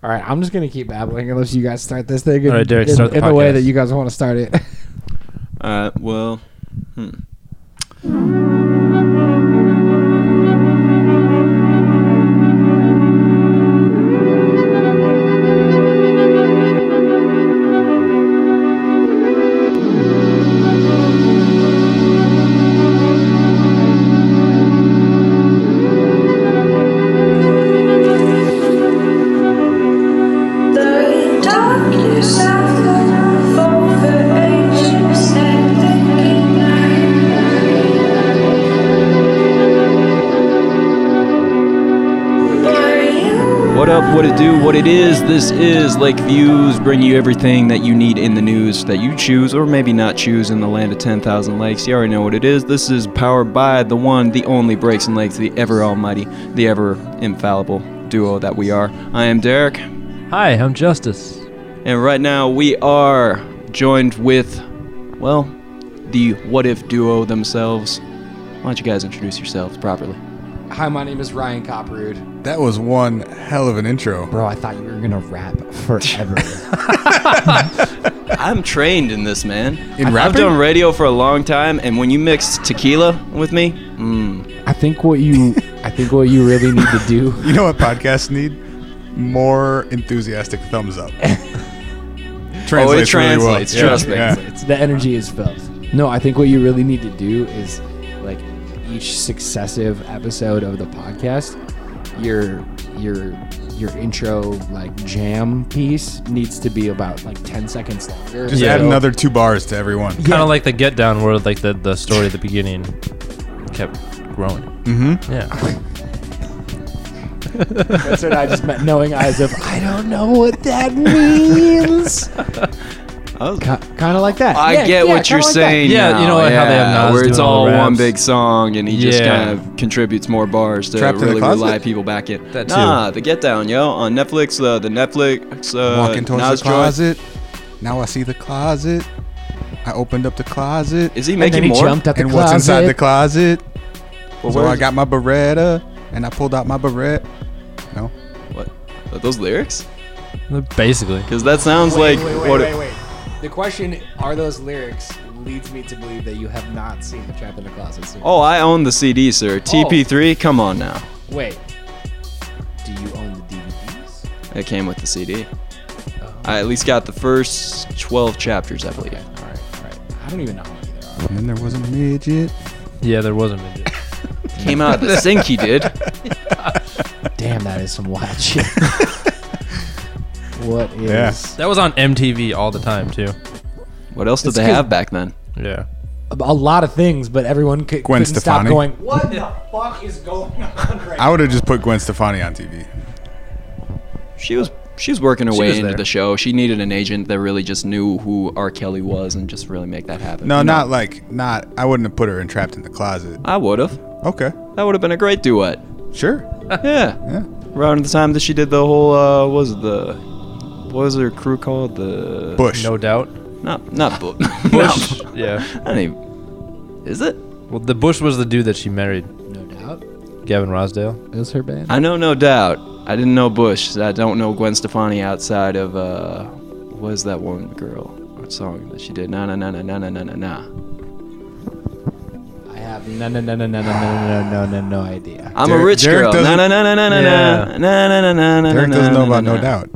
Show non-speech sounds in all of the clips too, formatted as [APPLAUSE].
All right, I'm just gonna keep babbling unless you guys start this thing. In, All right, Derek, in- start the in the way podcast. that you guys want to start it. [LAUGHS] All right. Uh, Well, hmm. The darkness of the vulgar ages and thinking night. Are you What up? What it do? What it is? This is Lake Views, bring you everything that you need in the news that you choose or maybe not choose in the land of 10,000 lakes. You already know what it is. This is powered by the one, the only Breaks and Lakes, the ever almighty, the ever infallible duo that we are. I am Derek, Hi, I'm Justice. and right now we are joined with, well, the What If duo themselves. Why don't you guys introduce yourselves properly? Hi, my name is Ryan Copperood. That was one hell of an intro. Bro, I thought you were gonna rap [LAUGHS] forever. I'm trained in this, man. In I've rapping? done radio for a long time, and when you mix tequila with me, mm, I think what you, I think what you really need to do. [LAUGHS] You know what podcasts need? More enthusiastic thumbs [LAUGHS] up. translates oh, it translates. Really well. Trust me. Yeah. It's the energy is felt. No, I think what you really need to do is like each successive episode of the podcast, your your your intro like jam piece needs to be about like 10 seconds longer. Just Yeah. add another two bars to everyone. Kind of like the get down where like the, the story at the beginning kept growing. Mm-hmm. Yeah. That's what I just meant knowing eyes of I don't know what that [LAUGHS] means. I was- kind of like that. I Oh. Yeah, get yeah, what kinda you're like that. saying. Yeah, now, you know how they have yeah, Nas where it's doing all all the one raps. big song, and he just Yeah. kind of contributes more bars to Trapped in the really Closet? rely people back in. That Nah, the Get Down, yo, on Netflix. Uh, the Netflix. Uh, Walking towards Nas the joint. closet. Now I see the closet. I opened up the closet. Is he And then making he more? jumped up the and what's inside the closet. closet? Well, so where I is- got my Beretta and I pulled out my Beretta. No. What? Are those lyrics? Basically. Because that sounds like what? it- The question, are those lyrics, leads me to believe that you have not seen The Trap in the Closet series. Oh, I own the CD, Oh. sir. TP3, come on now. Wait. Do you own the DVDs? It came with the CD. Oh. I at least got the first 12 chapters, I believe. All right, all right. I don't even know how many there are. And then there was a midget. Yeah, there was [LAUGHS] a midget. Came out of the sink, he did. Damn, that is some wild [LAUGHS] shit. [LAUGHS] what is? Yeah. That was on MTV all the time too. What else did It's they 'cause- have back then? Yeah. A, a lot of things, but everyone could, Gwen couldn't stop Stefani. going. What the fuck is going on right I would have just put Gwen Stefani on TV. She was she was working her She way was into there. the show. She needed an agent that really just knew who R. Kelly was and just really make that happen. No, not like not. I wouldn't have put her in Trapped in the Closet. I would have. Okay, That would have been a great duet. sure. [LAUGHS] Yeah. Yeah. Around the time that she did the whole, uh, what was the, what was her crew called? The Bush. No doubt. Not not [LAUGHS] Bu- Bush. No. yeah. [LAUGHS] I don't even. Is it? Well, the Bush was the dude that she married, No doubt. Gavin Rosdale. It was her band. I know no doubt. I didn't know Bush. I don't know Gwen Stefani outside of uh what is that one girl what song that she did? Na na na na na na na na na. I have no, no, no, no, no, no, no, no, no, no, no idea. I'm a Derek- rich Derek girl. Na doesn't- na na na na na na Yeah. na na na na. Derek doesn't na, know na, about na, No na. Doubt.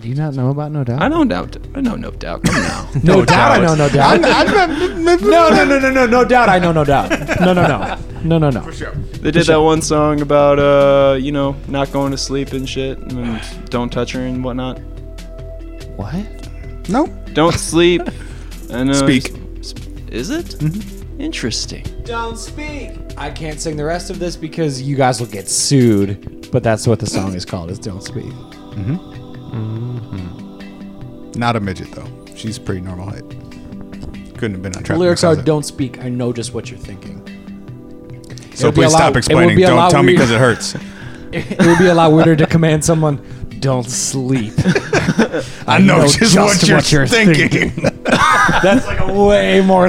Do you not know about No Doubt? I don't doubt. I know no doubt. Come now. [LAUGHS] No, No doubt. I Doubt. know No Doubt. [LAUGHS] no, no, no, no, no, no doubt. I know No Doubt. No, no, no, no, no, no. They did that one song about uh you know not going to sleep and shit and don't touch her and whatnot. What? Nope. Don't [LAUGHS] sleep. And uh, Speak. sp- Is it? Mm-hmm. Interesting. Don't speak. I can't sing the rest of this because you guys will get sued. But that's what the song is called: is "Don't Speak." Mm-hmm. Not a midget though. She's pretty normal height. Couldn't have been on Trapped. The in lyrics are Closet. "Don't speak." I know just what you're thinking. So would be a please lot- stop it would explaining. be a lot Don't tell me weirder. because it hurts. [LAUGHS] It would be a lot weirder to command someone, "Don't sleep." [LAUGHS] I know know just, just what, you're what [LAUGHS] you're thinking. That's like a way more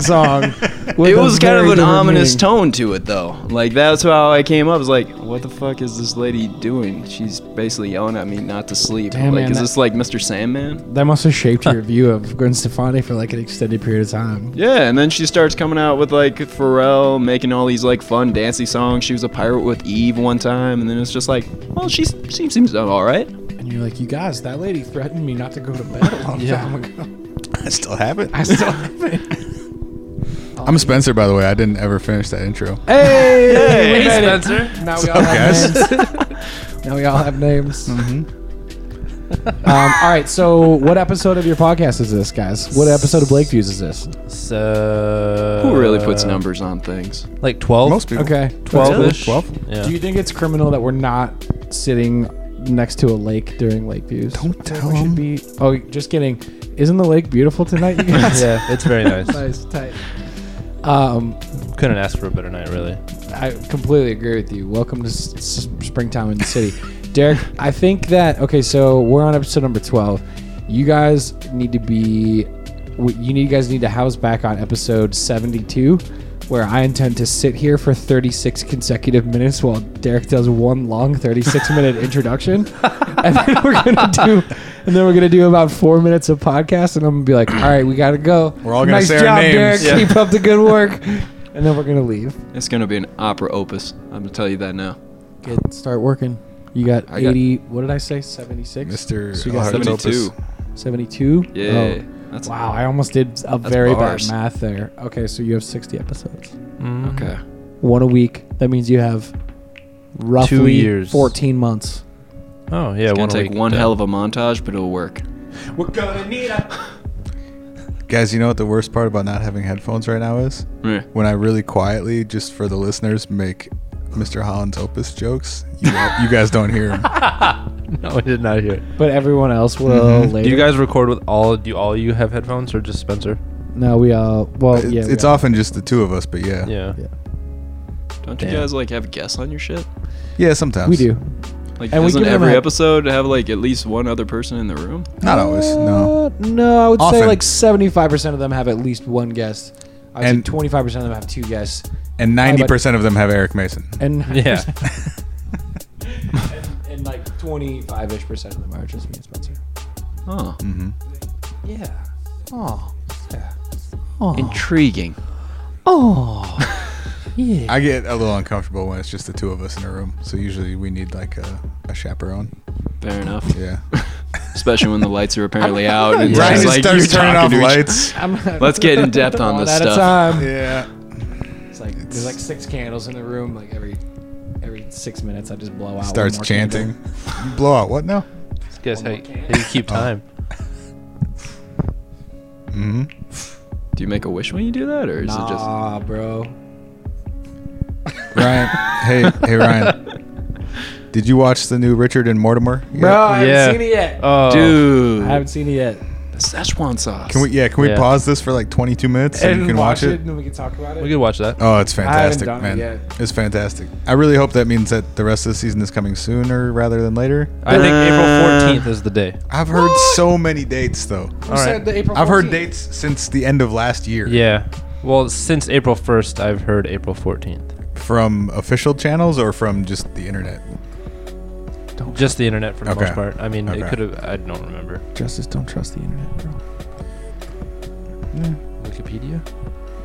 [LAUGHS] song. it was kind of an ominous tone to it, though. Like that's how I came up. I was like, "What the fuck is this lady doing?" She's basically yelling at me not to sleep. like, Damn, man, is that- this like Mr. Sandman? That must have shaped your view of Gwen Stefani for like an extended period of time. Yeah, and then she starts coming out with like Pharrell, making all these like fun dancey songs. She was a pirate with Eve one time, and then it's just like, well, she seems seems all right. And you're like, you guys, that lady threatened me not to go to bed a long Yeah. time ago. [LAUGHS] I still have it. I [LAUGHS] still haven't. I'm Spencer, by the way. I didn't ever finish that intro. [LAUGHS] Hey, Hey, we made it. Spencer. Now we all have names. [LAUGHS] now we all have names. Mm-hmm. um, all right, so what episode of your podcast is this, guys? What episode of Blake Views is this? So Who really puts Uh, numbers on things? Like twelve. Most people. Okay, Twelve-ish. Twelve? Yeah. Do you think it's criminal that we're not sitting next to a lake during lake views? Don't I feel tell like we should 'em. Be, oh, just kidding. Isn't the lake beautiful [LAUGHS] tonight, you guys? yeah, [LAUGHS] it's very nice. nice, tight. Um, Couldn't ask for a better night, really. I completely agree with you. Welcome to s- s- springtime in the city, Derek. I think that okay, so we're on episode number twelve. You guys need to be, w- you need you guys need to house back on episode seventy-two, where I intend to sit here for thirty-six consecutive minutes while Derek does one long thirty-six-minute [LAUGHS] introduction, and then we're gonna do, and then we're gonna do about four minutes of podcast, and I'm gonna be like, all right, we gotta go. We're all gonna nice say our job, names." Derek. Keep up the good work, and then we're gonna leave. It's gonna be an opera opus. I'm gonna tell you that now. Get start working. You got I got- 80. what did I say? 76. Mr. So you got Alhart Topus. 72. 72. Yeah, Oh. that's Wow, I almost did a very bars. bad math there. Okay, so you have 60 episodes, Mm-hmm. okay. one a week. That means you have roughly years. 14 months. Oh yeah, Gonna one take one hell of a montage, but it'll work. We're gonna need a. Guys, you know what the worst part about not having headphones right now is? Yeah. When I really quietly, just for the listeners, make Mr. Holland's Opus jokes, you, you guys don't hear 'em. [LAUGHS] No, I did not hear. It. But everyone else Mm-hmm. will later. Do you guys record with all? Do all you have headphones or just Spencer? No, we all. Well, It's, yeah. we it's all- often just the two of us, but yeah. Yeah. Yeah. Don't Damn. you guys like have guests on your shit? Yeah, sometimes. We do. Like And we doesn't give them every a- episode have like at least one other person in the room? Not always, no. Uh, no, I would say Often. like 75% of them have at least one guest. I would And- say 25% of them have two guests. And 90% of them have Eric Mason. And [LAUGHS] [LAUGHS] [LAUGHS] Yeah. and, and like 25 ish percent of them are just me and Spencer. Oh, Mm-hmm. Yeah. Oh. Yeah. intriguing. Oh. yeah. I get a little uncomfortable when it's just the two of us in a room. So usually we need like a, a chaperone. Fair enough. Yeah. [LAUGHS] Especially when the lights are apparently out [LAUGHS] and it's just Ryan just like starts you turning talking off to each- [LAUGHS] lights. Let's get in [LAUGHS] depth on this at stuff. A time. yeah. It's like there's like six candles in the room. Like every every six minutes, I just blow out. one Starts more chanting. candle. You blow out Oh. what now? Guess how, you- how you keep time. Mm-hmm. Do you make a wish when you do that, or is it just? Nah, bro. Ryan, hey, hey, Ryan. Did you watch the new Richard and Mortimer? yet? Bro, I haven't Yeah. seen it yet. Oh, Dude, I haven't seen it yet. the Szechuan sauce. Can we? Yeah, can we Yeah. pause this for like 22 minutes and, you can watch, it? and then we can talk about it. we could watch that. Oh, it's haven't fantastic, done it man! yet. It's fantastic. I really hope that means that the rest of the season is coming sooner rather than later. I think Uh, April 14th is the day. I've heard so many dates though. Who All said right. the April I've heard 14th? dates since the end of last year. Yeah. Well, since April 1st, I've heard April 14th. From official channels or from just the internet. Just the internet for the Okay. most part. I mean, Okay. it could have. I don't remember. Justice, don't trust the internet, bro. Wikipedia.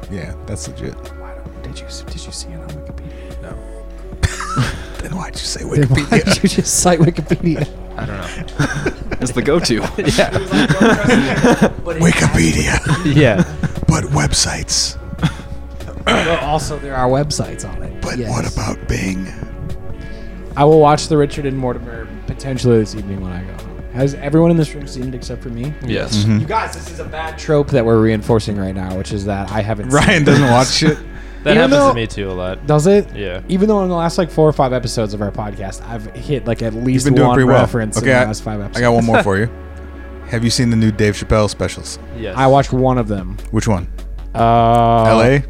Yeah, that's legit. Why don't, did you did you see it on Wikipedia? [LAUGHS] Then why'd you say Why Wikipedia? did you just cite Wikipedia? I don't [LAUGHS] know. [LAUGHS] It's the go-to. Wikipedia, yeah. but websites. Well, also, there are websites on it. But Yes. what about Bing? I will watch the Richard and Mortimer potentially this evening when I go home. Has everyone in this room seen it except for me? Yes. Mm-hmm. You guys, this is a bad trope that we're reinforcing right now, which is that I haven't. seen Ryan doesn't [LAUGHS] watch shit. That Even happens though- to me too a lot. Does it? Yeah. Even though in the last like four or five episodes of our podcast, I've hit like at least You've been doing one pretty well. reference in the last five episodes. I got one more for you. [LAUGHS] Have you seen the new Dave Chappelle specials? Yes. I watched one of them. Which one? [LAUGHS] Uh, L.A.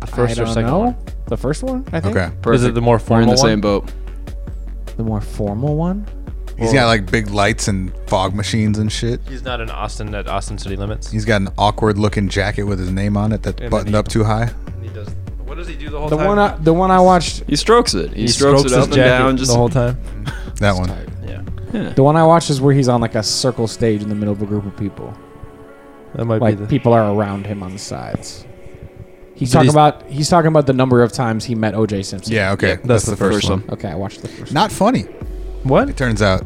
the first I or don't second know. one. The first one, I think. Okay. Is it the more We're in formal the one? same boat. The more formal one. He's got like big lights and fog machines and shit. He's not in Austin at Austin City Limits. He's got an awkward looking jacket with his name on it that's then buttoned he- up too high. he does. What does he do the whole The time? one, I, the one I watched, He strokes it. He, strokes, it up and down just the whole time. [LAUGHS] That one. Yeah, the one I watched is where he's on like a circle stage in the middle of a group of people. that might be Like the. people are around him on the sides. He's Did talking he's- about he's talking about the number of times he met O.J. Simpson. Yeah, okay. that's, the, first, one. Okay, I watched the first. Not funny, it what? turns out.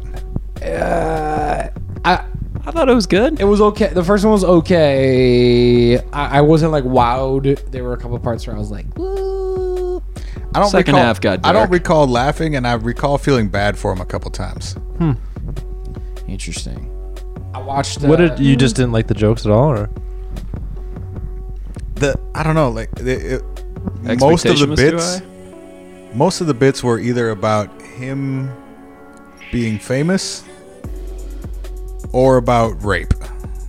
I I thought it was good. it was okay. The first one was okay. I, I wasn't like wowed. There were a couple parts where I was like, "Ooh." I don't Second recall, half got I don't dark. recall laughing, and I recall feeling bad for him a couple times. interesting. Hmm. I watched. Uh, What did you just didn't like the jokes at all, or The I don't know, like the, it, most of the Expectation was too bits, high? most of the bits were either about him being famous or about rape.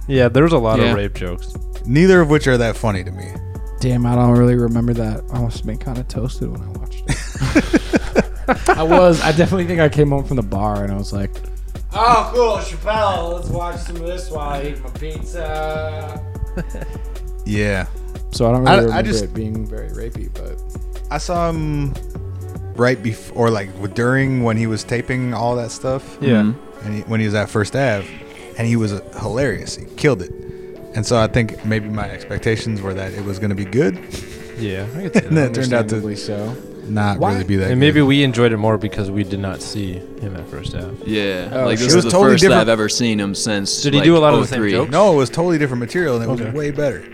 yeah, there was a lot Yeah. of rape jokes. Neither of which are that funny to me. Damn, I don't really remember that. I must have been kind of toasted when I watched it. [LAUGHS] I was. I definitely think I came home from the bar and I was like, "Oh, cool, Chappelle. Let's watch some of this while I eat my pizza." Yeah. So I don't really I- I remember just- it being very rapey, but I saw him right before, or like w- during when he was taping all that stuff. Yeah, Mm-hmm. And he, when he was at First Ave, and he was uh, hilarious. He killed it. And so I think maybe my expectations were that it was going to be good, yeah. [LAUGHS] I could say and that. then it turned out to understandably so. [LAUGHS] not Why? really be that. and maybe good. we enjoyed it more because we did not see him at first half. Yeah. Oh, like this It shit. is was the totally first different- I've ever seen him since. Did he like, do a lot of the same 03. jokes? no, it was totally different material, and it was Okay. way better.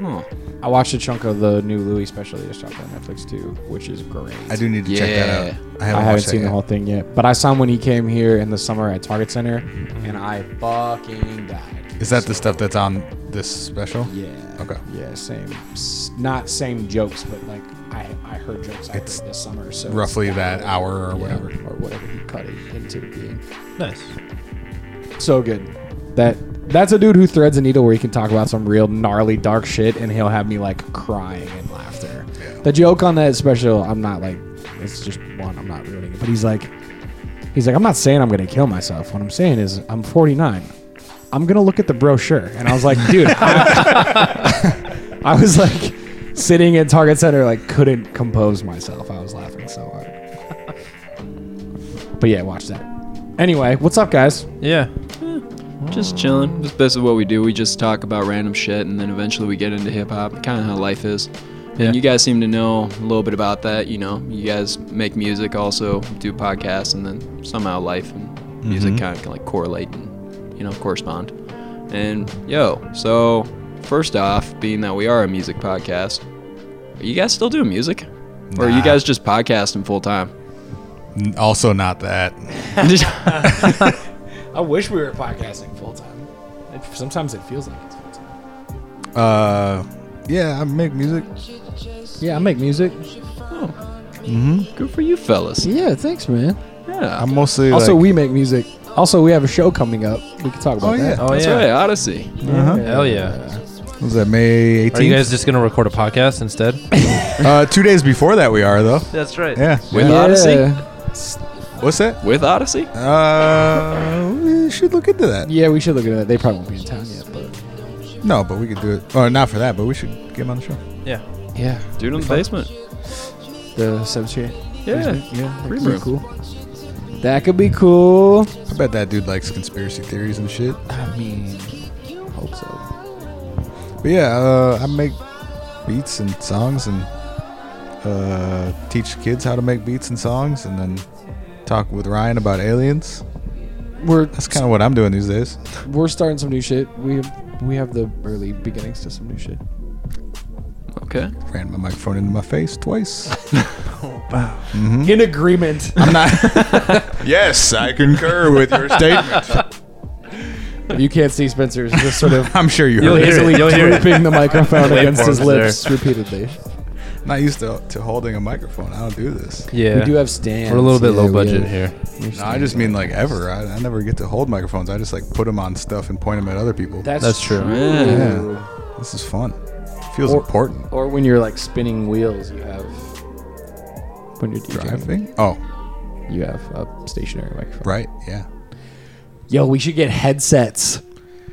Huh. I watched a chunk of the new Louis special that just dropped on Netflix too, which is great. I do need to check that out. I haven't, I watched haven't that seen the yet. whole thing yet, but I saw him when he came here in the summer at Target Center, and I fucking died. Is that the stuff that's on this special? Yeah. Okay. Yeah, same. s- Not same jokes, but like I I heard jokes I heard It's this summer. So it's Roughly that hour or yeah, whatever. or whatever he cut it into being. Nice. So good. That that's a dude who threads a needle where he can talk about some real gnarly dark shit, and he'll have me like crying and laughter. The joke on that special, I'm not like it's just one. I'm not ruining it, but he's like. He's like, I'm not saying I'm gonna kill myself. What I'm saying is, I'm 49. I'm gonna look at the brochure, and I was like, dude, I, I [LAUGHS] was like sitting in Target Center, like couldn't compose myself. I was laughing so hard. But yeah, watch that. Anyway, what's up, guys? [LAUGHS] Yeah, Just chilling. This, this is what we do. We just talk about random shit, and then eventually we get into hip hop. Kind of how life is. Yeah. And you guys seem to know a little bit about that. You know, you guys make music, also do podcasts, and then somehow life and music Mm-hmm. kind of like correlate and you know correspond. And yo, so first off, being that we are a music podcast, are you guys still doing music, or are you Nah. guys just podcasting full time? N- Also, not that. [LAUGHS] [LAUGHS] I wish we were podcasting full time. Sometimes it feels like it's full time. Uh, yeah, I make music. Yeah, I make music. [LAUGHS] Good for you, fellas. Yeah, thanks, man. Yeah. I'm mostly Also, like, we make music. Also, we have a show coming up. We can talk about Oh, yeah. that. Oh That's yeah. Uh-huh. right, Odyssey. Uh-huh. Hell yeah. what was that May 18th? Are you guys just gonna record a podcast instead? [LAUGHS] uh, two days before that, we are though. That's right. Yeah. With Odyssey? What's that? With Odyssey? Uh, we should look into that. Yeah, we should look at that. They probably won't be in town yet, but No, but we could do it. Or not for that, but we should get him on the show. Yeah. yeah, Dude in the basement. the substrate. Yeah. Yeah, that Green could be room. cool. That could be cool. I bet that dude likes conspiracy theories and shit. I mean, hope so. But yeah, uh, I make beats and songs and uh, teach kids how to make beats and songs, and then talk with Ryan about aliens. We're That's kind of what I'm doing these days. we're starting some new shit. We have, we have the early beginnings to some new shit. Okay. Ran my microphone into my face [LAUGHS] twice. Oh, Mm-hmm. In agreement. I'm not. [LAUGHS] yes, I concur with [LAUGHS] your statement. you can't see Spencer's just sort of [LAUGHS] I'm sure you You'll heard. it. hear it. basically You'll hear it. [LAUGHS] drooping the microphone against his Waveforms lips repeatedly. Not used to, to holding a microphone. I don't do this. Yeah. We do have stands. We're a little bit Yeah, low we budget have- here. No, I just mean like ever. I, I never get to hold microphones. I just like put them on stuff and point them at other people. That's, That's true. Yeah. This is fun. Feels Or- important. Or when you're like spinning wheels, you have when you're DJing. Driving. Oh, you have a stationary microphone. Right? Yeah. Yo, we should get headsets,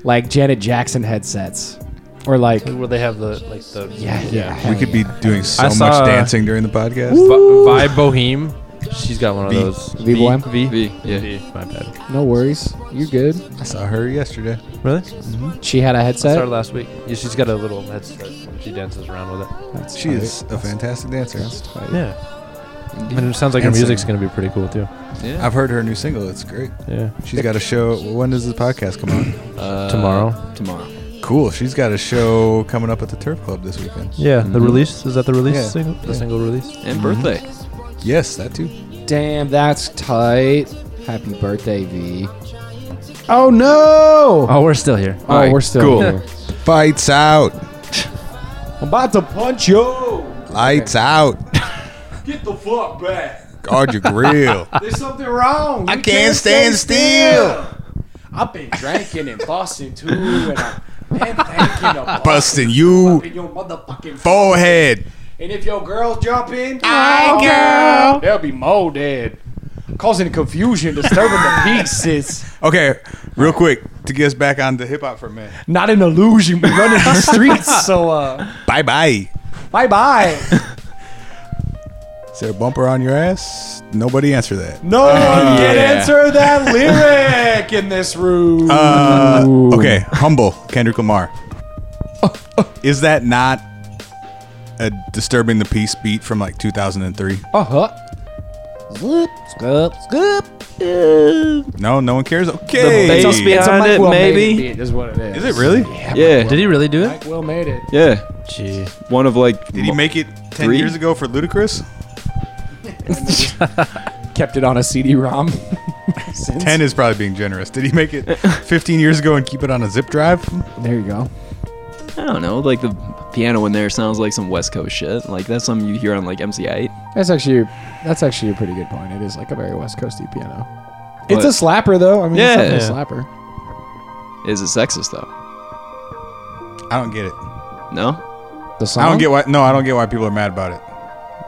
like Janet Jackson headsets, or like Where they have the like the yeah, yeah. hell we could yeah. be doing so I much saw- uh, dancing during the podcast. Vi- Vibe Boheme. She's got one of V. those. V Bohem? V. V, yeah. V. My bad. no worries. You're good. Mm-hmm. I saw her yesterday. Really? She had a headset. Started last week. Yeah, she's got a little headset. and She dances around with it. That's She tight. is a fantastic dancer. That's tight. Yeah. And it sounds like her And so- music's gonna be pretty cool too. Yeah. I've heard her new single. It's great. Yeah. She's got a show. When does the podcast come on? Uh, Tomorrow. Tomorrow. Cool. She's got a show coming up at the Turf Club this weekend. Yeah. The Mhm. release is that the release Yeah. single? The Yeah. single release. And birthday. Yes, that too. Damn, that's tight. Happy birthday, V. Oh no! Oh, we're still here. Oh, Alright, we're still cool. here. Fights out. I'm about to punch you. Lights out. Get the fuck back. Guard your [LAUGHS] grill. There's something wrong. I can't stand still. I've been drinking and busting too, and I've been thinking of Busting you in your motherfucking forehead. And if your girls jump in, Oh, girl, they'll be more dead, causing confusion, disturbing [LAUGHS] the peace. It's Okay, real quick to get us back on the hip hop for a minute. not an illusion. We running the streets, so uh, Bye bye. bye bye. Is there a bumper on your ass? Nobody answer that. No one can answer that lyric in this room. Uh, okay, humble Kendrick Lamar. Is that not a disturbing the peace beat from like 2003? Uh huh. Scoop, scoop, scoop. No, no one cares. Okay, bass It's behind- Mike it, Will made maybe. beat, is what it is. is it really? Yeah. Did he really do it? Mike Will made it. Yeah. Gee. One of like. Did he make it 10 Three? years ago for Ludacris? Kept it on a CD-ROM. Since- 10 is probably being generous. Did he make it 15 years ago and keep it on a zip drive? There you go. I don't know. Like the piano in there sounds like some West Coast shit. Like that's something you hear on like MC8. That's actually that's actually a pretty good point. It is like a very West Coasty piano. It's But- a slapper though. I mean, Yeah. it's Yeah. definitely a slapper. Is it sexist though? I don't get it. No. The song. I don't get why. No, I don't get why people are mad about it.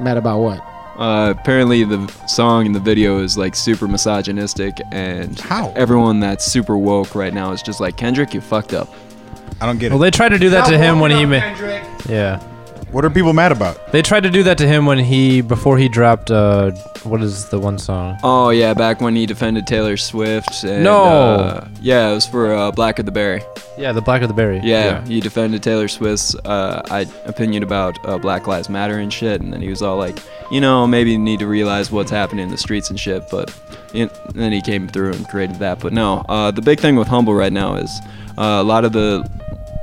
mad about what? Uh, apparently the song in the video is like super misogynistic and How? everyone that's super woke right now is just like Kendrick, you fucked up. I don't get Well, it. they tried to do that to him when he made. Yeah. What are people mad about? They tried to do that to him when he before he dropped uh what is the one song? Oh yeah, back when he defended Taylor Swift. And, No. uh, yeah, it was for uh, Black of the Berry. Yeah, the Black of the Berry. Yeah, he defended Taylor Swift's uh, I, opinion about uh, Black Lives Matter and shit, and then he was all like, you know, maybe you need to realize what's happening in the streets and shit. But and then he came through and created that. But no, uh, the big thing with Humble right now is uh, a lot of the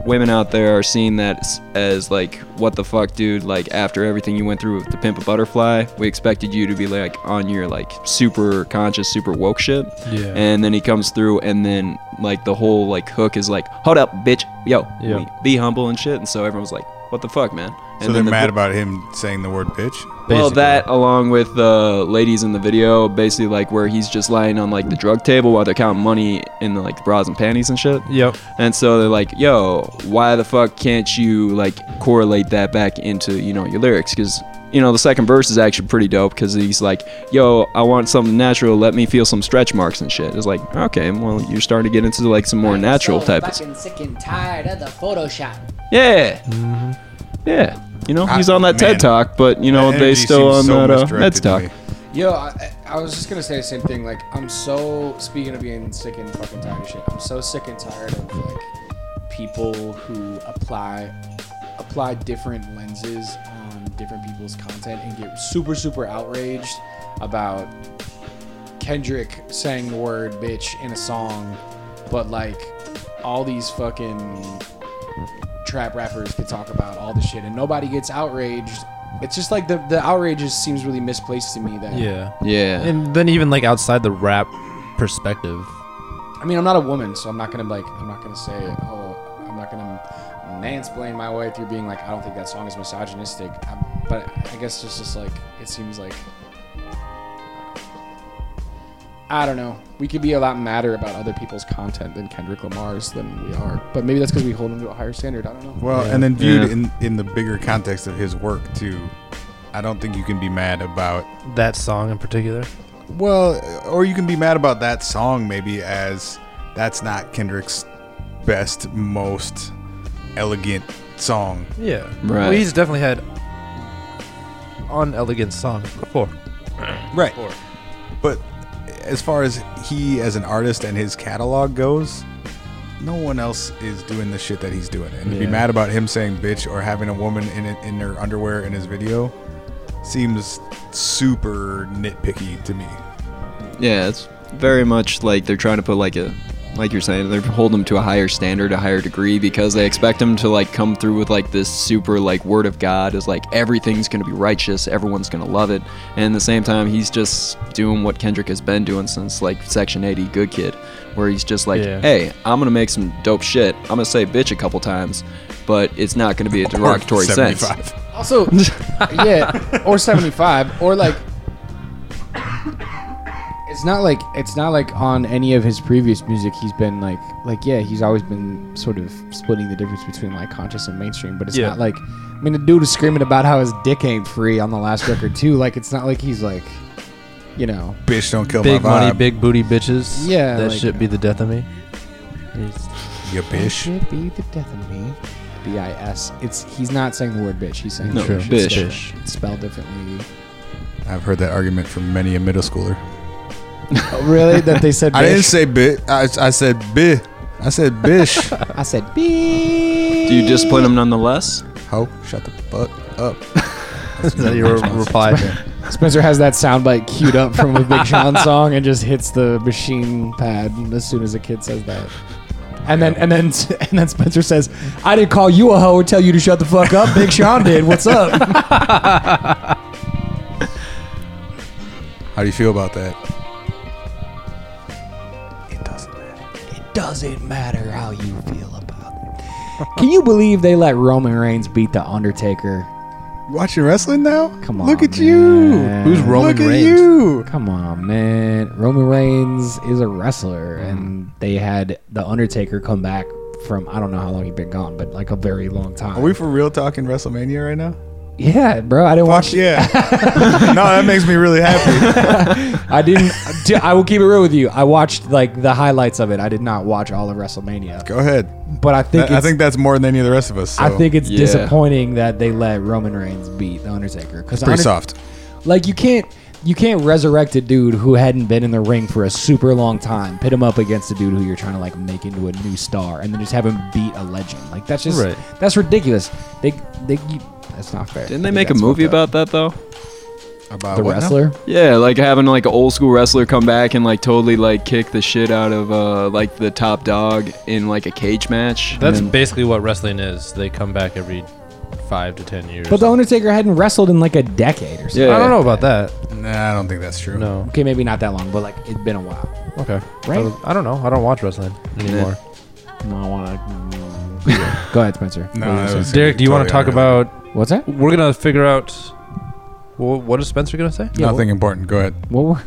women out there are seeing that s- as like, what the fuck, dude? Like after everything you went through with the Pimp a Butterfly, we expected you to be like on your like super conscious, super woke shit. Yeah. And then he comes through, and then like the whole like hook is like, "Hold up, bitch, yo, Yeah. we- be humble and shit." And so everyone's like, "What the fuck, man?" And So they're then the- mad about him saying the word bitch. Well, basically. that along with the ladies in the video, basically like where he's just lying on like the drug table while they're counting money in the like bras and panties and shit. Yep. And so they're like, "Yo, why the fuck can't you like correlate that back into you know your lyrics?" Because you know the second verse is actually pretty dope because he's like, "Yo, I want something natural. Let me feel some stretch marks and shit." It's like, okay, well you're starting to get into like some more natural type. of- Fucking sick and tired of the Photoshop. Yeah, yeah. You know Ah, he's on that man. TED talk, but you know That they energy still on seems so that uh, TED misdirected to talk. me. Yo, I, I was just gonna say the same thing. Like, I'm so speaking of being sick and fucking tired of shit. I'm so sick and tired of like people who apply apply different lenses on different people's content and get super super outraged about Kendrick saying the word bitch in a song, but like all these fucking trap rappers could talk about all the shit and nobody gets outraged. It's just like the the outrage just seems really misplaced to me. That Yeah. Yeah, And then even like outside the rap perspective. I mean, I'm not a woman, so I'm not gonna like I'm not gonna say oh I'm not gonna mansplain my way through being like I don't think that song is misogynistic. i but I guess it's just like it seems like I don't know. We could be a lot madder about other people's content than Kendrick Lamar's than we are. But maybe that's because we hold him to a higher standard. I don't know. Well, and then viewed Yeah. in in the bigger context of his work too. I don't think you can be mad about That song in particular. Well, or you can be mad about that song maybe as that's not Kendrick's best, most elegant song. Yeah. Right. Well, he's definitely had unelegant songs before. Right. But as far as he as an artist and his catalog goes, no one else is doing the shit that he's doing. And to be Yeah. mad about him saying bitch or having a woman in it, in her underwear in his video seems super nitpicky to me. Yeah, it's very much like they're trying to put like a like you're saying they're holding them to a higher standard, a higher degree because they expect them to like come through with like this super like word of God is like everything's going to be righteous, everyone's going to love it. And at the same time, he's just doing what Kendrick has been doing since like Section 80 Good Kid where he's just like, Yeah. "Hey, I'm going to make some dope shit. I'm going to say bitch a couple times, but it's not going to be a derogatory sense." 75. [LAUGHS] Also, yeah, or 75, or like. It's not like it's not like on any of his previous music he's been like like yeah he's always been sort of splitting the difference between like conscious and mainstream but it's Yeah. not like I mean the dude is screaming about how his dick ain't free on the last record too like it's not like he's like you know Bitch don't kill Big my money, vibe, big booty bitches. Yeah, That like- should be the death of me. you It bitch. should be the death of me. B I S. It's he's not saying the word bitch. He's saying No, bitch. bitch. It's different. It's spelled differently. I've heard that argument from many a middle schooler. Oh, really? That they said. [LAUGHS] Bitch? I didn't say bit. I, I said bi. I said bish. [LAUGHS] I said bitch. Do you discipline them nonetheless? Ho, shut the fuck up. Is that your reply? Spencer has that sound bite queued up from a Big Sean song and just hits the machine pad as soon as a kid says that. And then [LAUGHS] and then and then Spencer says, "I didn't call you a hoe or tell you to shut the fuck up. Big Sean did. What's up?" How do you feel about that? It doesn't matter. it doesn't matter how you feel about it. Can you believe they let Roman Reigns beat the Undertaker? You watching wrestling now? Come Look on, at you. man. Who's Roman Look Reigns? at you. Come on, man. Roman Reigns is a wrestler, and they had The Undertaker come back from I don't know how long he'd been gone, but like a very long time. Are we for real talking WrestleMania right now? yeah, Uh, bro. I didn't watch. Fuck [LAUGHS] yeah. no, that makes me really happy. I didn't. d- I will keep it real with you. I watched like the highlights of it. I did not watch all of WrestleMania, Go ahead. but I think I, I it's- think that's more than any of the rest of us. So. I think it's Yeah. disappointing that they let Roman Reigns beat The Undertaker because pretty soft. Like you can't you can't resurrect a dude who hadn't been in the ring for a super long time, pit him up against a dude who you're trying to like make into a new star, and then just have him beat a legend. Like that's just Right. that's ridiculous. They they you, that's not fair. Didn't they I think make a that's movie fucked up. about that though? About the Uh, what now? wrestler? Yeah, like having like an old school wrestler come back and like totally like kick the shit out of uh like the top dog in like a cage match. That's And basically what wrestling is. They come back every five to ten years. But the Undertaker hadn't wrestled in like a decade or something. Yeah. I don't know about that. Nah, I don't think that's true. No. Okay, maybe not that long, but like it's been a while. Okay. Right? I don't know. I don't watch wrestling anymore. No, I want to. [LAUGHS] Go ahead, Spencer. No, What were you that gonna was- say? Derek, do you want to Totally talk about? what's that? We're gonna figure out. Well, what is Spencer gonna say? Yeah, Nothing important. Go ahead. What [LAUGHS] were?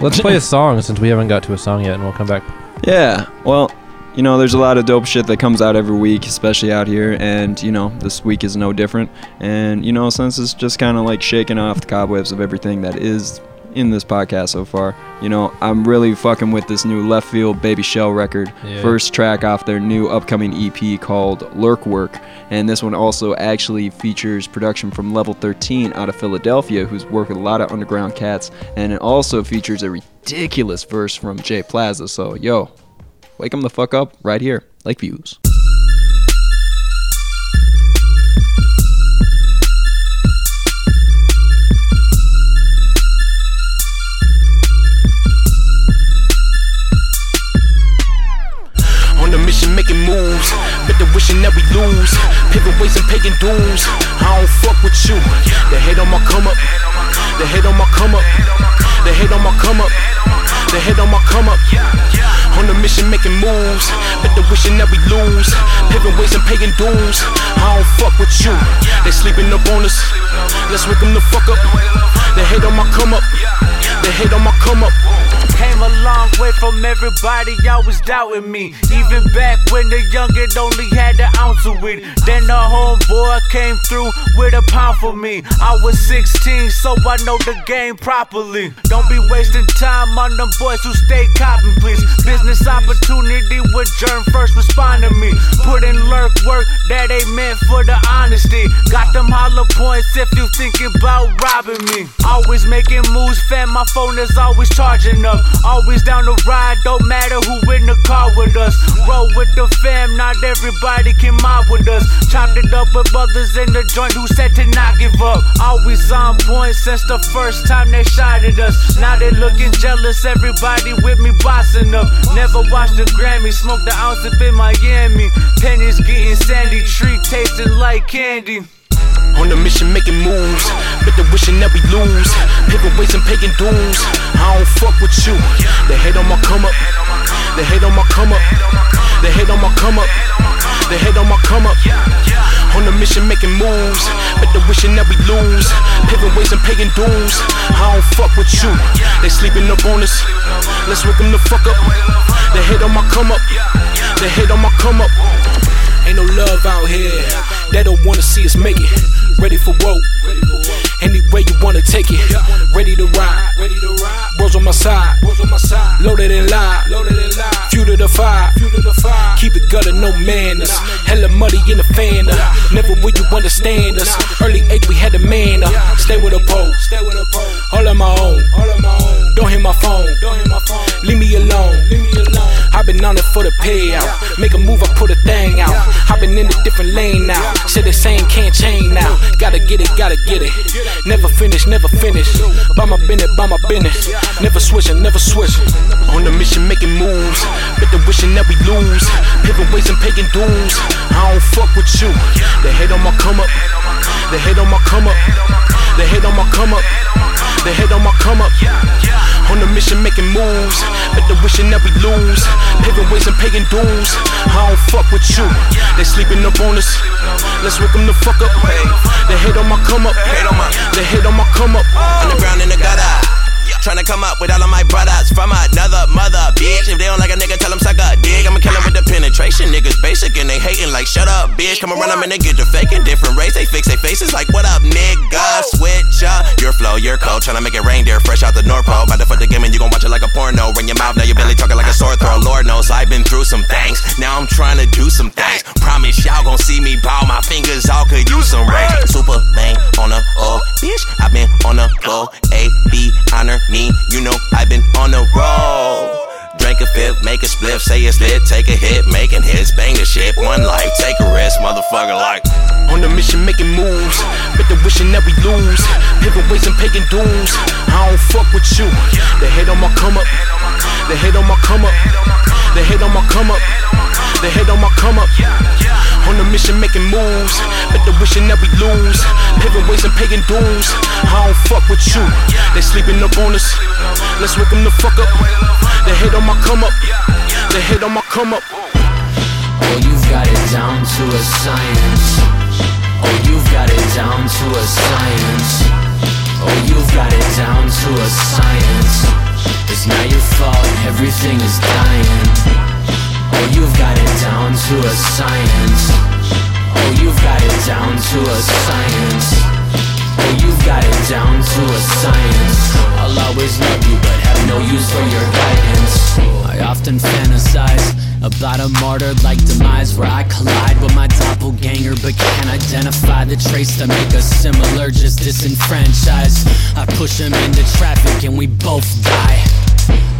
Let's play a song since we haven't got to a song yet, and we'll come back. Yeah. Well, you know, there's a lot of dope shit that comes out every week, especially out here, and you know, this week is no different. And you know, since it's just kind of like shaking off the cobwebs of everything that is in this podcast so far, you know, I'm really fucking with this new left field Baby Shell record. Yeah. First track off their new upcoming EP called Lurk Work, and this one also actually features production from Level 13 out of Philadelphia, who's worked with a lot of underground cats, and it also features a ridiculous verse from Jay Plaza. So, yo, Wake them the fuck up right here. Like views. On the mission making moves, but the wishing that we lose. Pivot ways and pagan dooms. I don't fuck with you. The hate on my come up. The hate on my come up. The hate on my come up. The hate on my come up. On the mission making moves, but the wishing that we lose. Pivot ways and pagan dooms. I don't fuck with you. They sleeping up on us. Let's wake them the fuck up. The hate on my come up. The hate on my come up. Came I'm a long way from everybody always doubting me. Even back when the youngin' only had an ounce of weed. Then the homeboy came through with a pound for me. I was 16, so I know the game properly. Don't be wasting time on them boys who stay copping, please. Business opportunity with germ first respond to me. Put in lurk work that ain't meant for the honesty. Got them hollow points if you thinking about robbing me. Always making moves, fam. My phone is always charging up. Always down the ride, don't matter who in the car with us. Roll with the fam, not everybody can mob with us. Chopped it up with brothers in the joint who said to not give up. Always on point since the first time they shot at us. Now they looking jealous, everybody with me bossing up. Never watched the Grammy, smoked the ounce up in Miami. Pennies getting sandy, tree tasting like candy. On a mission making moves, but the wishing that we lose. Pivot ways and paying dues. I don't fuck with you. They hate on my come up. They hate on my come up. They hate on my come up. They hate on my come up. On a mission making moves, but the wishing that we lose. Pivot ways and paying dues. I don't fuck with you. They sleeping up on us. Let's wake them the fuck up. They hate on my come up. They hate on my come up. Ain't no love out here. They don't wanna see us make it. Ready for woke. Any way you wanna take it. Ready to ride. Bros on my side. Loaded and live. Few to the fire. Keep it gutter, no manners. Hella muddy in the fan. Never will you understand us. Early eight, we had a man. Stay with a pole. All on my own. Don't hit my phone. Leave me alone. I've been on it for the payout. Make a move, I put a thing out. I've been in a different lane now. Say the same can't change now. Gotta get it, gotta get it. Never finish, never finish. By my business, by my business. Never switching, never switching. On the mission, making moves. But the wishing that we lose. Pivot ways and paying dues. I don't fuck with you. They hate on my come up. They hate on my come up. They hate on my come up. They hate on my come up. On the mission, making moves. But the wishing that we lose. Pivot ways and paying dues. I don't fuck with you. They sleeping up on us. Let's wake them the fuck up. They hate on my come up. Oh. They hate on my come up. Underground in the gutter. Tryna come up with all of my brothers from another mother, bitch. If they don't like a nigga, tell them suck a dick. I'ma kill 'em with the penetration. Niggas basic and they hating like shut up, bitch. Come around, I'm in the get to faking. Different race, they fix their faces like what up, nigga. Switch up your flow, your code. Tryna make it rain, dear. Fresh out the North Pole. About to fuck the game and you gon' watch it like a porno. Ring your mouth, now your belly talking like a sore throat. Lord knows I've been through some things. Now I'm tryna do some things. Promise y'all gon' see me ball. My fingers all could use some rain. Superman on the oh, bitch. I've been on the go. A B honor me. You know I've been on the roll. Drink a fifth, make a spliff, say it's lit, take a hit, making hits, bang the shit, one life, take a risk, motherfucker, like. On the mission, making moves. But the wishing that we lose. Pivot ways and paying dues. I don't fuck with you. They hate on my come up. They hate on my come up. They hate on my come up. They hate on my come up. On the mission, making moves. But the wishing that we lose. Pivot ways and paying dues. I don't fuck with you. They sleeping up on us. Let's wake them the fuck up. They hate on my come up. They hate on my come up. Oh, you've got it down to a science. Oh, you've got it down to a science. Oh, you've got it down to a science. It's not your fault, everything is dying. Oh, you've got it down to a science. Oh, you've got it down to a science. Oh, you've got it down to a science. I'll always love you, but have no use for your guidance. I often fantasize about a martyr like demise where I collide with my doppelganger but can't identify the traits that make us similar, just disenfranchised. I push him into traffic and we both die.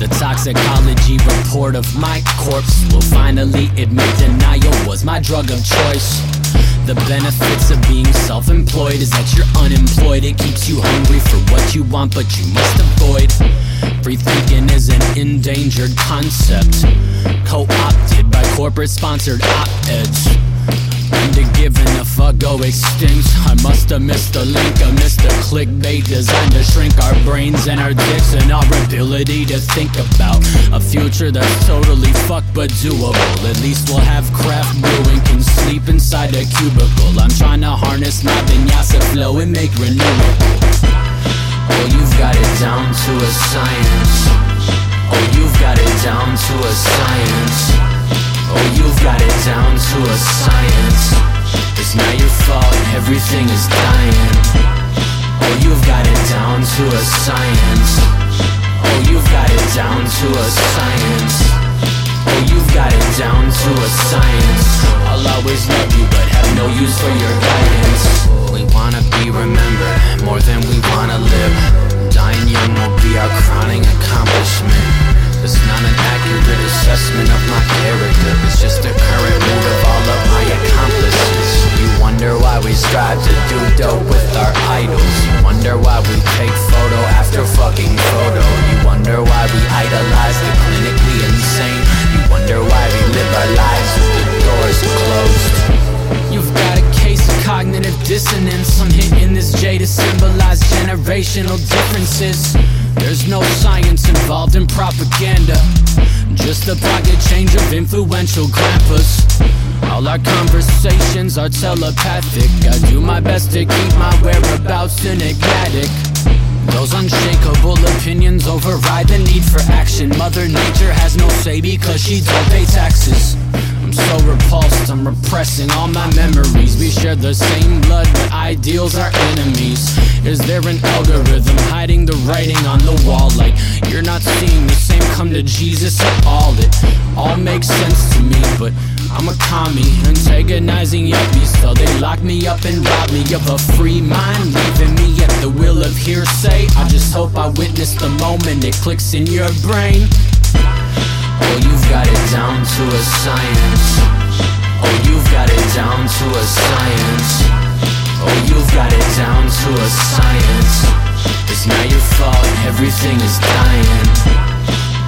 The toxicology report of my corpse will finally admit denial was my drug of choice. The benefits of being self employed is that you're unemployed. It keeps you hungry for what you want, but you must avoid. Free thinking is an endangered concept, co opted by corporate sponsored op eds. And to giving a fuck go extinct I must have missed the link, I missed the clickbait Designed to shrink our brains and our dicks And our ability to think about A future that's totally fucked but doable At least we'll have craft brewing Can sleep inside a cubicle I'm trying to harness my vinyasa flow And make renewable Oh, you've got it down to a science Oh, you Oh, a science. It's not your fault, everything is dying. Oh, you've got it down to a science. Oh, you've got it down to a science. Oh, you've got it down to a science. I'll always love you, but have no use for your guidance. We wanna be remembered more than we wanna live. Dying young will be our crowning accomplishment. It's not an accurate assessment of my character. It's just the current mood of all of my accomplices. You wonder why we strive to do dope with our idols. You wonder why we take photo after fucking photo. You wonder why we idolize the clinically insane. You wonder why we live our lives with the doors closed. You've got a case of cognitive dissonance. I'm hitting this J to symbolize generational differences. There's no science involved in propaganda, just a pocket change of influential grandpas. All our conversations are telepathic. I do my best to keep my whereabouts enigmatic. Those unshakable opinions override the need for action. Mother Nature has no say because she don't pay taxes. I'm so repulsed, I'm repressing all my memories. We share the same blood, but ideals are enemies. Is there an algorithm hiding the writing on the wall? Like, you're not seeing the same come to Jesus at all. It all makes sense to me, but I'm a commie, antagonizing yuppies till they lock me up and rob me of a free mind, leaving me at the will of hearsay. I just hope I witness the moment it clicks in your brain. Oh, you've got it down to a science. Oh, you've got it down to a science. Oh, you've got it down to a science. It's not your fault, everything is dying.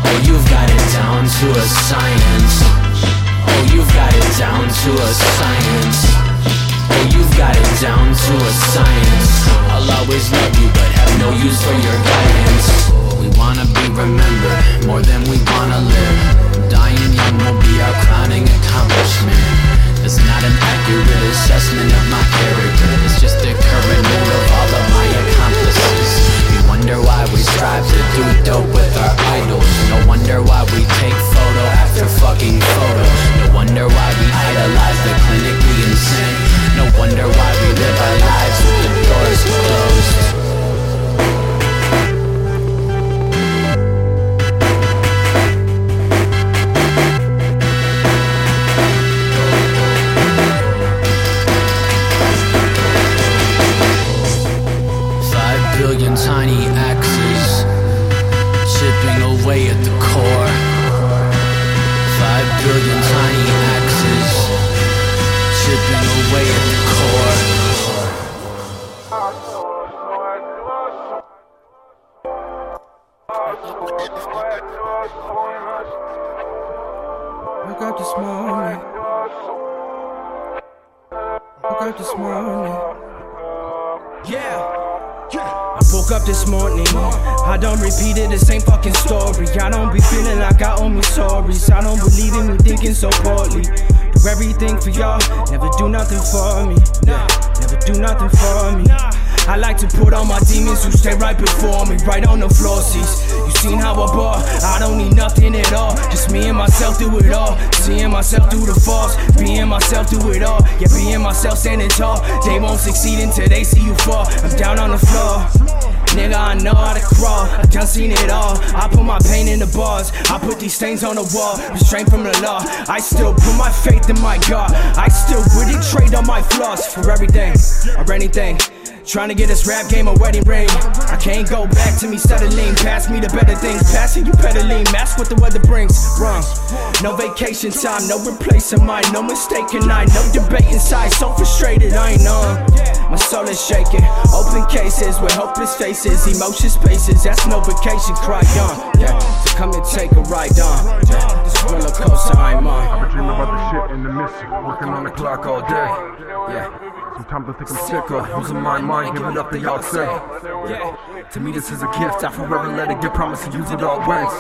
Oh, you've got it down to a science. Oh, you've got it down to a science. Oh, you've got it down to a science. I'll always love you, but have no use for your guidance. We wanna be remembered more than we wanna live. Dying young will be our crowning accomplishment. It's not an accurate assessment of my character. It's just the current mood of all of my accomplices. You wonder why we strive to do dope with our idols. No wonder why we take photo after fucking photo. No wonder why we idolize the clinically insane. No wonder why we live our lives with the doors closed. Five billion tiny axes chipping away at the core. Five billion tiny axes chipping away at the core. Woke up this morning. Woke up this morning. Yeah. I woke up this morning. I don't repeat it, the same fucking story. I don't be feeling like I owe me stories. I don't believe in me thinking so poorly. Do everything for y'all, never do nothing for me. Yeah, never do nothing for me. I like to put on my demons who stay right before me, right on the floor seats. You seen how I bought, I don't need nothing at all. Just me and myself do it all. Seeing myself through the falls, being myself do it all. Yeah, being myself standing tall. They won't succeed until they see you fall. I'm down on the floor. Nigga, I know how to crawl. I done seen it all. I put my pain in the bars. I put these stains on the wall. Restrained from the law. I still put my faith in my God. I still really trade on my flaws for everything or anything. Trying to get this rap game a wedding ring. I can't go back to me settling. Pass me the better things. Passing you pedaling. That's what the weather brings. Wrong. No vacation time. No replacing mine. No mistaking I. No debate inside. So frustrated. I ain't on. My soul is shaking. Open cases with hopeless faces. Emotion spaces. That's no vacation. Cry on. Yeah. So come and take a ride on. Yeah. This roller coaster I'm on. dreaming about the shit in the mist, working on the clock all day. Yeah. Sometimes I think I'm sick of losing my mind, giving up the y'all say. Yeah. To me, this is a gift. I forever let it get promised to use it all ways.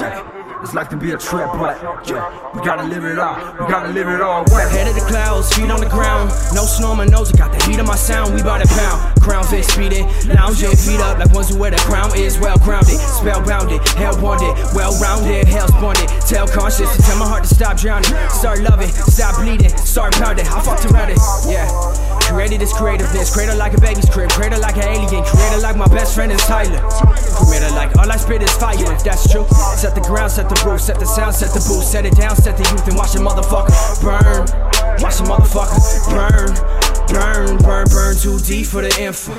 Yeah. It's like to be a trap, but yeah, we gotta live it out. We gotta live it all. Wet. Head of the clouds, feet on the ground. No snow on my nose, I got the heat of my sound. We bout to pound. Crown fit speeding, lounging, feet up like ones who wear the crown is well grounded, spellbounded, hell bonded, well rounded, hell bonded. Tell conscious to tell my heart to stop drowning, start loving, stop bleeding, start pounding. I fucked around it, yeah. Created this creativeness, created like a baby's crib, created like an alien, created like my best friend is Tyler. Created like all I spit is fire, if that's true. Set the ground, set the roof, set the sound, set the booth, set it down, set the youth, and watch a motherfucker burn. Watch a motherfucker burn, burn, burn, burn too deep for the info.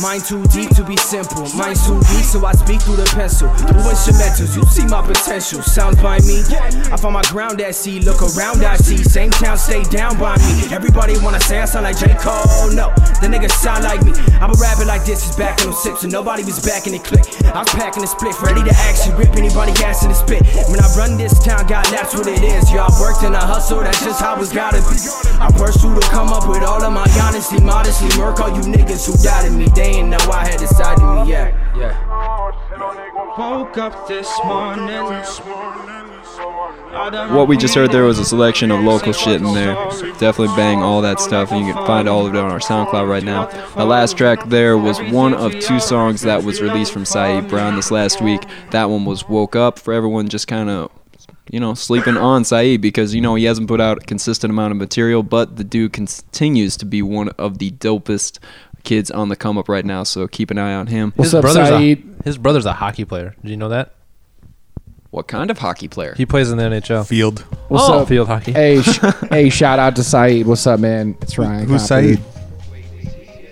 Mind too deep to be simple, mind too deep, so I speak through the pencil. Through instrumentals, you see my potential. Sounds by me, I find my ground at sea. Look around, I see same town, stay down by me. Everybody wanna say I sound like J Cole, no, the niggas sound like me. I'm a rapper like this is back in 06, and nobody was backing it click. I was packing the split, ready to action, rip anybody gas in the spit. When I run this town, God, that's what it is. Y'all worked and I hustled, that's just how it's gotta be. I pursue to come up with all of my honesty, modesty. Murk all you niggas who doubted me, they ain't know I had decided me, yeah, yeah. Woke up this morning. I done What we just heard there was a selection of local shit in there. Definitely bang all that stuff, and you can find all of it on our SoundCloud right now. The last track there was one of two songs that was released from Saeed Brown this last week. That one was Woke Up for everyone just kind of, you know, sleeping on Saeed because, you know, he hasn't put out a consistent amount of material, but the dude continues to be one of the dopest kids on the come up right now, so keep an eye on him. his brother's A, his brother's a hockey player. Did you know that? What kind of hockey player? He plays in the NHL. Field. What's oh, up? Field hockey. Hey, [LAUGHS] sh- hey, shout out to Saeed. What's up, man? It's Ryan. Who's Coppola. Saeed?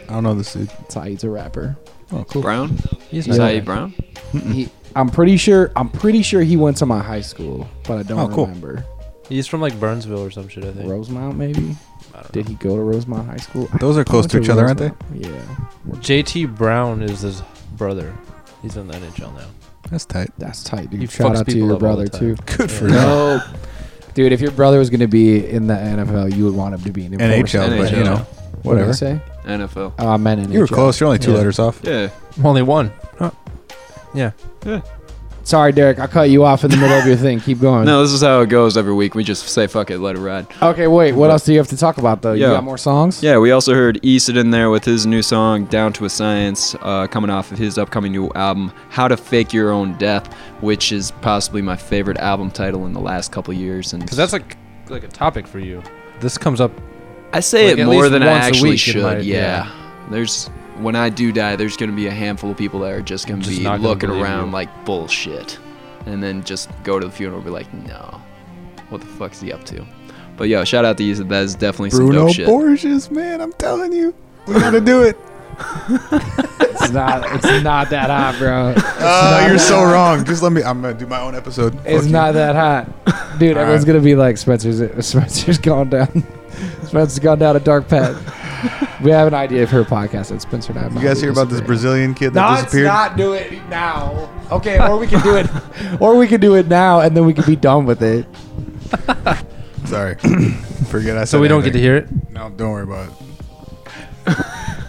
I don't know this dude. Saeed's a rapper. Oh, cool. Brown? He's Saeed Brown? He, I'm pretty sure. I'm pretty sure he went to my high school, but I don't Oh, cool. remember. He's from like Burnsville or some shit. I think. Rosemount, maybe. Did he go to Rosemount High School? I Those are thought close it to was each other, aren't they? Rosemount. Yeah, JT Brown is his brother. He's in the NHL now. That's tight. That's tight, dude. He Shout fucks out to people your up all brother the too. time. Good for no. Dude, if your brother was going to be in the NFL, you would want him to be an enforcer. NHL, but you know, What did I whatever. say? NFL. Oh, I meant NHL. You were close. You're only two Yeah. letters off. Yeah. Only one. Huh. Yeah. Sorry, Derek. I cut you off in the middle of your thing. Keep going. No, this is how it goes every week. We just say fuck it, let it ride. Okay, wait. What else do you have to talk Uh, about though? You Yeah. got more songs? Yeah, we also heard Easton in there with his new song "Down to a Science" uh, coming off of his upcoming new album "How to Fake Your Own Death," which is possibly my favorite album title in the last couple years. And Because that's like like a topic for you. This comes up. I say like, it at more least than I once a actually week in should. my- yeah. there's when I do die, there's gonna be a handful of people that are just gonna Just be not gonna looking believe around you. like bullshit, and then just go to the funeral and be like, no, what the fuck's he up to? But yo, shout out to Easton. That is definitely some Bruno dope shit. Borges, man. I'm telling you, we gotta do it. It's not. [LAUGHS] It's not that hot, [LAUGHS] bro. It's, Uh, not, you're so wrong. Just let me. I'm gonna do my own episode. Fuck it's you. not that hot, dude. All everyone's right. gonna be like, Spencer's. [LAUGHS] Spencer's gone down. [LAUGHS] Spencer's gone down a [LAUGHS] dark path. we have an idea for a podcast that Spencer and I. You guys hear about this Brazilian kid that disappeared? do it now. Okay, or we can [LAUGHS] do it, or we can do it now, and then we can be done with it. [CLEARS THROAT] Sorry, forget I said. So we don't get to hear it. anything. No, don't worry [LAUGHS] about it.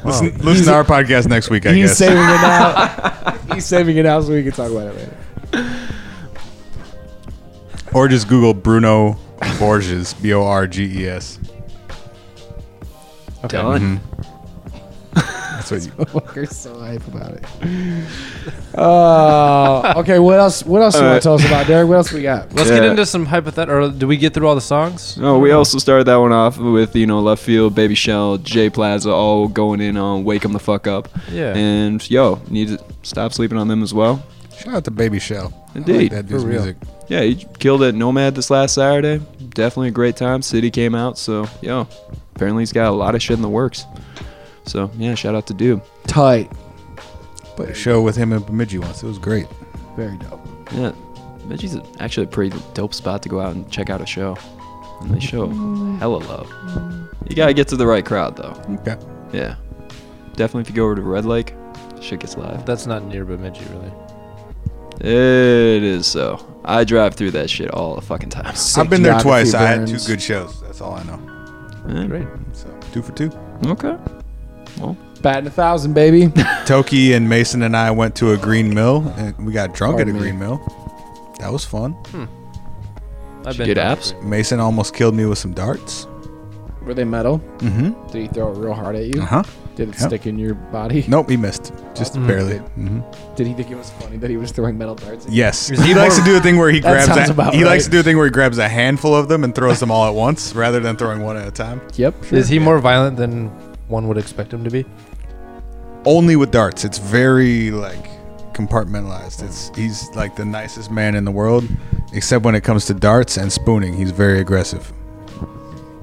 Listen, listen to our podcast next week. I He's guess. saving it out. He's saving it out so we can talk about it later. [LAUGHS] Or just Google Bruno Borges, B O R G E S. Okay. [LAUGHS] Done. Mm-hmm. That's what you. Walker's so hype about it. Oh, okay. What else? What else do you want Alright. to tell us about, Derek? What else we got? Let's get Yeah. into some hypothetical. Or do we get through all the [LAUGHS] songs? No, we also started that one off with you know left field, baby shell, J Plaza, all going in on wake 'em the fuck up. Yeah. And yo, need to stop sleeping on them as well. Shout out to Baby Shell. I like Indeed. that dude's For real. music. Yeah, he killed at Nomad this last Saturday. Definitely a great time. City came out, so yo, apparently he's got a lot of shit in the works. So yeah, shout out to dude. Tight. But a show with him in Bemidji once. It was great. Very dope. Yeah, Veggie's actually a pretty dope spot to go out and check out a show. And they show hella love. You gotta get to the right crowd though. Okay. Yeah, definitely if you go over to Red Lake, shit gets live. Uh, That's not near Bemidji, really. It is so. I drive through that shit all the fucking time. I've been there geography twice. I had two burns. good shows. That's all I know. Great. So two for two. Okay. Batting a thousand, baby. Toki and Mason and I went to a green mill and we got drunk at a Pardon me. green mill. That was fun. Hmm. I've She been did dark. apps? Mason almost killed me with some darts. Were they metal? Mhm. Did he throw it real hard at you? Uh huh. Did it stick in your body? Nope, he missed. Just Oh, barely. good. hmm Did he think it was funny that he was throwing metal darts? At you? Yes, he likes to do a thing where he [LAUGHS] That grabs. sounds A, about he right. likes to do a thing where he grabs a handful of them and throws them all at once, rather than throwing one at a time. Yep. Is he more violent than one would expect him to be? Only with darts. It's very like compartmentalized. It's he's like the nicest man in the world, except when it comes to darts and spooning. He's very [LAUGHS] aggressive.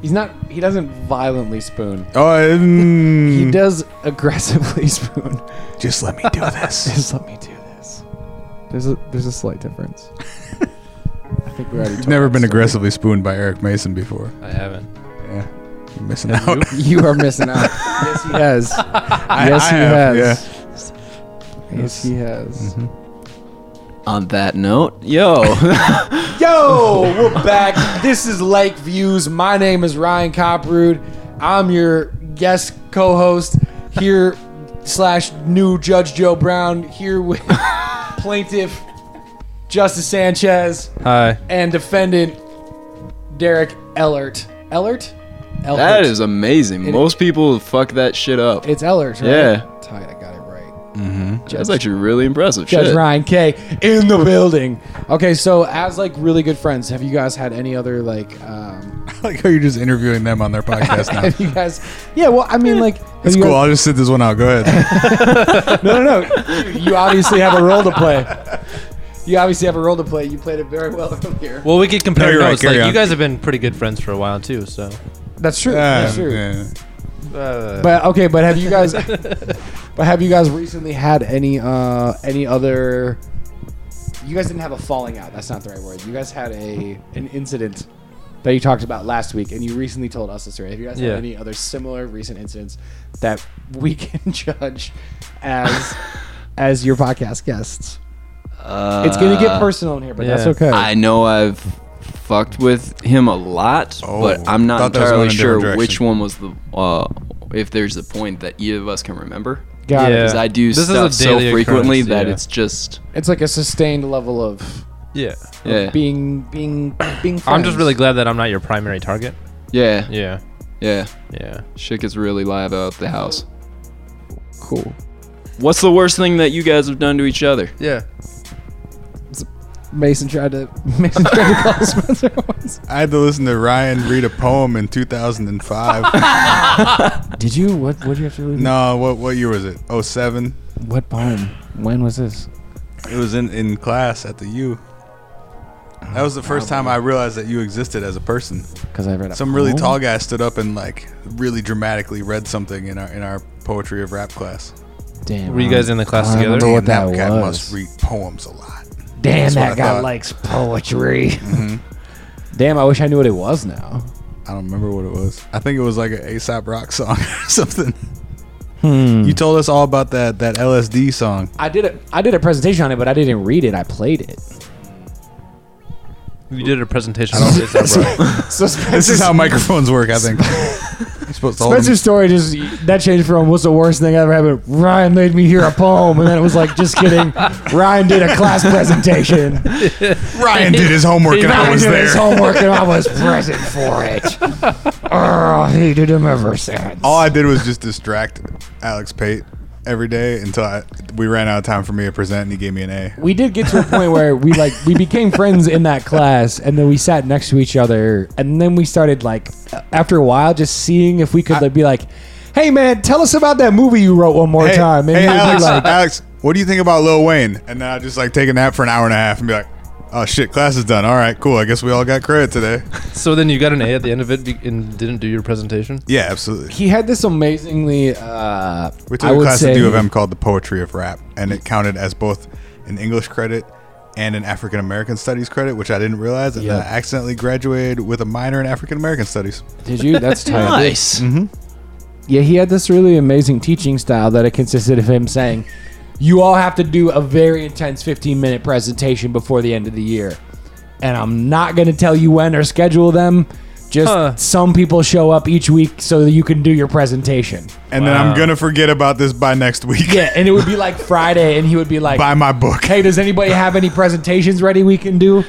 He's not. He doesn't violently spoon. Oh, He mm, does aggressively [LAUGHS] spoon. Just let me do this. [LAUGHS] Just let me do this. There's a there's a [LAUGHS] slight difference. I think we already. You've told never that been story. aggressively spooned by Eric Mason before. I haven't. Yeah, you're missing Have out. You are [LAUGHS] missing out. yes, he has. I- yes, I he have, has. yeah. Mm-hmm. Yes, he has. On that note, [LAUGHS] yo, [LAUGHS] Yo, we're back. This is Lake Views. My name is Ryan Coprude. I'm your guest co-host here slash new Judge Joe Brown here with [LAUGHS] plaintiff Justice Sanchez Hi. and defendant Derek Ellert. Ellert? Ellert. that is amazing. It- Most people fuck that shit up. It's Ellert, right? Yeah. Tight, I got it right. Mm-hmm. Judge- That's actually really impressive. Judge shit. Ryan K in the building. Okay, so as like really good friends, have you guys had any other like um I [LAUGHS] like how you're just interviewing them on their [LAUGHS] podcast now. have you guys Yeah, well I mean like have It's you cool. guys- I'll just sit this one out. Go ahead. [LAUGHS] no, no, no. You- You obviously have a role to play. You obviously have a role to play. You played it very well [LAUGHS] earlier. Well, we could compare you're right, notes. carry like on. you guys have been pretty good friends for a while too. So That's true. That's true. Yeah. But okay, but have you guys? but have you guys recently had any uh any other? You guys didn't have a falling out. That's not the right word. You guys had a an incident that you talked about last week, and you recently told us the story. Have you guys Yeah. had any other similar recent incidents that we [LAUGHS] can judge [LAUGHS] as as your podcast guests? Uh, It's gonna get personal in here, but that's yeah. okay. I know I've fucked with him a lot, Oh, but I'm not thought that was going entirely a sure different direction. which one was the uh, if there's a point that either of us can remember. Got it. Yeah. Because I do This is a stuff so daily frequently occurrence, that yeah. it's just It's like a sustained level of yeah, yeah, being being being. Friends. I'm just really glad that I'm not your primary target. yeah, yeah, Yeah, yeah. Shit gets really live out the house. cool. What's the worst thing that you guys have done to each other? Yeah. Mason tried to [LAUGHS] Mason tried to call Spencer once. I had to listen to Ryan read a poem in 2005. [LAUGHS] Did you? What? What did you have to do? no, what what year was it? Oh, 07? What poem? When was this? It was in, in class at the U. That was the first time I realized that you existed as a person. Because Oh, I read it. Some really tall guy stood up and like really dramatically read something in our in our poetry of rap class. Damn. Were you guys in the class I together? remember what Damn, that, guy was. must read poems a lot. Damn, That's what I that guy thought. Mm-hmm. likes poetry. Damn, I wish I knew what it was now. I don't remember what it was. I think it was like an ASAP Rock song [LAUGHS] or something. You told us all about that that LSD song. Hmm. I did a I did a presentation on it, but I didn't read it. I played it. We did a presentation. on [LAUGHS] this, that right? So [LAUGHS] Spencer's, This is [LAUGHS] how microphones work. I think. You're supposed to hold them. Spencer's story just that changed from "What's the worst thing that ever happened?" Ryan made me hear a poem, and then it was like, "Just [LAUGHS] kidding." Ryan did [LAUGHS] a class presentation. Ryan did his homework and I Ryan was did his there. homework, and [LAUGHS] I was present for it. oh, hated him ever since. All I did was just distract Alex Pate every day until I, we ran out of time for me to present, and he gave me an A. we did get to a point where we like we became friends in that class and then we sat next to each other and then we started like after a while just seeing if we could like, be like hey man tell us about that movie you wrote one more Hey, time and hey he would be Alex, like Alex, what do you think about Lil Wayne? And then I just like take a nap for an hour and a half and be like, oh shit, class is done. All right, cool. I guess we all got credit [LAUGHS] today. so then you got an A at the end of it be- and didn't do your presentation. Yeah, absolutely. he had this amazingly uh We took I a would class say at U of M called the Poetry of Rap, and it counted as both an English credit and an African American Studies credit, which I didn't realize, and then I Yeah. accidentally graduated with a minor in African American Studies. did [LAUGHS] you that's tight Mm-hmm. Nice. Yeah, he had this really amazing teaching style that it consisted of him saying, "You all have to do a very intense 15-minute presentation before the end of the year, and I'm not going to tell you when or schedule them. Just some people show up each week so that you can do your presentation. And then I'm gonna forget about this by next week. Yeah, and it would [LAUGHS] be like Friday, and he would be like, "Buy my book." Hey, does anybody have any presentations ready we can do?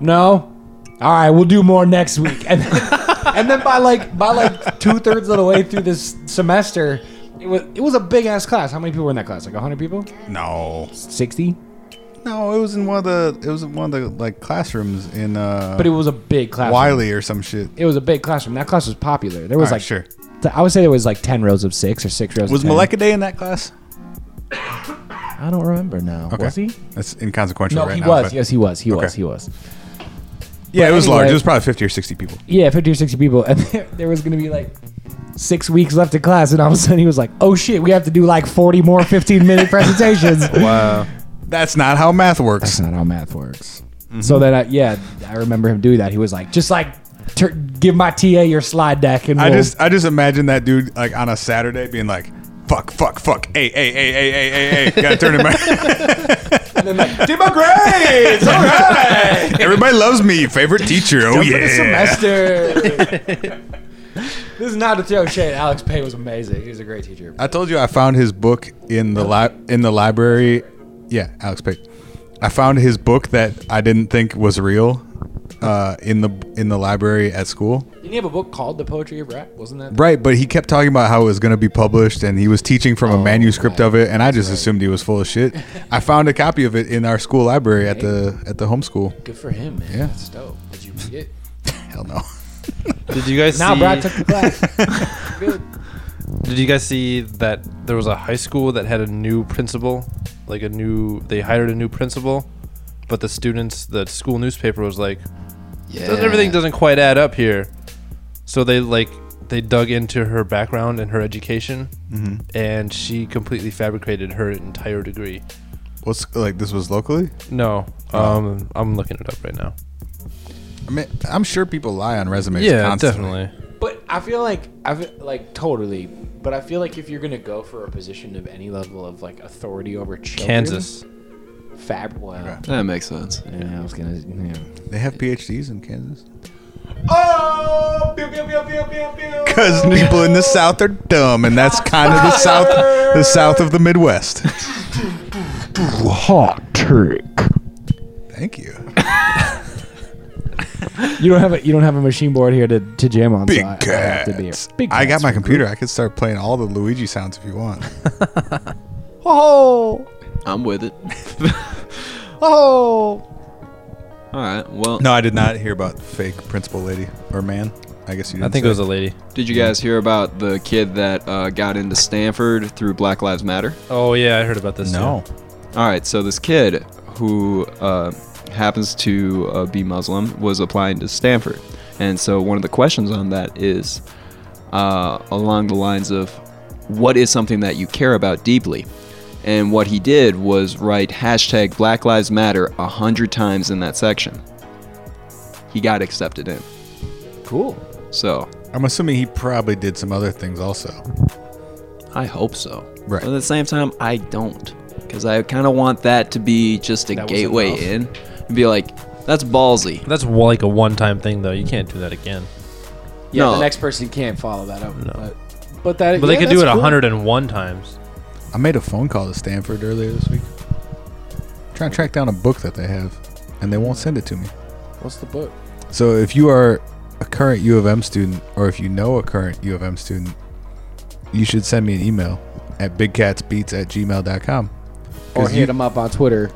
No. All right, we'll do more next week. And then, [LAUGHS] and then by like by like two thirds of the way through this semester, it was it was a big ass class. How many people were in that class? Like hundred people? No. Sixty? No, it was in one of the it was in one of the like classrooms in uh But it was a big classroom. Wiley or some shit. It was a big classroom. That class was popular. There was All right, like sure. th- I would say there was like ten rows of six or six rows. Was of 10. Maleka Day in that class? I don't remember now. Okay. Was he? That's inconsequential No, right he now. was. but- Yes, he was. He Okay. was. He was. Yeah, But it was large. anyway- It was probably 50 or 60 people. Yeah, fifty or sixty people, and [LAUGHS] there, there was gonna be like six weeks left of class, and all of a sudden he was like, "Oh shit, we have to do like forty more fifteen minute [LAUGHS] presentations." Wow. That's not how math works. Mm-hmm. That's not how math works. So then, I, yeah, I remember him doing that. He was like, "Just like tur [LAUGHS] give my TA your slide deck," and I we'll- just I just imagine that dude like on a Saturday being like, fuck, fuck, fuck, hey, hey, hey, hey, hey, hey, hey, gotta turn it [LAUGHS] back. did my grades. All right. Everybody loves me, favorite teacher. Oh Done for yeah. the semester. this is not to throw shade. Alex Pay was amazing. He was a great teacher. I told you I found his book in the li- in the library. Yeah, Alex Pick. I found his book that I didn't think was real uh, in the in the library at school. Didn't he have a book called The Poetry of Rap? Wasn't that Right, but he kept talking about how it was going to be published, and he was teaching from a manuscript of it, and I just assumed he was full of shit. I found a copy of it in our school library at the at the homeschool. good for him, man? Yeah. That's dope. Did you read it? Hell no. Did you guys Now see- Brad took the [LAUGHS] class. Good. Did you guys see that there was a high school that had a new principal? Like a new, they hired a new principal, but the students, the school newspaper was like, "Doesn't- everything doesn't quite add up here. So they like, they dug into her background and her education, Mhm. and she completely fabricated her entire degree. What's like this was locally? Oh. No, um, I'm looking it up right now. I mean, I'm sure people lie on resumes. Yeah, constantly. definitely. But I feel like I feel like totally. But I feel like if you're gonna go for a position of any level of like authority over children, Kansas. Fab. Wow. That makes sense. Yeah, I was gonna. Yeah. They have PhDs in Kansas. Oh, pew, pew, pew, pew, pew, pew. Because people in the South are dumb, and that's kind of the South, the South of the Midwest. Hot trick. Thank you. You don't have a you don't have a machine board here to, to jam [LAUGHS] on. Big so I- I have to be- cats. Big I got cats my for computer. group. I could start playing all the Luigi sounds if you want. Oh, I'm with [LAUGHS] it. oh. All right. Well, No, I did not hear about fake principal lady or man. I guess you. Didn't I think it say. was a lady. Did you guys hear about the kid that uh, got into Stanford through Black Lives Matter? Oh yeah, I heard about this. No. too. All right, so this kid who uh, happens to uh, be Muslim was applying to Stanford. And so one of the questions on that is uh, along the lines of what is something that you care about deeply? And what he did was write hashtag Black Lives Matter a hundred times in that section. He got accepted in. Cool. So I'm assuming he probably did some other things also. I hope so. Right. But at the same time, I don't. Because I kind of want that to be just a That was gateway enough. in and be like, that's ballsy. That's like a one-time thing though. You can't do that again. Yeah, No. the next person can't follow that up. But but that. But they yeah, could do it that's cool. 101 times. I made a phone call to Stanford earlier this week. Trying to track down a book that they have, and they won't send it to me. What's the book? So if you are a current U of M student, or if you know a current U of M student, you should send me an email at bigcatsbeats at gmail.com. Or 'Cause you- hit them up on Twitter,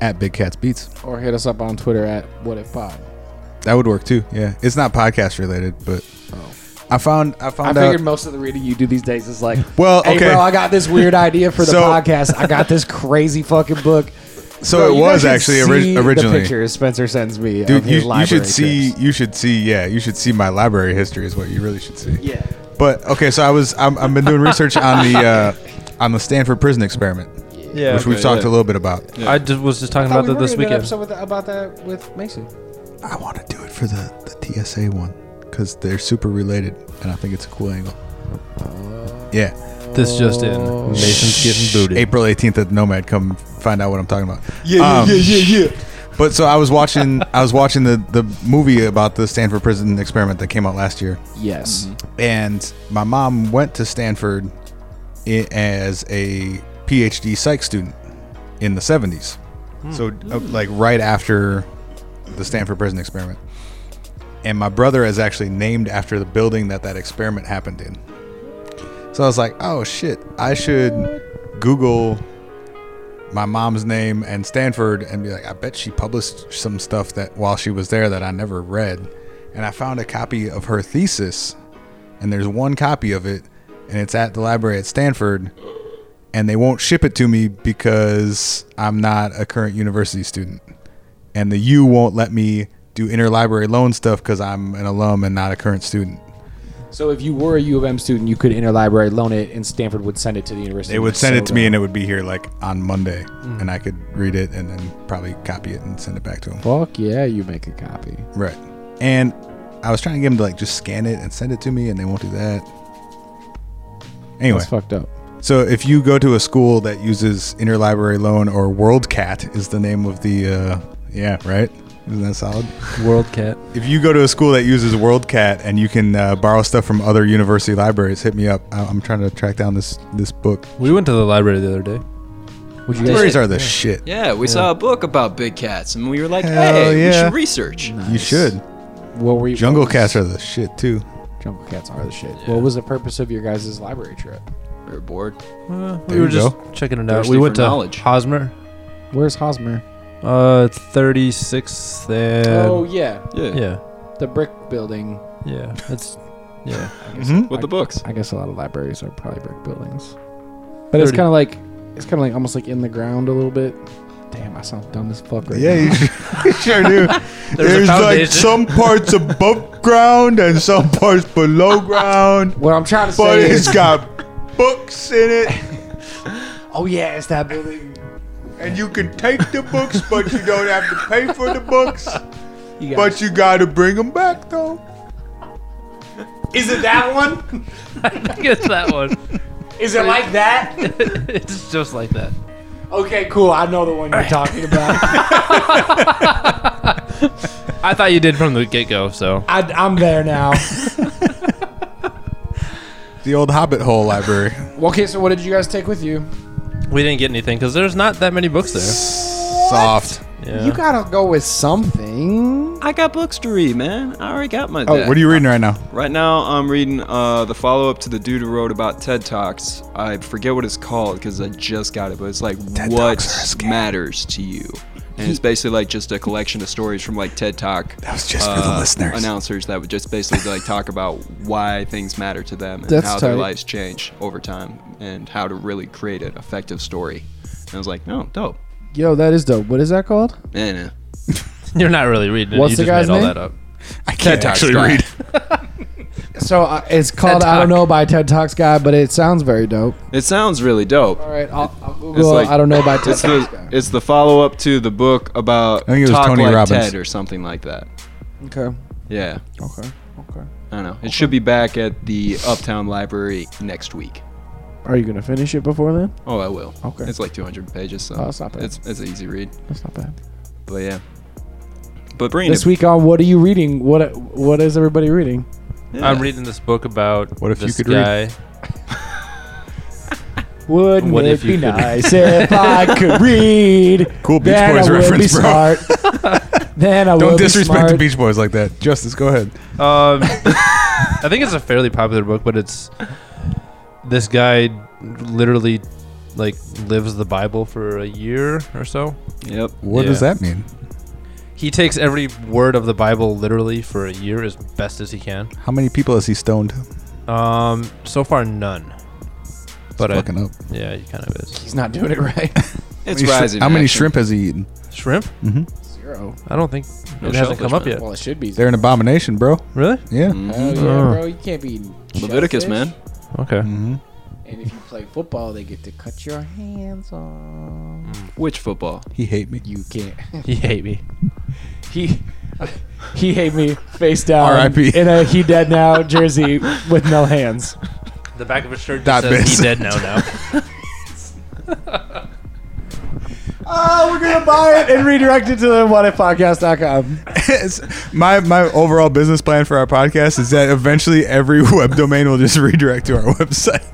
At bigcatsbeats. or hit us up on Twitter at What If Pod. That would work too. Yeah. It's not podcast related, but I found I Oh. I found out figured most of the reading you do these days is like, Well, hey, okay. bro, I got this weird idea for the [LAUGHS] So- podcast. I got this [LAUGHS] crazy fucking book. So Bro, it you guys was should actually ori- see originally. the pictures Spencer sends me. of Dude, his you, you library should see trips. you should see yeah, you should see my library history is what you really should see. Yeah. But okay, so I was I'm, I've been doing research on the uh, on the Stanford prison experiment. Yeah. Which we've Okay, talked yeah. a little bit about. I just was just talking I thought about we that were this gonna do an weekend. episode with- about that with Mason. I want to do it for the, the TSA one because they're super related, and I think it's a cool angle. Yeah. This just in. Mason's getting booted. April 18th at Nomad. Come find out what I'm talking about. Um, yeah, yeah. But so I was watching I was watching the the movie about the Stanford prison experiment that came out last year. Mm-hmm. Yes. And my mom went to Stanford i- as a PhD psych student in the 70s. So uh, like right after the Stanford prison experiment. And my brother is actually named after the building that that experiment happened in. So I was like, "Oh shit, I should Google my mom's name and Stanford and be like, I bet she published some stuff that while she was there that I never read. And I found a copy of her thesis, and there's one copy of it, and it's at the library at Stanford, and they won't ship it to me because I'm not a current university student. And the U won't let me do interlibrary loan stuff because I'm an alum and not a current student. So if you were a U of M student, you could interlibrary loan it, and Stanford would send it to the university. They would send it to me, and it would be here like on Monday, and I could read it and then probably copy it and send it back to them. Fuck yeah, you make a copy. Right. And I was trying to get him to like just scan it and send it to me, and they won't do that. Anyway, That's fucked up. So if you go to a school that uses interlibrary loan or WorldCat is the name of the uh, yeah right. Isn't that solid? WorldCat. If you go to a school that uses WorldCat and you can uh, borrow stuff from other university libraries, hit me up. I- I'm trying to track down this this book. We went to the library the other day. Would you guys- libraries are the Yeah. shit. Yeah, we saw a book about big cats, and we were like, Hell "Hey, we yeah. should research." You should. What were you? Jungle what was- cats are the shit too. Jungle cats are the shit. What was the purpose of your guys' library trip? We were bored. Uh, we were just checking it out. Thirsty we went for to knowledge. Hosmer. Where's Hosmer? Uh, 36th. And oh yeah, Yeah. Yeah. the brick building. Yeah. That's [LAUGHS] yeah. Hmm? With the books. I guess a lot of libraries are probably brick buildings, but it's kind of like it's kind of like almost like in the ground a little bit. Damn, I sound dumb as fuck right Yeah, now. you sure, [LAUGHS] you sure [LAUGHS] do. There's, There's a like [LAUGHS] foundation. some parts above ground and some parts below ground, What I'm trying to but say it's is, got books in it, [LAUGHS] oh yeah, it's that building. and you can take the books, but you don't have to pay for the books. [LAUGHS] You But you gotta bring them back though. is it that one? Get that [LAUGHS] one. Is it like that? [LAUGHS] it's just like that. Okay, cool. I know the one you're talking [LAUGHS] about. I thought you did from the get go. So I, I'm there now. The old Hobbit Hole Library. [LAUGHS] Okay, so what did you guys take with you? we didn't get anything because there's not that many books there. Soft. Yeah. You gotta go with something. I got books to read, man. I already got my. Oh, what are you reading right now? Right now, I'm reading uh, the follow up to the dude who wrote about TED Talks. I forget what it's called because I just got it, but it's like what matters to you, and it's basically like just a collection of stories from like TED Talk. That was just for the listeners. Announcers that would just basically like talk about why things matter to them and That's how their tight. lives change over time, and how to really create an effective story. And I was like, oh, dope. Yo, that is dope. What is that called? Eh, nah. [LAUGHS] You're not really reading it. What's you the guy's just made all name? that up. [LAUGHS] I can't actually guy. read. So uh, it's called I don't Talk. know by TED Talks guy, but it sounds very dope. It sounds really dope. All right, I'll, I'll Google. like- I don't know by TED It's Talks the, guy. it's the follow up to the book about think it was Talk Tony Like Robbins. TED or something like that. Okay, Yeah. okay, okay. I don't know. It should be back at the Uptown Library next week. Are you gonna finish it before then? Oh, I will. Okay. It's like 200 pages, so Oh, that's not bad. it's it's an easy read. That's not bad. But yeah. But bringing it, This week on what are you reading? What what is everybody reading? yeah. I'm reading this book about What if you this could guy. read? Wouldn't What it if you be could- nice if I [LAUGHS] could read? Cool Beach then Boys I would be reference, bro. smart. [LAUGHS] then I Don't would disrespect be smart. the Beach Boys like that. Justice, go ahead. Um, I think it's a fairly popular book, but it's this guy literally like lives the Bible for a year or so. Yep. What does Yeah. that mean? He takes every word of the Bible literally for a year as best as he can. How many people has he stoned? Um, so far none. But I, Fucking up. yeah, he kind of is. He's not doing [LAUGHS] it right. It's How many shri- rising. How many action. shrimp has he eaten? Mm-hmm. Shrimp? Zero. I don't think No it hasn't come up shellfish, yet. Well, it should be. They're an abomination, bro. Really? Yeah. Oh yeah, Uh. bro, you can't be eating Leviticus, shellfish. man. Okay. Mm-hmm. And if you play football, they get to cut your hands off. Mm. Which football? He hate me. You [LAUGHS] can't. He hate me. [LAUGHS] he he hate me face down. R.I.P.. In a he dead now jersey with no hands. The back of his [LAUGHS] shirt That just says bitch. he dead now. Now Oh, we're gonna buy it and redirect it to the whatifpodcast.com. [LAUGHS] my my overall business plan for our podcast is that eventually every [LAUGHS] web domain will just redirect to our [LAUGHS] website.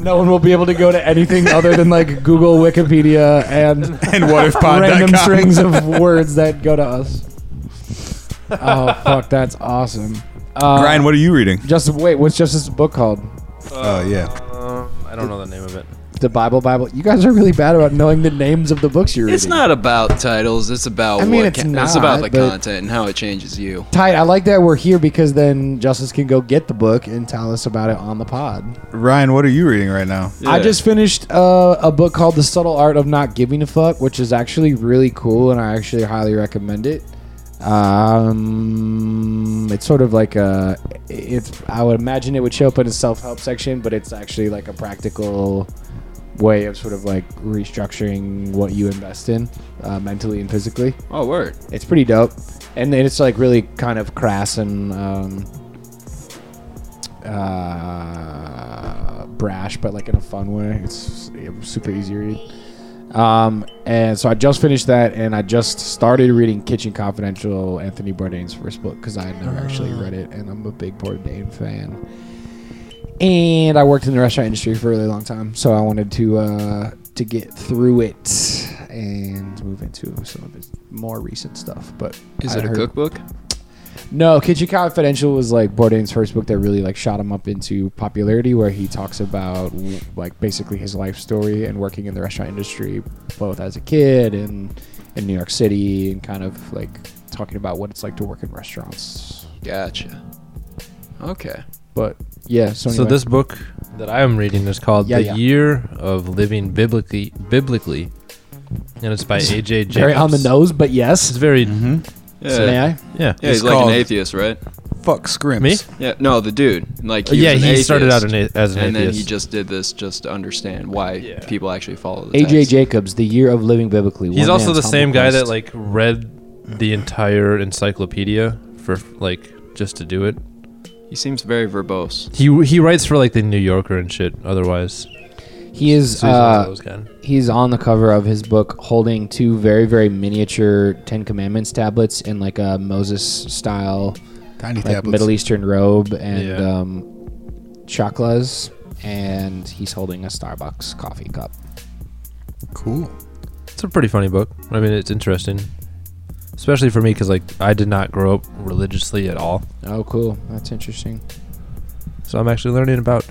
no one will be able to go to [LAUGHS] anything other than like Google, Wikipedia, and And whatifpod.com. random strings of words that go to us. Oh fuck, that's awesome. Uh, Ryan, what are you reading? Just wait, what's Justice's book called? Oh yeah. Uh, I don't know the name of it. The Bible, Bible. You guys are really bad about knowing the names of the books you're reading. It's not about titles. It's about I mean, what it's ca- it's not, about the but- content and how it changes you. tight. I like that we're here because then Justice can go get the book and tell us about it on the pod. Ryan, what are you reading right now? I just finished uh, a book called The Subtle Art of Not Giving a Fuck, which is actually really cool, and I actually highly recommend it. Um, it's sort of like a, it's I would imagine it would show up in a self help section, but it's actually like a practical way of sort of like restructuring what you invest in uh, mentally and physically. Oh, word. It's pretty dope, and then it's like really kind of crass and um, uh, brash, but like in a fun way. It's it was super easy to read. Um, and so I just finished that, and I just started reading Kitchen Confidential, Anthony Bourdain's first book, because I had never Ah. actually read it, and I'm a big Bourdain fan. And I worked in the restaurant industry for a really long time, so I wanted to uh, to get through it and move into some of his more recent stuff. But Is I it a heard- cookbook? no, Kitchen Confidential was like Bourdain's first book that really like shot him up into popularity, where he talks about w- like basically his life story and working in the restaurant industry, both as a kid and in New York City, and kind of like talking about what it's like to work in restaurants. Gotcha. Okay. But yeah, so, So anyway. this book that I am reading is called Yeah, "The yeah. Year of Living Biblically," biblically, and it's by AJ. Jacobs. very on the nose, but yes, It's very. So may I? Mm-hmm. Yeah. Yeah, he's, like an atheist, right? Fuck scrimps. Me? Yeah, no, the dude. Like, Oh, he yeah, was an he started atheist, out an a- as an and then he atheist. just did this just to understand why people actually follow the AJ text. Jacobs, The Year of Living Biblically. He's One also Man's the same Humble guy Quest. that like read the entire encyclopedia for like just to do it. He seems very verbose. He he writes for like the New Yorker and shit. Otherwise, He is So he's one of uh, those kind. he's on the cover of his book holding two very very miniature Ten Commandments tablets in like a Moses style Tiny like, tablets. Middle Eastern robe and Yeah. um, chaklas, and he's holding a Starbucks coffee cup. Cool. it's a pretty funny book. I mean, it's interesting, especially for me because like I did not grow up religiously at all. Oh, cool! That's interesting. So I'm actually learning about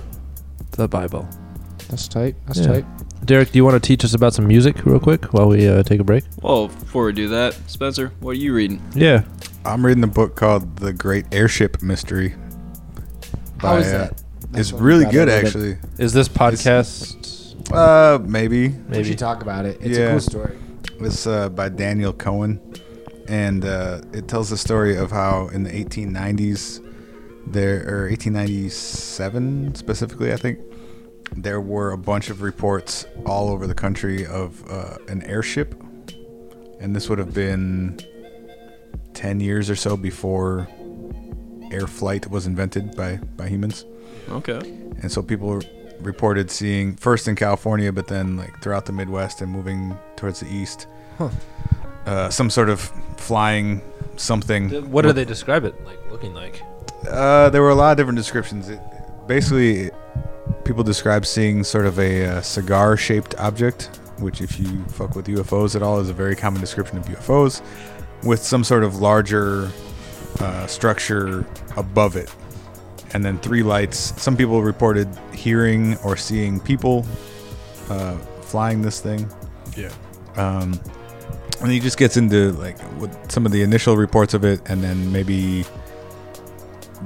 the Bible. That's tight. That's Yeah. tight. Derek, do you want to teach us about some music real quick while we uh, take a break? Well, before we do that, Spencer, what are you reading? Yeah. I'm reading a book called The Great Airship Mystery. How is uh, that? It's That's what really I'm good, glad I read it. actually. Is this [LAUGHS] podcast? Uh, maybe. We Maybe. should talk about it. It's a Yeah. cool story. It's uh, by Daniel Cohen, and uh, it tells the story of how in the 1890s, there or 1897 specifically, I think, there were a bunch of reports all over the country of uh, an airship, and this would have been 10 years or so before air flight was invented by by humans Okay. and so people r- reported seeing first in California, but then like throughout the Midwest and moving towards the east, uh, some sort of flying something. What do they describe it like looking like? Uh, there were a lot of different descriptions. It, basically, people describe seeing sort of a uh, cigar-shaped object, which, if you fuck with UFOs at all, is a very common description of UFOs, with some sort of larger uh, structure above it, and then three lights. Some people reported hearing or seeing people uh, flying this thing. Yeah. Um, and he just gets into like what some of the initial reports of it, and then maybe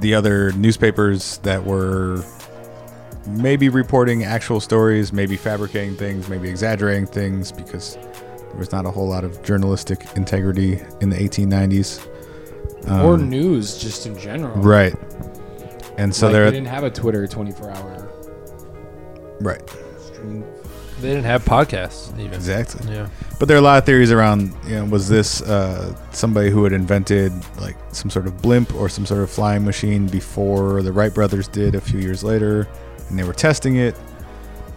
the other newspapers that were maybe reporting actual stories, maybe fabricating things, maybe exaggerating things because there was not a whole lot of journalistic integrity in the 1890s. or Um, news, just in general. right. And so Like, there, they didn't have a Twitter 24 hour right, stream. They didn't have podcasts even. exactly. Yeah. But there are a lot of theories around, you know, was this uh, somebody who had invented like some sort of blimp or some sort of flying machine before the Wright brothers did a few years later and they were testing it?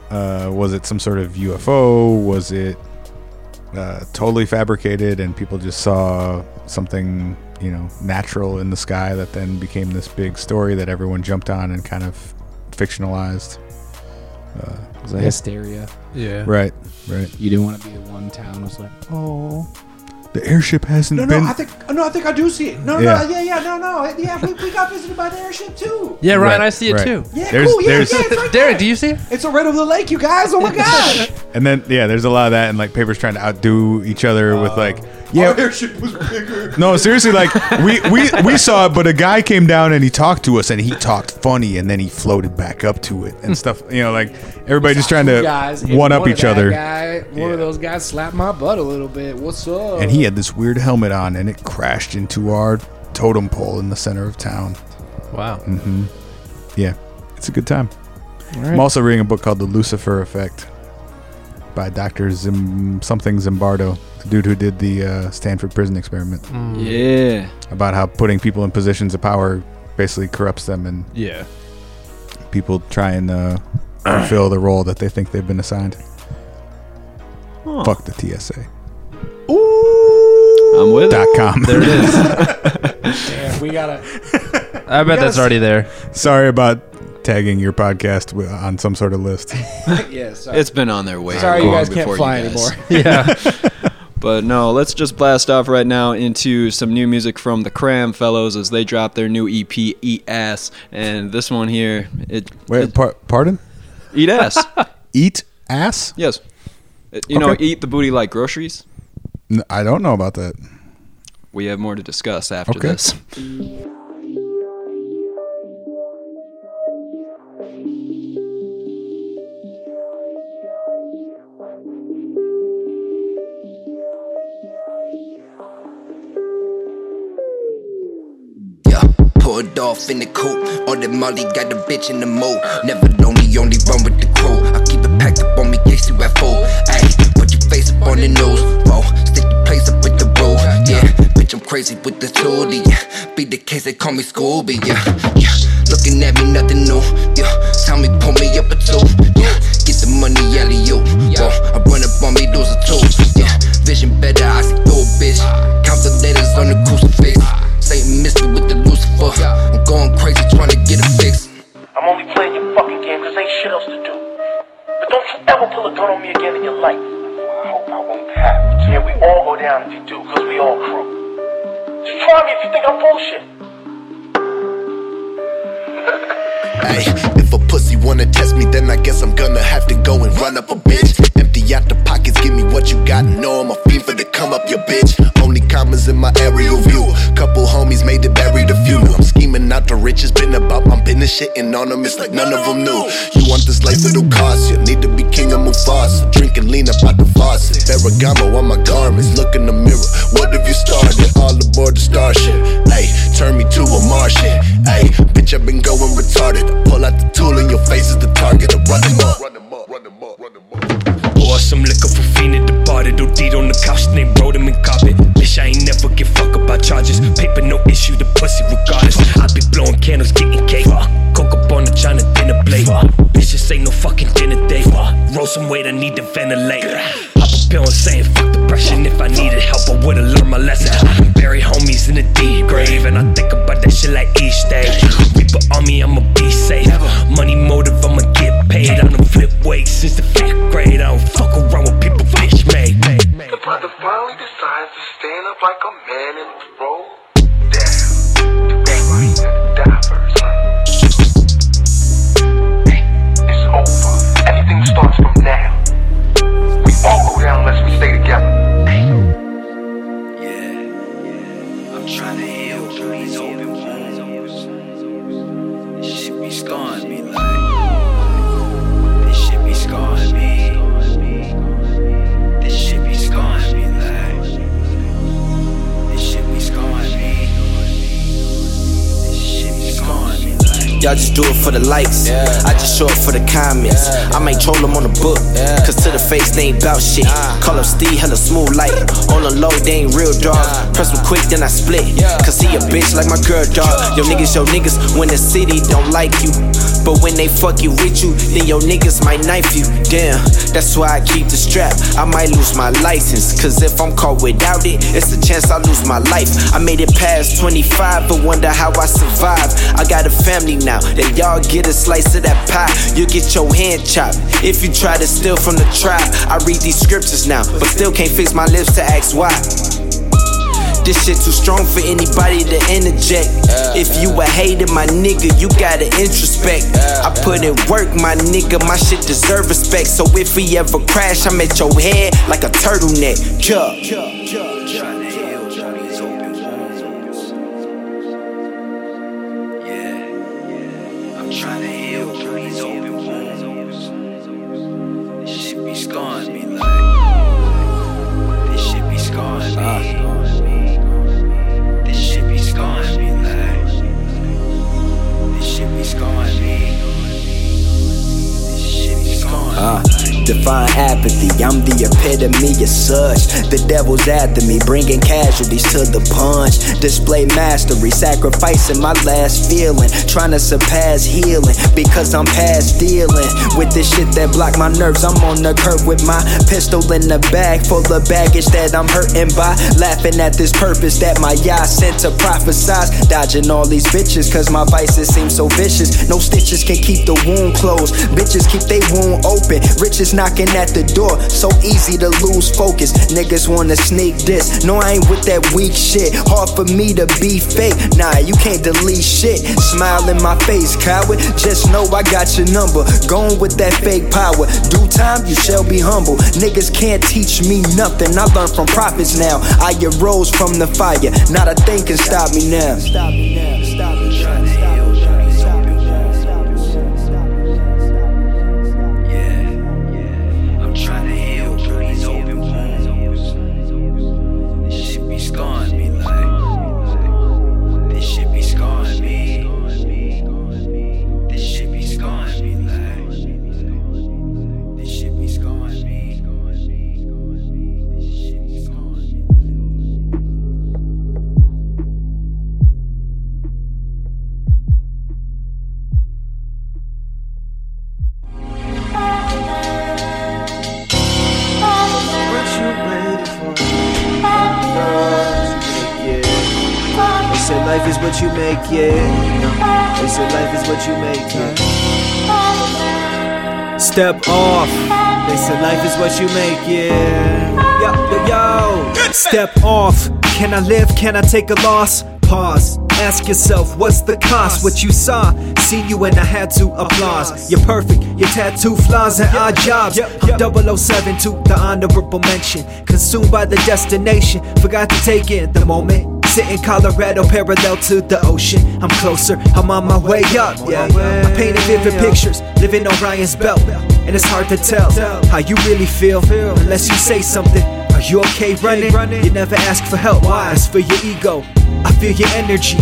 Uh, was it some sort of UFO? Was it uh, totally fabricated, and people just saw something you know natural in the sky that then became this big story that everyone jumped on and kind of fictionalized. Uh, is that it? Hysteria. Yeah. Right. Right. You didn't want to be the one town was like, oh, The airship hasn't No, no, been. I think no, I think I do see it. No, no, Yeah. no, yeah, yeah, no, no, yeah. We, we got visited by the airship too. Yeah, Ryan, I see it too. Yeah, cool. Yeah, yeah, it's right Darren, do you see it? It's right over the lake, you guys. [LAUGHS] Oh my gosh. And then yeah, there's a lot of that, and like papers trying to outdo each other with like Oh. yeah. Our airship was bigger. No, seriously, like we, we we saw it, but a guy came down and he talked to us, and he talked funny, and then he floated back up to it and stuff. You know, like everybody just trying two to guys, and one up of each that other. Guy, one of those guys slapped my butt a little bit. What's up? And he had this weird helmet on, and it crashed into our totem pole in the center of town. Wow. hmm Yeah, it's a good time. All right. I'm also reading a book called The Lucifer Effect by Doctor Zim something Zimbardo, the dude who did the uh, Stanford prison experiment. Mm. Yeah. about how putting people in positions of power basically corrupts them and Yeah. people try and uh, [CLEARS THROAT] fulfill the role that they think they've been assigned. Huh. Fuck the TSA. I'm with Dot com. There it is. [LAUGHS] Damn, we gotta. I bet that's already there. Sorry about tagging your podcast wi- on some sort of list. [LAUGHS] [LAUGHS] yeah, sorry. It's been on their way. Sorry, you long guys can't before fly guys. anymore. yeah. [LAUGHS] But no, let's just blast off right now into some new music from the Cram Fellows as they drop their new EP, Eat Ass. And this one here, it, Wait, par- pardon? Eat Ass. [LAUGHS] Eat ass? yes. It- you know, Okay. eat the booty like groceries. N- I don't know about that. We have more to discuss after Okay. this. Yeah, pulled off in the coupe. All the molly got the bitch in the mood. Never lonely, only run with the crew. I keep it packed up on me, case you at full. Ayy, put your face up on the news. Whoa, stick your place up with the rule. Yeah, bitch, I'm crazy with the toolie. Yeah, be the case, they call me Scooby. Yeah, yeah, looking at me, nothing new. Yeah, Tommy pull me up a two. Yeah, get the money, alley you. Whoa, I run up on me, lose a two. Yeah, vision better, I see through a bitch. Count the letters on the crucifix. Satan missed me with the Lucifer. I'm going crazy trying to get a fix. I'm only playing your fucking game 'cause ain't shit else to do. But don't you ever pull a gun on me again in your life. I hope I won't have to. Yeah, we all go down if you do, 'cause we all crew. Just try me if you think I'm bullshit. Ay, if a pussy wanna test me, then I guess I'm gonna have to go and run up a bitch. Empty out the pockets, give me what you got. No, I'm a fiend for the come up your bitch. Only commas in my aerial view. Couple homies made it bury the few. I'm scheming out the riches, been about my business, shitting on them. It's like none of them knew. You want this life, it'll cost you. Need to be king of Mufasa. Drinking lean up out the faucet. Ferragamo on my garments, look in the mirror. What have you started? All aboard the starship. Ay, turn me to a Martian. Ay, bitch, I've been going retarded. Pull out the tool and your face is the target. I run them up. Pour some liquor for fiend at the bar that OD'd on the couch and they rolled him in carpet. Bitch, I ain't never give fuck about charges. Paper, no issue, the pussy regardless. I be blowing candles, getting cake. Coke up on the China dinner plate. Bitch, this ain't no fucking dinner date. Roll some weight, I need to ventilate. Pop a pill and saying fuck depression. If I needed help, I would've learned my lesson. I bury homies in the deep grave, and I think about that shit like each day. Reaper on me, I'ma be safe. Money motive, I'ma get paid. I done flip weights since the fifth grade. I don't fuck around with people, bitch made. The brother finally decides to stand up like a man and roll down. It's over. Everything starts from now. We all go down unless we stay together. I'm trying to heal through these open wounds. This shit be scarring me like. This shit be scarring me. This shit be scarring me like. This shit be scarring me. This shit be scarring me like. Y'all just do it for the likes. I just show up for the comments. I might troll them on the book. Cause to the face, they ain't bout shit. Call up Steve, hella smooth like. On the low, they ain't real dogs. Press them quick, then I split. Cause he a bitch like my girl dog. Yo niggas, yo niggas, when the city don't like you. But when they fuck you with you, then your niggas might knife you. Damn, that's why I keep the strap. I might lose my license. Cause if I'm caught without it, it's a chance I lose my life. I made it past 25, but wonder how I survived. I got a family now, then y'all get a slice of that pie. You get your hand chopped if you try to steal from the tribe. I read these scriptures now, but still can't fix my lips to ask why. This shit too strong for anybody to interject. if you a hater, my nigga, you gotta introspect. I put in work, my nigga, my shit deserve respect. So if we ever crash, I'm at your head like a turtleneck. Yeah. I'm trying to heal through these open wounds. This shit be scarring me like. This shit be scarring me. This shit be scarring me like. This shit be scarring me. This shit be scarring me. Uh, divine apathy, I'm the epitome of such. The devil's after me, bringing casualties to the punch. Display mastery, sacrificing my last feeling. Trying to surpass healing because I'm past dealing with this shit that block my nerves. I'm on the curb with my pistol in the bag, full of baggage that I'm hurting by. Laughing at this purpose that my eye sent to prophesize. Dodging all these bitches, cause my vices seem so vicious. No stitches can keep the wound closed. Bitches keep they wound open. Riches knocking at the door, so easy to lose focus. Niggas wanna sneak this. No, I ain't with that weak shit. Hard for me to be fake. Nah, you can't delete shit. Smile in my face, coward. Just know I got your number. Going with that fake power. Due time, you shall be humble. Niggas can't teach me nothing. I learned from prophets now. I arose from the fire. Not a thing can stop me now. Stop me now, stop me now. Trying to heal through these open wounds. Yeah, I'm trying to heal through these open wounds. This shit be scarring me like. This shit be scarring me. This shit be scarring me like. This shit be scarring me. This shit be scarring me. What you waiting for? Love is what you get. They say life is what you make it. They say life is what you make it. Step off. They said life is what you make it. Yo, yo, yo. Step off. Can I live? Can I take a loss? Pause. Ask yourself, what's the cost? What you saw, see you and I had to applause. You're perfect, your tattoo flaws and odd jobs. I'm 007 to the honorable mention. Consumed by the destination, forgot to take in the moment. Sit in Colorado, parallel to the ocean. I'm closer, I'm on my way up. Yeah, I painted vivid pictures, living on Ryan's belt. And it's hard to tell how you really feel unless you say something. Are you okay running? You never ask for help. Why? It's for your ego. I feel your energy.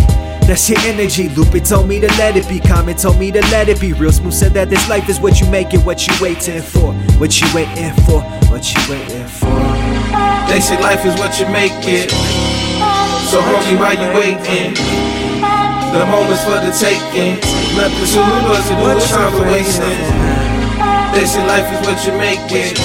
That's your energy. Lupin told me to let it be. Comment told me to let it be. Real smooth said that this life is what you make it, what you waiting for. What you waiting for, what you waiting for. They say life is what you make it. So homie, why you waiting? The moment's for the taking. Nothing to lose but to do it's time for wasting. They say life is what you make it.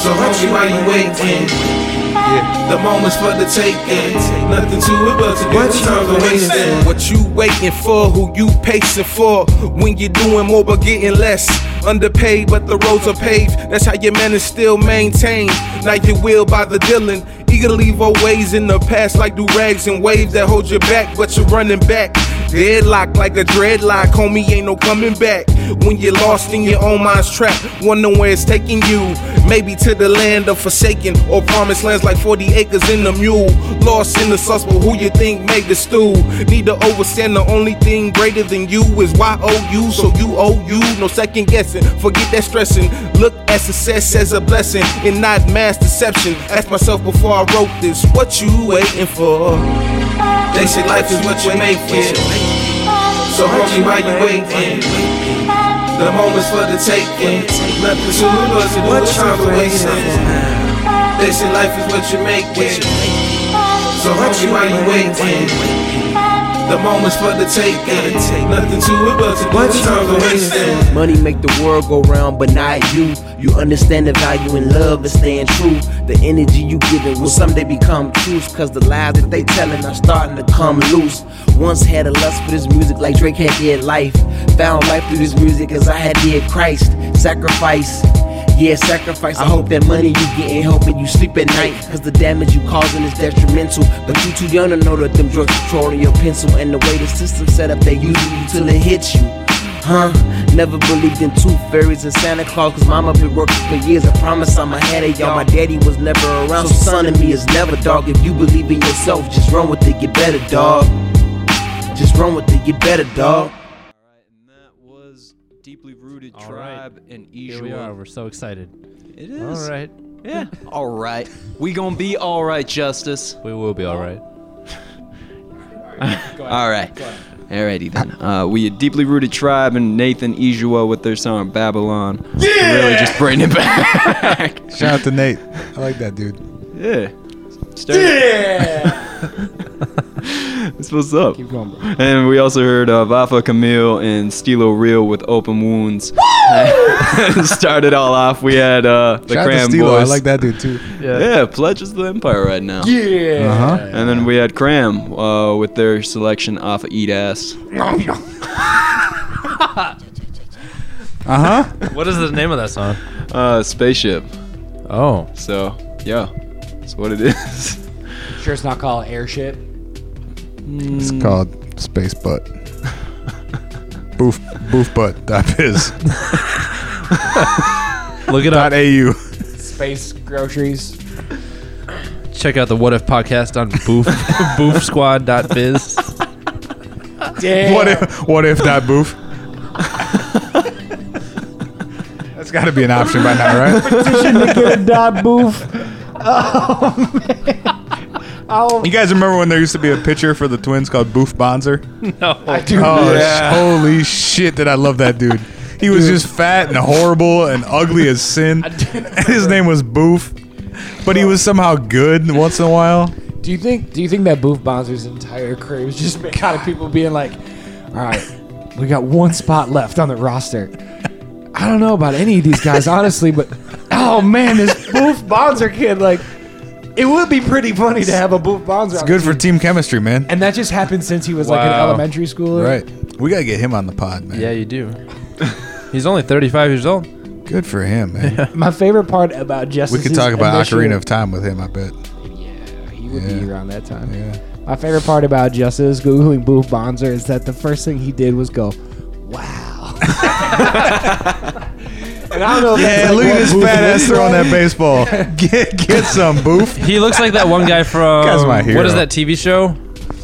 So homie, why you waiting? The moment's for the taking. Nothing to it but to do What it's you time for waiting wasting. for? What you waiting for? Who you pacing for? When you're doing more but getting less. Underpaid, but the roads are paved. That's how your men is still maintained. Now you will by the dealing. Eagerly leave old ways in the past like do rags and waves that hold you back, but you're running back. Deadlock like a dreadlock, homie, ain't no coming back. When you're lost in your own mind's trap, wondering where it's taking you. Maybe to the land of forsaken or promised lands like 40 acres in the mule. Lost in the sauce, but who you think made the stew? Need to overstand the only thing greater than you is Y-O-U, so you owe you. No second guessing, forget that stressing. Look at success as a blessing and not mass deception. Ask myself before I wrote this, what you waiting for? They say life is what you make it. So homie, why you waiting? The moment's for the taking. Nothing to lose but to do with time for wasting. They say life is what you make it. So homie, why you waiting? The moment's for the taking. Nothing to it but to do with time for wasting. Money make the world go round, but not you. You understand the value in love and staying true. The energy you giving will someday become truth. Cause the lies that they telling are starting to come loose. Once had a lust for this music like Drake had did life. Found life through this music as I had did Christ. Sacrifice. Yeah, sacrifice. I hope that money you getting helping you sleep at night. Cause the damage you causing is detrimental. But you too young to know that them drugs controlling your pencil. And the way the system set up, they use you till it hits you. Huh? Never believed in tooth fairies and Santa Claus. Cause mama been working for years. I promise I'm ahead of y'all. My daddy was never around. So son of me is never dog. If you believe in yourself, just run with it, get better, dog. Just run with it, get better, dog. Deeply rooted tribe and Here we are. We're so excited. It is. All right. [LAUGHS] Yeah. all right. We gonna be all right, Justice. We will be all [LAUGHS] right. all right. Alrighty then. Uh, we a deeply rooted tribe and Nathan Ijua with their song Babylon. Yeah. Really just bringing it back. [LAUGHS] Shout out to Nate. I like that dude. Yeah. Yeah. That's what's up. Keep going, bro. And we also heard uh, Vafa Camille and Stilo Real with Open Wounds. [LAUGHS] Started all off. We had uh, the Shout out to Cram Stilo. I Boys. like that dude, too. Yeah. Pledge is the empire right now. Yeah. Uh-huh. And then we had Cram uh, with their selection off of Eat [LAUGHS] Ass. Uh huh. What is the name of that song? Uh, spaceship. Oh. So yeah, that's what it is. Sure, it's not called airship. Hmm. It's called Space [LAUGHS] Butt. Boof boofbutt.biz. Look it up. .au. Space groceries. Check out the What If podcast on boof [LAUGHS] boofsquad.biz. Damn. What if what if that boof? That's got to be an option by now, right? [LAUGHS] Petition to get a dot booth. Oh man. Oh, You guys remember when there used to be a pitcher for the Twins called Boof Bonzer? No. I do. Oh, Yeah. sh- holy shit! Did I love that dude? He was just fat and horrible and ugly as sin. His name was Boof, but he was somehow good once in a while. Do you think? Do you think that Booth Bonzer's entire career was just [LAUGHS] made out of people being like, "All right, we got one spot left on the roster. I don't know about any of these guys, [LAUGHS] honestly, but oh man, this Booth Bonzer kid, like, it would be pretty funny to have a Booth Bonzer. It's on good the for team. team chemistry, man. And that just happened since he was like an Wow. elementary schooler. Right? We gotta get him on the pod, man. Yeah, you do. He's only 35 years old. Good for him, man. My favorite part about Justice. We could talk about Ocarina of Time with him. I bet. He would be around that time. My favorite part about Justice googling Booth Bonzer is that the first thing he did was go, "Wow." and I don't know. if that's, Yeah, look at like, what [LAUGHS] this Booth fat looks ass throwing like. that [LAUGHS] baseball. Get get some boof. He looks like that one guy from [LAUGHS] Guy's my hero. what is that TV show?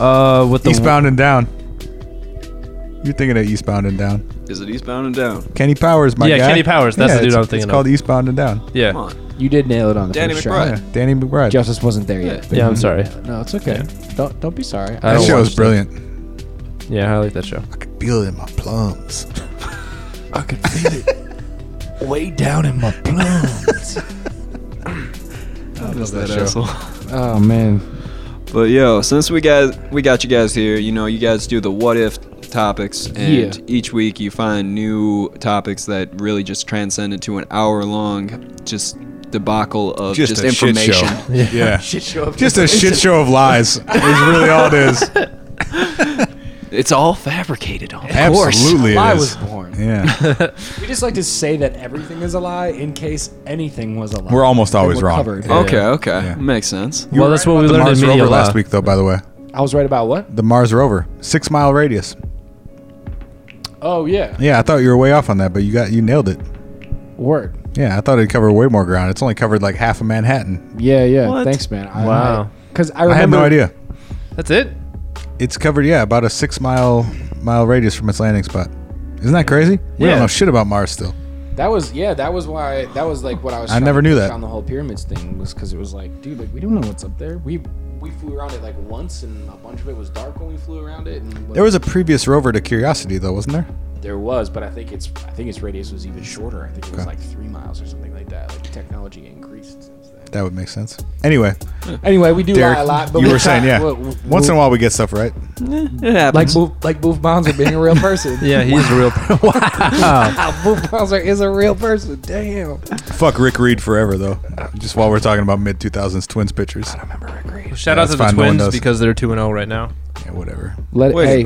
Uh, with the Eastbound and down. You're thinking of Eastbound and Down. Is it Eastbound and Down? Kenny Powers, my Yeah, guy. Kenny Powers, that's the dude it's- I'm thinking It's of. called Eastbound and Down. Yeah. Come on. You did nail it on the Danny first McBride. shot. Danny McBride. Justice wasn't there yet. Yeah, I'm sorry. No, it's okay. Don't don't be sorry. I That don't show watch is brilliant. Yeah, I like that show. Feel it in my plums. [LAUGHS] I could feel it way down in my [LAUGHS] plums. I love that that show. asshole. oh man. But yo, since we guys we got you guys here, you know, you guys do the what if topics and Yeah. each week you find new topics that really just transcend into an hour long just debacle of just, a shit show. information. [LAUGHS] [LAUGHS] [LAUGHS] Yeah. [LAUGHS] Shit show of Just a shit show of lies. is really all it is. [LAUGHS] It's all fabricated on Absolutely, it Lie is. was born. Yeah. We just like to say that everything is a lie in case anything was a lie. We're almost And always we're wrong. [LAUGHS] covered. Okay, okay. Makes sense. You were right about the Mars rover last week, though. By the way, [LAUGHS] I was right about what? the Mars rover, six mile radius. Oh yeah. Yeah, I thought you were way off on that, but you got you nailed it. Word. Yeah, I thought it'd cover way more ground. It's only covered like half of Manhattan. Yeah, yeah. What? Thanks, man. I, Wow. Because I, I, had remember. no idea. That's it. It's covered, yeah, about a six mile mile radius from its landing spot. Isn't that crazy? We Yeah. don't know shit about Mars still. That was yeah. That was why. That was like what I was. I trying never to knew push that. On the whole pyramids thing was because it was like, dude, like we don't know what's up there. We we flew around it like once, and a bunch of it was dark when we flew around it. And There was a previous rover to Curiosity, though, wasn't there? There was, but I think it's I think its radius was even shorter. I think it was like three miles or something like that. Like technology increased. That would make sense. Anyway. Anyway, we do lie a lot, but you we were saying, try- yeah. we- we- Once in a while, we get stuff right. It happens. Like Boof, like Boof Bonzer being a real person. [LAUGHS] Yeah, he is a real per- [LAUGHS] wow. [LAUGHS] Boof Bonzer is a real person. Damn. [LAUGHS] Fuck Rick Reed forever, though. Just while we're talking about mid 2000s Twins pitchers. I remember Rick Reed. Shout out to the Twins because they're two and zero right now. Yeah, whatever. Let it hey,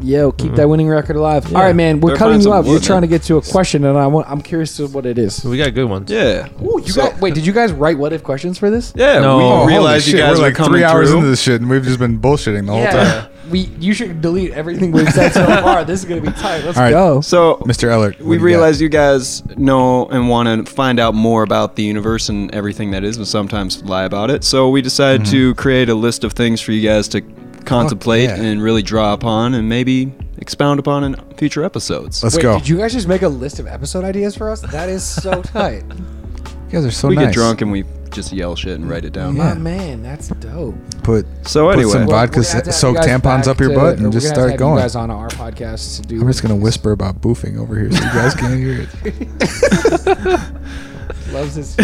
Yo, keep that winning record alive. All right, man. We're Better cutting find you some up. We're wood, trying to man. get to a question, and I want, I'm curious to what it is. We got good ones. Yeah. Ooh, you got, wait, did you guys write what if questions for this? Yeah, Oh, holy realized you shit, guys we're were like three coming hours through. into this shit, and we've just been bullshitting the Yeah. whole time. We you should delete everything we've said so far. This is gonna be tight. Let's go. So, Mr. Ellert, we realize you guys know and want to find out more about the universe and everything that is, and sometimes lie about it. So, we decided to create a list of things for you guys to contemplate yeah. and really draw upon and maybe expound upon in future episodes. Wait, Did you guys just make a list of episode ideas for us? That is so [LAUGHS] tight. You guys are so we nice. get drunk and we just yell shit and write it down. My Oh, man, that's dope. Put So put anyway. some Well, vodka We're gonna have to have you soaked guys tampons back up your to- or butt we're and just gonna have to start have going. You guys on our podcast to do. I'm just gonna whisper about boofing over here so you guys can't hear it. [LAUGHS] Loves his.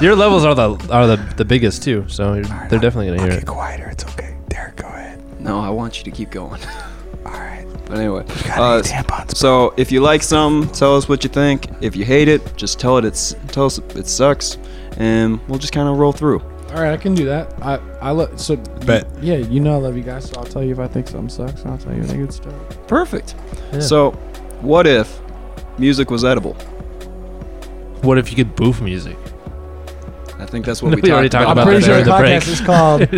Your levels are the are the, the biggest too, so you're, they're definitely gonna hear it. quieter. It's okay. Derek, go ahead. No, I want you to keep going. [LAUGHS] All right. But anyway, uh, so if you like something, tell us what you think. If you hate it, just tell it it's tell us it sucks, and we'll just kind of roll through. All right, I can do that. I I love so. Bet. Yeah, you know I love you guys, so I'll tell you if I think something sucks, and I'll tell you if I think it's dope. Perfect. Yeah. So, what if music was edible? What if you could boof music? I think that's [LAUGHS] what No, we, we already talked talked about. about during that during the the break. Podcast is called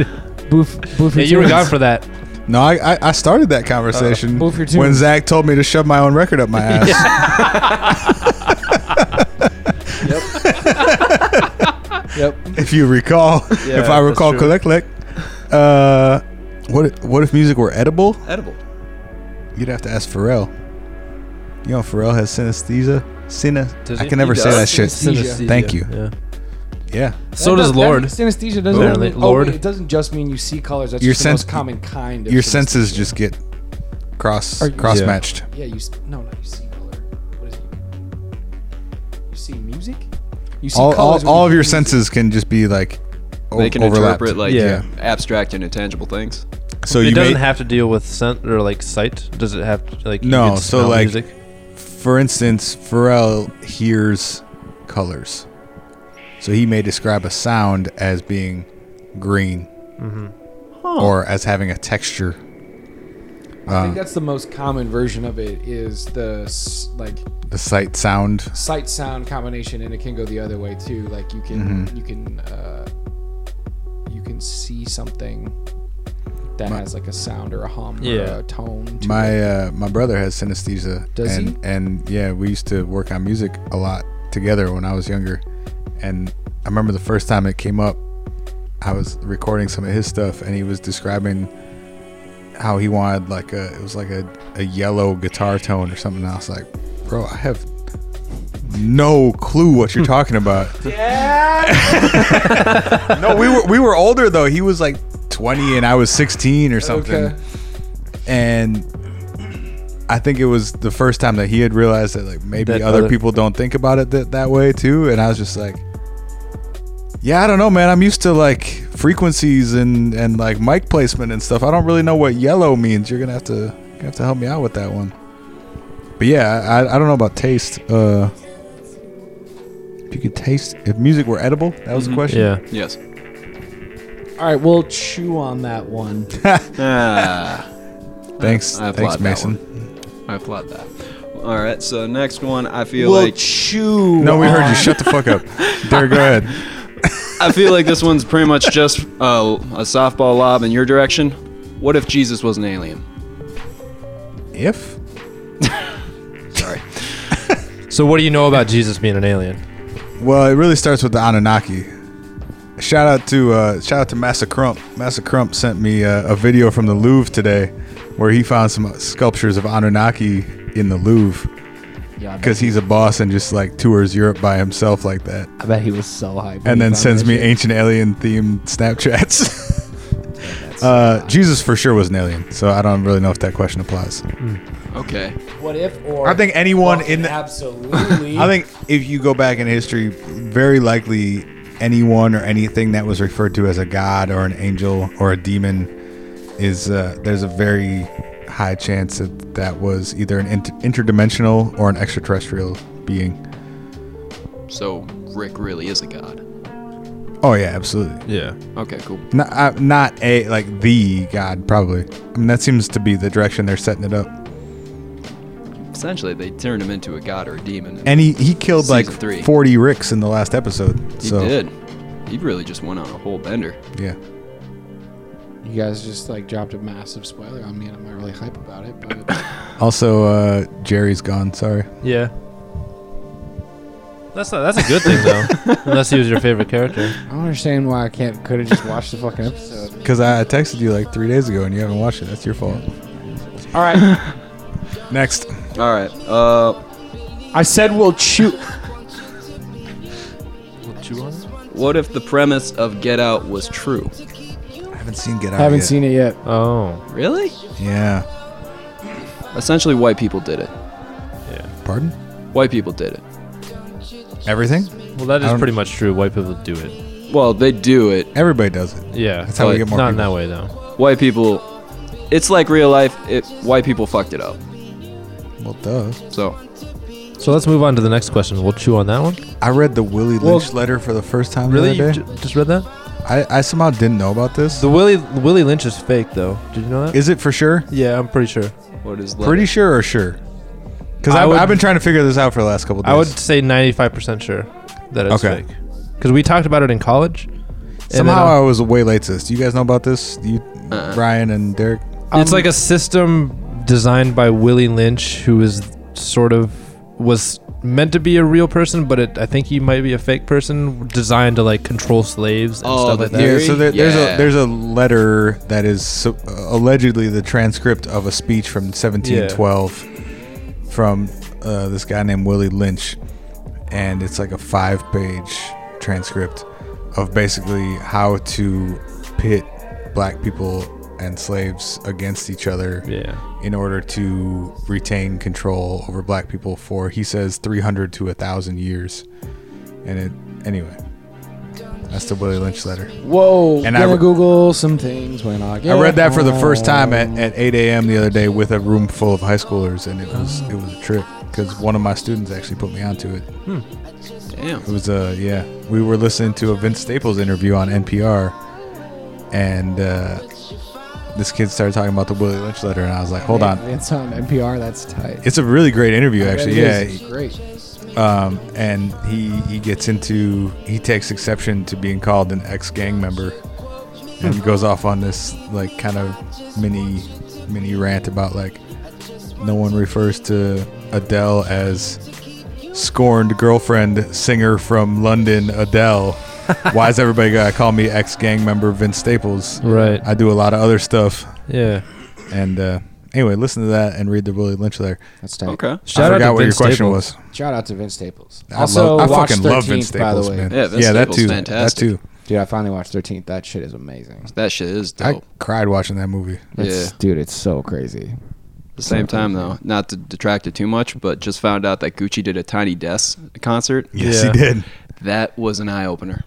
[LAUGHS] [LAUGHS] Boof Boof. Yeah, Your you were Tunes. gone for that. No, I, I, I started that conversation Boof your when tunes. Zach told me to shove my own record up [LAUGHS] my ass. [LAUGHS] Yep. If you recall, Yeah, if I that's recall, true. collect, collect. Uh, what what if music were edible? Edible. You'd have to ask Pharrell. You know, Pharrell has synesthesia. Does Syna. I he? can never He say that does. shit. Synesthesia. Thank you. Yeah. Yeah. So does Lord. Synesthesia doesn't Apparently, mean- Lord. Oh, wait, it doesn't just mean you see colors. That's your just sense, the most common kind. Of Your synesthesia. senses just get cross Are you- cross matched. Yeah, you s- no, no, you see color. What is it? You see music. You see All, colors all, when all you of your hear music. senses can just be like o- They can overlapped. interpret like abstract and intangible things. So it you doesn't may- have to deal with scent or like sight. Does it have to, like you no could so smell like music? for instance pharrell hears colors so he may describe a sound as being green Mhm. or as having a texture I think uh, that's the most common version of it. Is the s- like the sight sound sight sound combination, and it can go the other way too. Like you can Mm-hmm. you can uh, you can see something that has like a sound or a hum Yeah. or a tone. To it. my uh, my brother has synesthesia Does and he? and yeah we used to work on music a lot together when i was younger and i remember the first time it came up i was recording some of his stuff and he was describing how he wanted like a it was like a, a yellow guitar tone or something and i was like bro i have no clue what you're talking about [LAUGHS] no we were we were older though he was like 20 and i was 16 or something Okay. and I think it was the first time that he had realized that like maybe That other, other- people don't think about it that, that way too. And I was just like, yeah, I don't know, man. I'm used to like frequencies and and like mic placement and stuff. I don't really know what yellow means. You're gonna have to you're gonna have to help me out with that one. But yeah, I, I don't know about taste. Uh, if you could taste if music were edible, that was the Mhm. Mm-hmm. question. Yeah. Yes. All right, we'll chew on [LAUGHS] that one. Ah. Thanks, I applaud thanks, that Mason. one. Mm. I applaud that. All right. So next one, I feel We'll like chew. No, we heard you. Shut the fuck up. There, go [LAUGHS] ahead. I feel like this one's pretty much just uh, a softball lob in your direction. What if Jesus was an alien? If Sorry. [LAUGHS] So what do you know about Jesus being an alien? Well, it really starts with the Anunnaki. Shout out to uh, shout out to Massa Crump. Massa Crump sent me uh, a video from the Louvre today, where he found some sculptures of Anunnaki in the Louvre. Yeah, I bet Because he's a boss and just like tours Europe by himself like that, I bet he was so hyped. when he and then found sends that me shit. [LAUGHS] ancient alien themed Snapchats. [LAUGHS] Uh, Jesus for sure was an alien, so I don't really know if that question applies. Hmm. Okay. What if or I think anyone in the, [LAUGHS] absolutely. I think if you go back in history, very likely anyone or anything that was referred to as a god or an angel or a demon is uh, there's a very high chance that that was either an inter- interdimensional or an extraterrestrial being. So Rick really is a god. Oh yeah, absolutely. Yeah. Okay, cool. Not uh, not a like the god probably. I mean that seems to be the direction they're setting it up. Essentially, they turned him into a god or a demon. And he, he killed like Season three. 40 Ricks in the last episode. He so did. He really just went on a whole bender. Yeah. You guys just like dropped a massive spoiler on me, and I'm not really hype about it. But Also, uh, Jerry's gone. Sorry. Yeah. That's not, [LAUGHS] that's a good thing though. Unless he was your favorite character. I don't understand why I can't could have just watched the [LAUGHS] fucking episode. Because I texted you like three days ago and you haven't watched it. That's your fault. All right, Next. All right. Uh, I said we'll chew. What if the premise of Get Out was true? I haven't seen Get haven't seen it yet. Oh, Really? Yeah. Essentially, white people did it. Pardon? White people did it. Everything? Well, that I is don't- pretty much true. White people do it. Well, they do it. Everybody does it. Yeah. That's how we But get more Not in people. that way though. White people. It's like real life. It white people fucked it up. Well, duh. So So let's move on to the next question. We'll chew on that one. I read the Willie Well, Lynch letter for the first time really? the other You day. ju- just read that? I, I somehow didn't know about this. The Willie Willie Lynch is fake though. Did you know that? Is it for sure? Yeah, I'm pretty sure. What is Pretty sure or sure? Because I I've, would- I've been trying to figure this out for the last couple days. I would say 95% sure that it's Okay. fake. Because we talked about it in college. and then, Somehow uh, I was way late to this. Do you guys know about this? You, Uh-uh. Brian and Derek? it's like a system designed by Willie Lynch, who is sort of was meant to be a real person, but it, I think he might be a fake person designed to like control slaves and Oh, stuff the like that. Yeah, so there, there's Yeah. a there's a letter that is so, uh, allegedly the transcript of a speech from 1712 from uh, this guy named Willie Lynch, and it's like a five page transcript of basically how to pit black people and slaves against each other Yeah. in order to retain control over black people for he says 300 to a thousand years and it anyway that's the willie lynch letter Whoa, And and I gonna re- Google some things when I get. I read that for the first home. time at, at 8 a.m. the other day with a room full of high schoolers, and it was it was a trip because one of my students actually put me onto it. Hmm. Damn. It was uh, yeah, we were listening to a Vince Staples interview on NPR, and uh, this kid started talking about the Willie Lynch letter, and I was like, hold on, It's on NPR. That's tight. Uh, it's a really great interview, I bet actually. it Yeah, is. It's great. Um, and he he gets into he takes exception to being called an ex gang member, Hmm. and goes off on this like kind of mini mini rant about like no one refers to Adele as scorned girlfriend singer from London [LAUGHS] Adele. Why is everybody gotta call me ex gang member Vince Staples? Right. I do a lot of other stuff. Yeah. And uh, anyway, listen to that and read the Willie Lynch letter. That's tight. Okay. I Shout out forgot to what Vince your question Staples. was. Shout out to Vince Staples. I Also, love- I watch fucking 13th, love Vince by the Staples, way. man. Yeah, Vince Yeah, that Staples, too. That fantastic. too. Dude, I finally watched 13th. That shit is amazing. that shit is dope. I cried watching that movie. It's, Dude, it's so crazy. At the same time, though, not to detract it too much, but just found out that Gucci did a Tiny Desk concert. Yes, he did. That was an eye opener.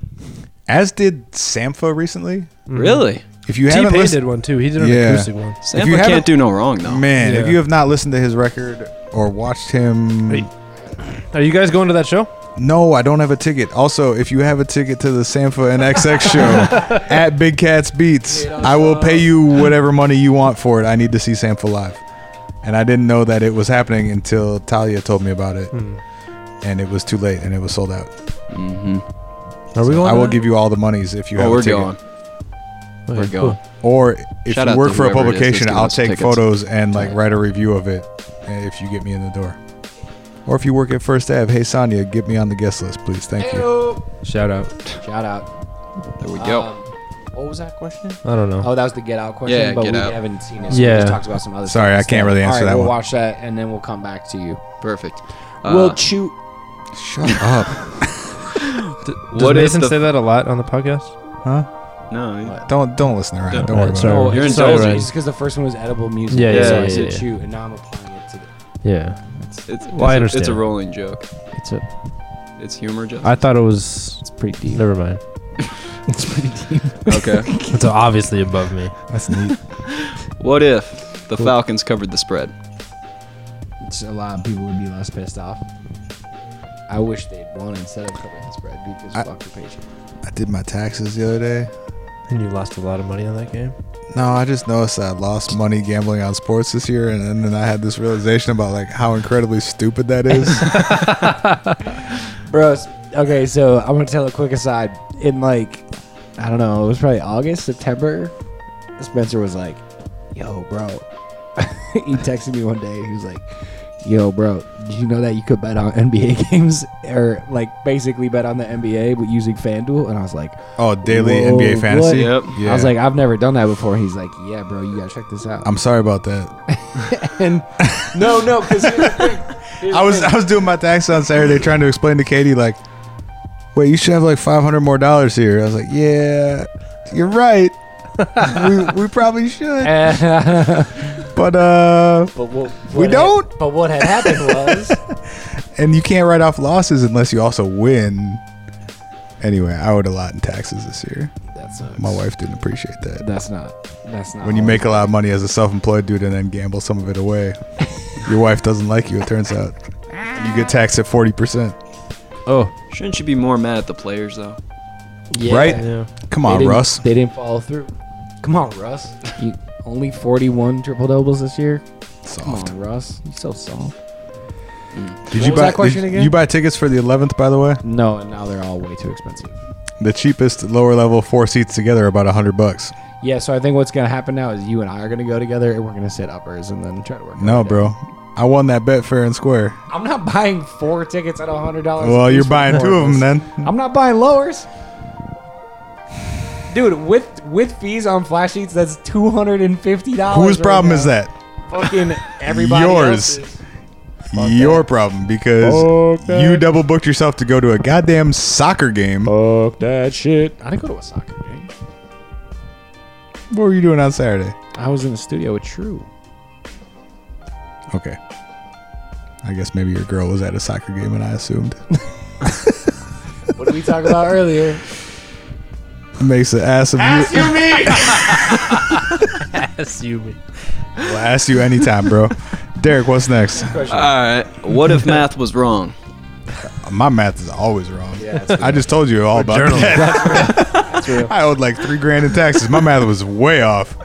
As did Sampha recently. Really? If you Mm-hmm. Mm. T-Pain haven't listened, did one too. He did an acoustic one. Sampha can't haven't- do no wrong, though. Man, if Yeah. you have not listened to his record or watched him, Hey. Are you guys going to that show? no, I don't have a ticket. Also, if you have a ticket to the Sampha and XX [LAUGHS] show at Big Cats Beats, I will pay you whatever money you want for it. I need to see Sampha live, and I didn't know that it was happening until Talia told me about it, Hmm. and it was too late, and it was sold out. Mm-hmm. Are we going? I to will that? give you all the monies if you Oh, have we're a ticket. going. Okay, We're going. Or if Shout out you work to for a whoever it is that's publication, giving I'll us take tickets. photos and like write a review of it uh, if you get me in the door. Or if you work at First Ave, hey Sonia, get me on the guest list, please. Thank you. Shout out. Shout out. There we go. Um, what was that question? I don't know. Oh, that was the Get Out question, Yeah, but Get we Out. haven't seen it. So Yeah. We just talked about some other Sorry, I stuff. can't really All answer right, that we'll one. watch that and then we'll come back to you. Perfect. we'll Uh, chew. Shut up. Does [LAUGHS] What is Mason the- say that a lot on the podcast? Huh? No. Don't don't listen to Ryan. Don't worry about it. No, it's You're so- inside, right? It's because the first one was edible music. Yeah, yeah, so I yeah, said yeah. chew, and now I'm applying it to the. Yeah. It's, it's, Well, I it's, a- it's a understand. rolling joke. It's a. It's humor, just. I thought it was. It's pretty deep. Never mind. [LAUGHS] it's pretty deep. [LAUGHS] Okay. [LAUGHS] it's obviously above me. That's neat. [LAUGHS] What if the Falcons covered the spread? It's a lot of people would be less pissed off. I wish they'd won instead of covering the spread because fuck the Patriots. I did my taxes the other day. And you lost a lot of money on that game. No, I just noticed that I lost money gambling on sports this year, and, and then I had this realization about like how incredibly stupid that [LAUGHS] is. Bros, okay, so I'm gonna tell a quick aside. In like, I don't know, it was probably August, September. Spencer was like, "Yo, bro," [LAUGHS] he texted me one day. He was like, "Yo, bro, did you know that you could bet on NBA [LAUGHS] games or like basically bet on the NBA but using FanDuel?" And I was like, Oh, daily "Whoa, NBA fantasy. what?" I Yeah. was like, "I've never done that before." He's like, "Yeah, bro, you gotta check [LAUGHS] this out." I'm sorry about that. and no, no, because I was I was doing my taxes on Saturday, trying to explain to Katie like, wait, you should have like 500 more dollars here. I was like, yeah, you're right. we, we probably should. but uh, [LAUGHS] But what, we what had- don't. but what had happened [LAUGHS] was [LAUGHS] and you can't write off losses unless you also win. Anyway, I owed a lot in taxes this year. That sucks. My wife didn't appreciate that. That's not. That's not. When you all- make a lot of money as a self-employed dude and then gamble some of it [LAUGHS] away, your wife doesn't like you. It turns out you get taxed at forty percent. Oh. Shouldn't you be more mad at the players, though? Yeah. Right? Come on, they didn't- Russ. They didn't follow through. Come on, Russ. you only 41 triple doubles this year. Soft. Come on, Russ. You so soft. Did What you was buy that question did again? You buy tickets for the 11th, by the way. No, and now they're all way too expensive. The cheapest lower level four seats together are about hundred bucks. Yeah, so I think what's gonna happen now is you and I are gonna go together and we're gonna sit uppers and then try to work. No, bro, I won that bet fair and square. I'm not buying four tickets at hundred dollars. Well, you're buying two of them then. I'm not buying lowers. Dude, with with fees on flash sheets, that's two hundred and fifty dollars. Whose problem is that? Fucking everybody. Yours. else's. Your problem because Fuck that. you double booked yourself to go to a goddamn soccer game. Fuck that shit. I didn't go to a soccer game. What were you doing on Saturday? I was in the studio with True. Okay. I guess maybe your girl was at a soccer game and I assumed. [LAUGHS] What did we talk about [LAUGHS] earlier? Makes an ass of you. Ass you me. We'll ask you anytime, bro. Derek, what's next? All right. What [LAUGHS] if math was [LAUGHS] wrong? My math is always wrong. Yeah, I just told you all about journalists. that. That's real. I owed like three grand in taxes. My math was way off.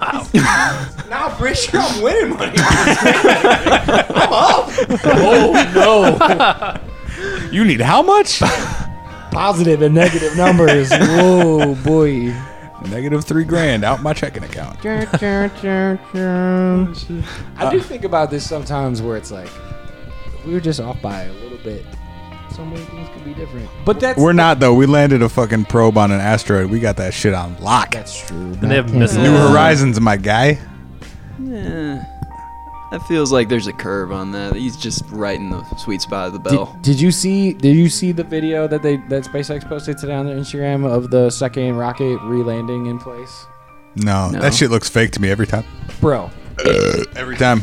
[LAUGHS] Now, Brish, I'm winning [LAUGHS] money. I'm up. Oh no. You need how [LAUGHS] much? Positive and negative numbers. Whoa, boy. Negative three grand out my checking account. [LAUGHS] I do think about this sometimes where it's like we were just off by a little bit. So many things could be different. But that's We're not though. We landed a fucking probe on an asteroid. We got that shit on lock. That's true. And they have missiles. New Horizons, my guy. Eh, that feels like there's a curve on that. He's just right in the sweet spot of the Did, [LAUGHS] bell. did you see? Did you see the video that they that SpaceX posted today on their Instagram of the second rocket re-landing in place? No, No. that shit looks fake to me every time. Bro, [COUGHS] every time.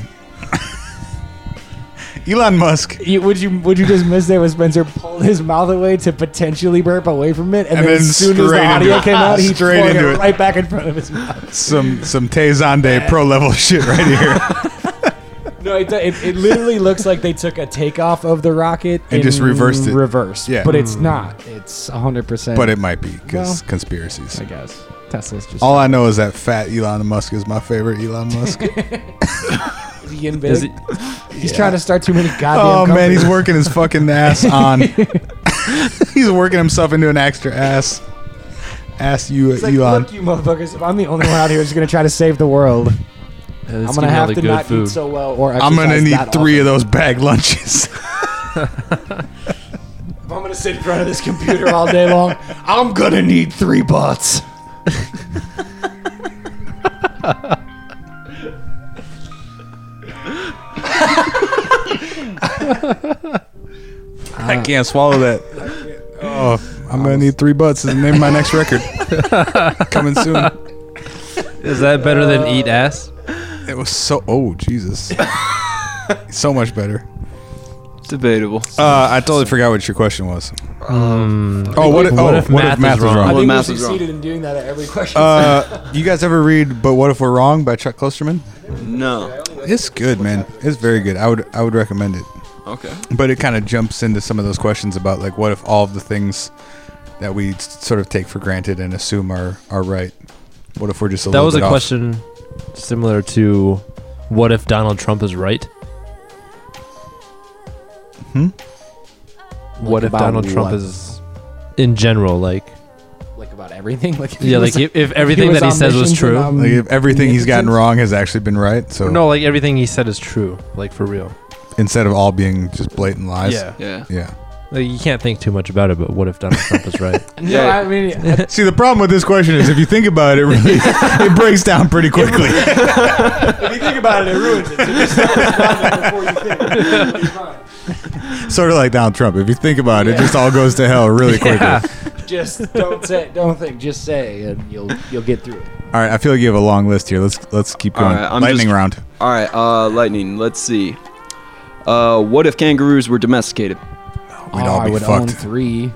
Elon Musk. You, would you would you just miss that when Spencer pulled his mouth away to potentially burp away from it, And and, then then as soon as straight the into audio it. came out, he Straight straight into it it. right back in front of his mouth. Some some Tezande pro level [LAUGHS] shit right here, No, it, it, it literally looks like they took a takeoff of the rocket and just in reversed it. Reverse, yeah. but it's not. It's hundred percent. But it might be because conspiracies. I guess Tesla's just All I know is that fat Elon Musk is my favorite Elon [LAUGHS] Musk. Is he getting Is big? He's Yeah. trying to start too many goddamn. oh man, he's companies. working his fucking [LAUGHS] ass on. he's working himself into an extra ass. Ass you, It's like, Elon. Look, you motherfuckers! If I'm the only one out here who's gonna try to save the world, I'm gonna have to not eat so well, or I'm gonna exercise need that three of those bag [LAUGHS] lunches. If I'm gonna sit in front of this computer all day long, I'm gonna need three butts. [LAUGHS] [LAUGHS] I can't swallow that. Oh, I'm gonna need three butts. Is the name of my next record. [LAUGHS] Coming soon. [LAUGHS] Uh, Is that better than eat ass? It was so. Oh [LAUGHS] Jesus. so much better. Debatable. Uh, I totally forgot what your question was. Um, oh, what? If, oh, What if what math if is math was wrong? wrong? I think math we succeeded in doing that at every question. Uh, you guys ever read "But What If We're Wrong" by Chuck Klosterman? No. It's good, man. It's very good. I would I would recommend it. Okay. But it kind of jumps into some of those questions about like what if all of the things that we s- sort of take for granted and assume are are right. What if we're just a that little was a bit off? question similar to what if Donald Trump is right? Hmm? Like What if about Donald Trump what? is in general like like about everything. [LAUGHS] Like if he Yeah, like, if- if everything was that he says was omniscient um, true. and om- Like if everything he's gotten wrong has actually been right, so No, like everything he said is true, like for real. instead of all being just blatant lies, Yeah. Yeah. yeah. Like, you can't think too much about it, but what if Donald Trump [LAUGHS] is right? No, I [LAUGHS] mean, I- See, the problem with this question is if you think about it, it really, [LAUGHS] [LAUGHS] it breaks down pretty quickly. [LAUGHS] if you think about it, it ruins it. So just stop [LAUGHS] responding before you think. You're fine. sort of like Donald Trump. If you think about it, it just all goes to hell [LAUGHS] really quickly. Just don't say, don't think, just say, and you'll you'll get through it. All right, I feel like you have a long list here. Let's let's keep going. Lightning just- round. All right, uh, lightning. Let's see. Uh, what if kangaroos were domesticated? We'd Oh, Oh, all be fucked. three.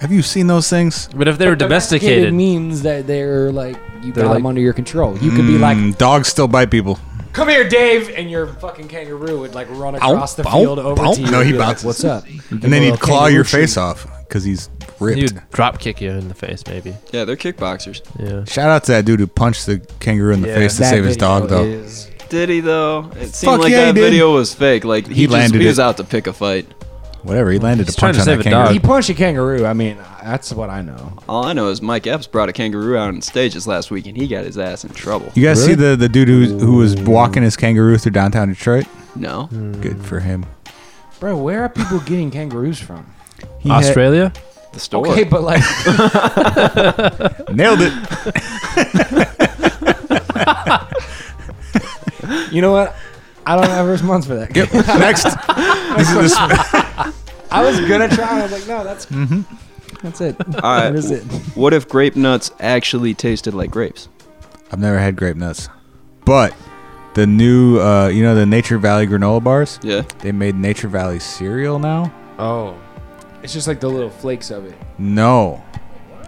Have you seen those things? But if they were Domesticated means that they're like you They're got like- them under your control. You could be like, Mm, dogs still bite people. "Come here, Dave," and your fucking kangaroo would like run Ow, across the ow, field over ow. to you. No, and he be like, bounces. What's up? And then he'd claw your face off because he's ripped. He'd drop kick you in the face, maybe. Yeah, they're kickboxers. Yeah. Shout out to that dude who punched the kangaroo in the Yeah. face to That save his dog, video though. is- Did he though? It seemed Fuck like yeah, he that did. video was fake. Like he, He landed just, he it. was out to pick a fight. Whatever, he landed He's a punch on that kangaroo. He punched a kangaroo. I mean, that's what I know. All I know is Mike Epps brought a kangaroo out on stages last week, and he got his ass in trouble. You guys see the the dude who who was walking his kangaroo through downtown Detroit? No. Hmm. Good for him. Bro, where are people getting kangaroos from? He had- Australia? the store. Okay, but like [LAUGHS] Nailed it. you know what? I don't have a response for that. Yep. Next. This is this- I was gonna try. I was like, no, that's Mm-hmm. that's it. All right. [LAUGHS] That is it. What if grape nuts actually tasted like grapes? I've never had grape nuts, but the new uh, you know the Nature Valley granola bars. Yeah. They made Nature Valley cereal now. Oh, it's just like the little flakes of it. No,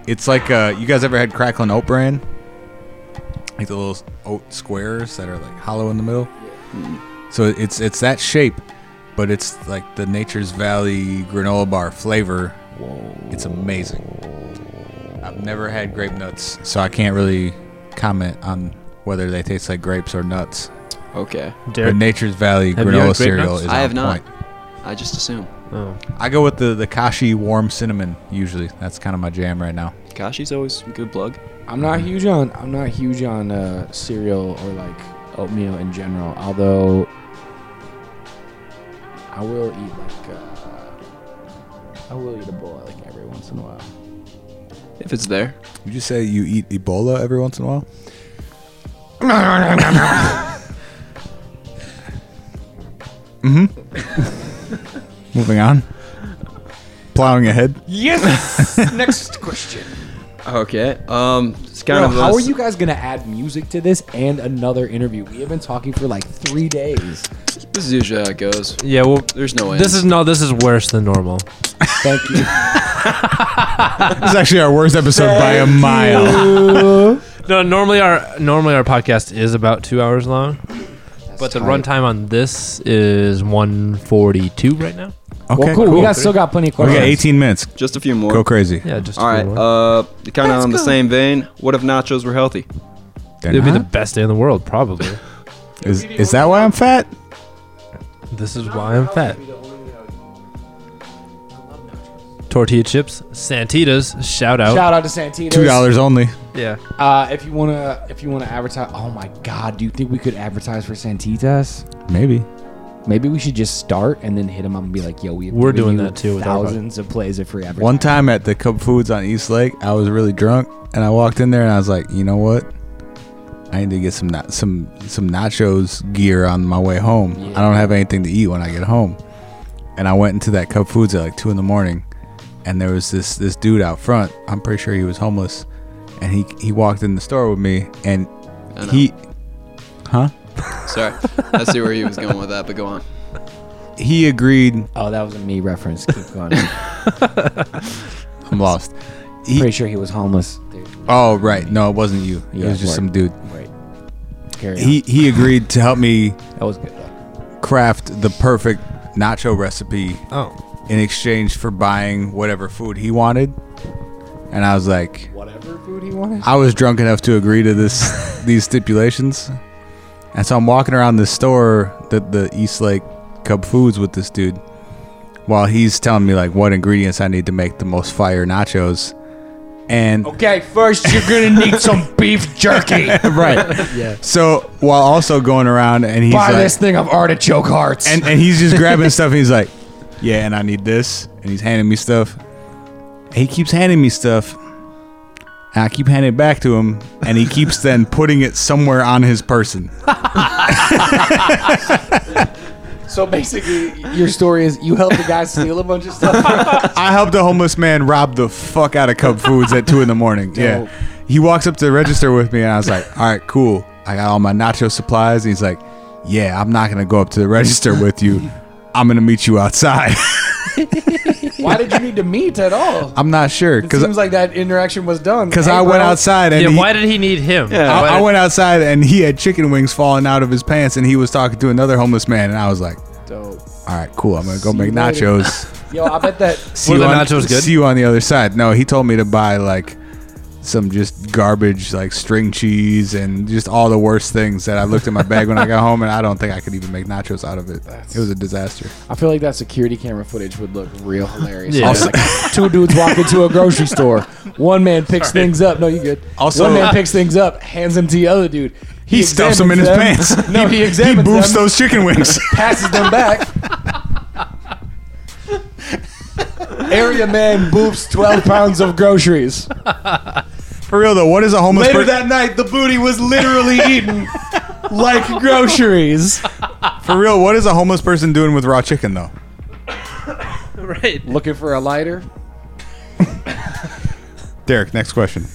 it's like uh, you guys ever had cracklin' oat bran? Like the little oat squares that are like hollow in the middle. So it's it's that shape, but it's like the Nature's Valley granola bar flavor. Whoa. It's amazing. I've never had grape nuts, so I can't really comment on whether they taste like grapes or nuts. Okay. but Nature's Valley Have you granola had grape cereal nuts? is I on have not. point. I just assume. Oh. I go with the the kashi warm cinnamon usually. That's kind of my jam right now. Kashi's always a good plug. I'm not huge on I'm not huge on uh, cereal or like oatmeal in general. Although I will eat like uh, I will eat a bowl like every once in a while. If it's there. Would you say you eat Ebola every once in a while? Mm-hmm. [LAUGHS] Moving on. Plowing ahead. [LAUGHS] Yes. Next question. Okay. Um, it's kind Bro, of. how a- are you guys gonna add music to this and another interview? We have been talking for like three days. This is usually how it goes. Yeah, well, there's no way. This is no. This is worse than normal. Thank [LAUGHS] you. This is actually our worst episode by a mile. no, normally our normally our podcast is about two hours long, but the tight. runtime on this is one forty two right now. Okay, well, cool. We got still got plenty of We questions. got 18 minutes. Just a few more. Go crazy. Yeah, just All right. Uh, kind of on the same vein. What if nachos were healthy? They're It'd be the not? best day in the [LAUGHS] world, probably. Is is that why I'm fat? this is why I'm fat. Tortilla chips, Santitas. Shout out. Shout out to Santitas. Oh. Two dollars only. Yeah. Uh, if you wanna, if you wanna advertise, oh my God, do you think we could advertise for Santitas? Maybe. Maybe we should just start and then hit them up and be like, "Yo, we have We're given doing you that too with our pod- Thousands of plays of free advertising. One time at the Cub Foods on East Lake, I was really drunk, and I walked in there, and I was like, you know what? I need to get some na- some some nachos gear on my way home. I don't have anything to eat when I get home, and I went into that Cub Foods at like two in the morning, and there was this this dude out front. I'm pretty sure he was homeless, and he he walked in the store with me, and I know. he, huh? [LAUGHS] Sorry, I see where he was going with that, but go on. He agreed. Oh, that was a me reference. [LAUGHS] Keep going. I'm lost. E- Pretty sure he was homeless. Dude. Oh right, no, it wasn't you. It Yeah, was just right. some dude. Right. Carry he on. [LAUGHS] he agreed to help me. That was good. Craft the perfect nacho recipe. Oh. In exchange for buying whatever food he wanted, and I was like, Whatever food he wanted. I was drunk enough to agree to this [LAUGHS] these stipulations, and so I'm walking around this store, the the East Lake Cub Foods, with this dude, while he's telling me like what ingredients I need to make the most fire nachos, and Okay, first you're gonna need some beef jerky. [LAUGHS] right, Yeah. So while also going around and he's Buy like, this thing of artichoke hearts. and and he's [LAUGHS] just grabbing stuff. and He's like, yeah, and I need this, and he's handing me stuff. And he keeps handing me stuff. And I keep handing it back to him, and he keeps then putting it somewhere on his person. So basically, your story is you helped the guy steal a bunch [LAUGHS] of stuff. I helped a homeless man rob the fuck out of Cub Foods at two in the morning. Dope. Yeah. He walks up to the register with me, and I was like, all right, cool. I got all my nacho supplies. And he's like, yeah, I'm not going to go up to the register with you. I'm going to meet you outside. Why did you need to meet at all? I'm not sure. It Because seems like that interaction was done. Because Hey, I went bro. outside and yeah, he- why did he need him? Why I, I did- went outside and he had chicken wings falling out of his pants, and he was talking to another homeless man, and I was like, [LAUGHS] Dope. "All right, cool. I'm gonna go See make you later. [LAUGHS] nachos. Yo, I bet that. see you on, See you on the other side." No, he told me to buy like some just garbage, like string cheese and just all the worst things that I looked in my bag when I got home, and I don't think I could even make nachos out of it. it was a disaster. I feel like that security camera footage would look real hilarious. Yeah. [LAUGHS] Also, two dudes walk into a grocery store. One man picks Sorry. things up. No, you good. Also- uh, one man picks things up, hands them to the other dude. He stuffs them in his examines pants. [LAUGHS] No, He- he he examines boofs them, those chicken wings. [LAUGHS] passes them [LAUGHS] back. Area man boofs twelve pounds of groceries. For real though, what is a homeless Later per- that night, the booty was literally eaten like groceries. For real, what is a homeless person doing with raw chicken though? Right. Looking for a lighter. Derek, next question.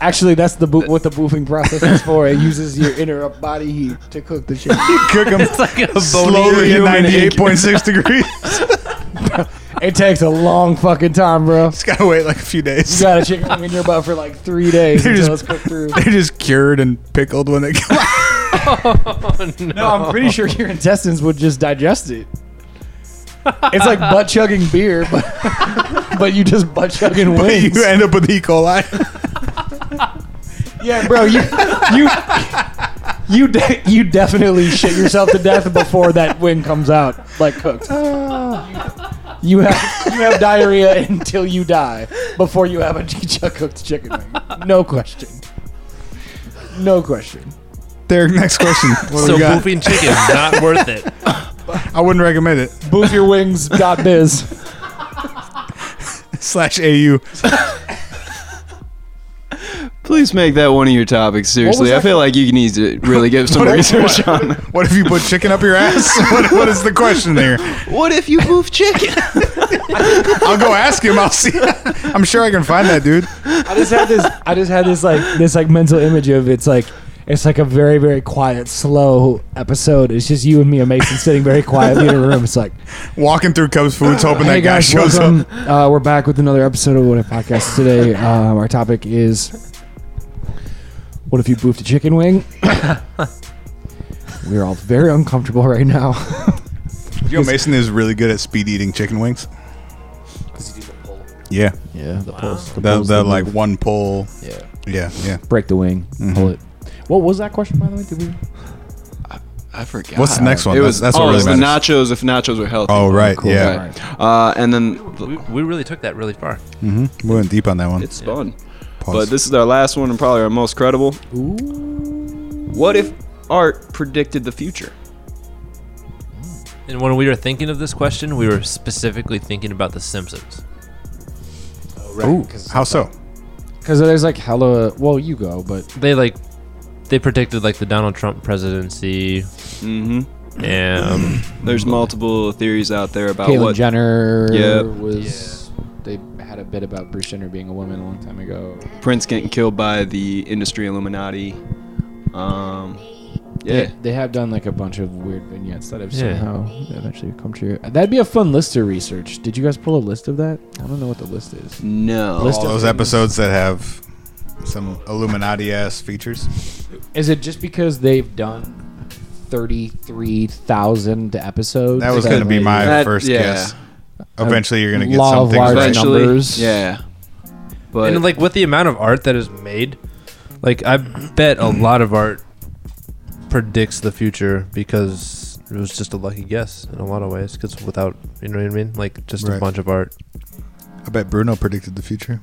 Actually, that's the bo- what the boofing process is for. It uses your inner body heat to cook the chicken. [LAUGHS] Cook 'em It's like a slowly at bony human [LAUGHS] 98.6 egg. degrees. it takes a long fucking time, bro. Just gotta wait like a few days. You got a chicken wing in your butt for like three days They're until just- it's cooked [LAUGHS] through. They're just cured and pickled when they come out. no. I'm pretty sure your intestines would just digest it. It's like butt chugging beer, but [LAUGHS] but you just butt chugging But wings. you end up with E. coli. [LAUGHS] yeah, bro, you you you de- you definitely shit yourself to death before that wing comes out like cooked. [LAUGHS] You have you have diarrhea until you die before you have a [LAUGHS] ch- cooked chicken wing. No question. No question. Derek, next [LAUGHS] question. What do so we got? boofing chicken [LAUGHS] not worth it. I wouldn't recommend it. Boofyourwings.biz. [LAUGHS] Slash AU. [LAUGHS] Please make that one of your topics. Seriously, I that? feel like you need to really give some [LAUGHS] What if- research what- on. that. What if you put chicken up your ass? [LAUGHS] What, what is the question there? What if you move chicken? I'll go ask him. I'll see. [LAUGHS] I'm sure I can find that dude. I just had this. I just had this like this like mental image of it's like it's like a very very quiet slow episode. It's just you and me and Mason sitting very quietly in a room. It's like Walking through Cubs Foods, hoping that Hey guy guys, shows welcome. up. Uh, we're back with another episode of What If Podcast today. Um, our topic is What if you boofed a chicken wing? [COUGHS] We're all very uncomfortable right now. [LAUGHS] Joe Mason is really good at speed eating chicken wings. Yeah. Yeah, the pulls. The, the, like one pull. Yeah. Yeah. Yeah. Mm-hmm, Break the wing, pull it. What was that question, by the way? Did we? I forgot. What's the next one? It That's- was, that's oh, what it was really the nachos if nachos were healthy. Oh, right, Cool. yeah. Right. Uh, and then We, we really took that really far. Mm-hmm. We went deep on that one. It's fun. But this is our last one and probably our most credible. What if art predicted the future? And when we were thinking of this question, we were specifically thinking about The Simpsons. Ooh, how so? Because there's like hella. Well, you go, but They like they predicted like the Donald Trump presidency. Mm-hmm. And um, There's multiple theories out there about Caitlyn what Jenner Yep. was they had a bit about Bruce Jenner being a woman a long time ago. Prince getting killed by the industry Illuminati. Um, They- yeah. they, have done like a bunch of weird vignettes that have Yeah. somehow eventually come true. That'd be a fun list to research. Did you guys pull a list of that? I don't know what the list is. No, all those episodes that have some Illuminati ass features. Is it just because they've done thirty-three thousand episodes? That was that, going to be like- my first guess. Eventually, you're going to get Law of something. large right. numbers. and like with the amount of art that is made, like I bet a lot of art predicts the future because it was just a lucky guess in a lot of ways. Because without, you know what I mean? Like just a Right. bunch of art. I bet Bruno predicted the future.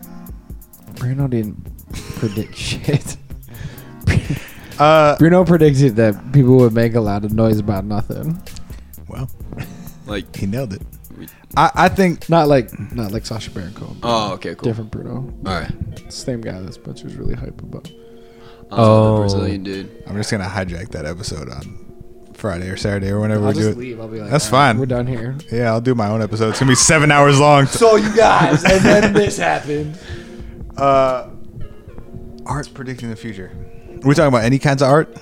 Bruno didn't [LAUGHS] predict shit. Uh, Bruno predicted that people would make a lot of noise about nothing. Well, like he nailed it. I, I think not like not like Sasha Baron Cohen. Oh, okay, cool. Different Bruno. All right. Same guy that's bunch was really hype about. Oh, the Brazilian dude. I'm just going to hijack that episode on Friday or Saturday or whenever we Oh. I'll do just it. leave. I'll be like, That's "All right, fine. we're done here." Yeah, I'll do my own episode. It's going to be seven hours long. [LAUGHS] So [LAUGHS] you guys, and then this happened. Uh, art's predicting the future. We're talking about any kinds of art.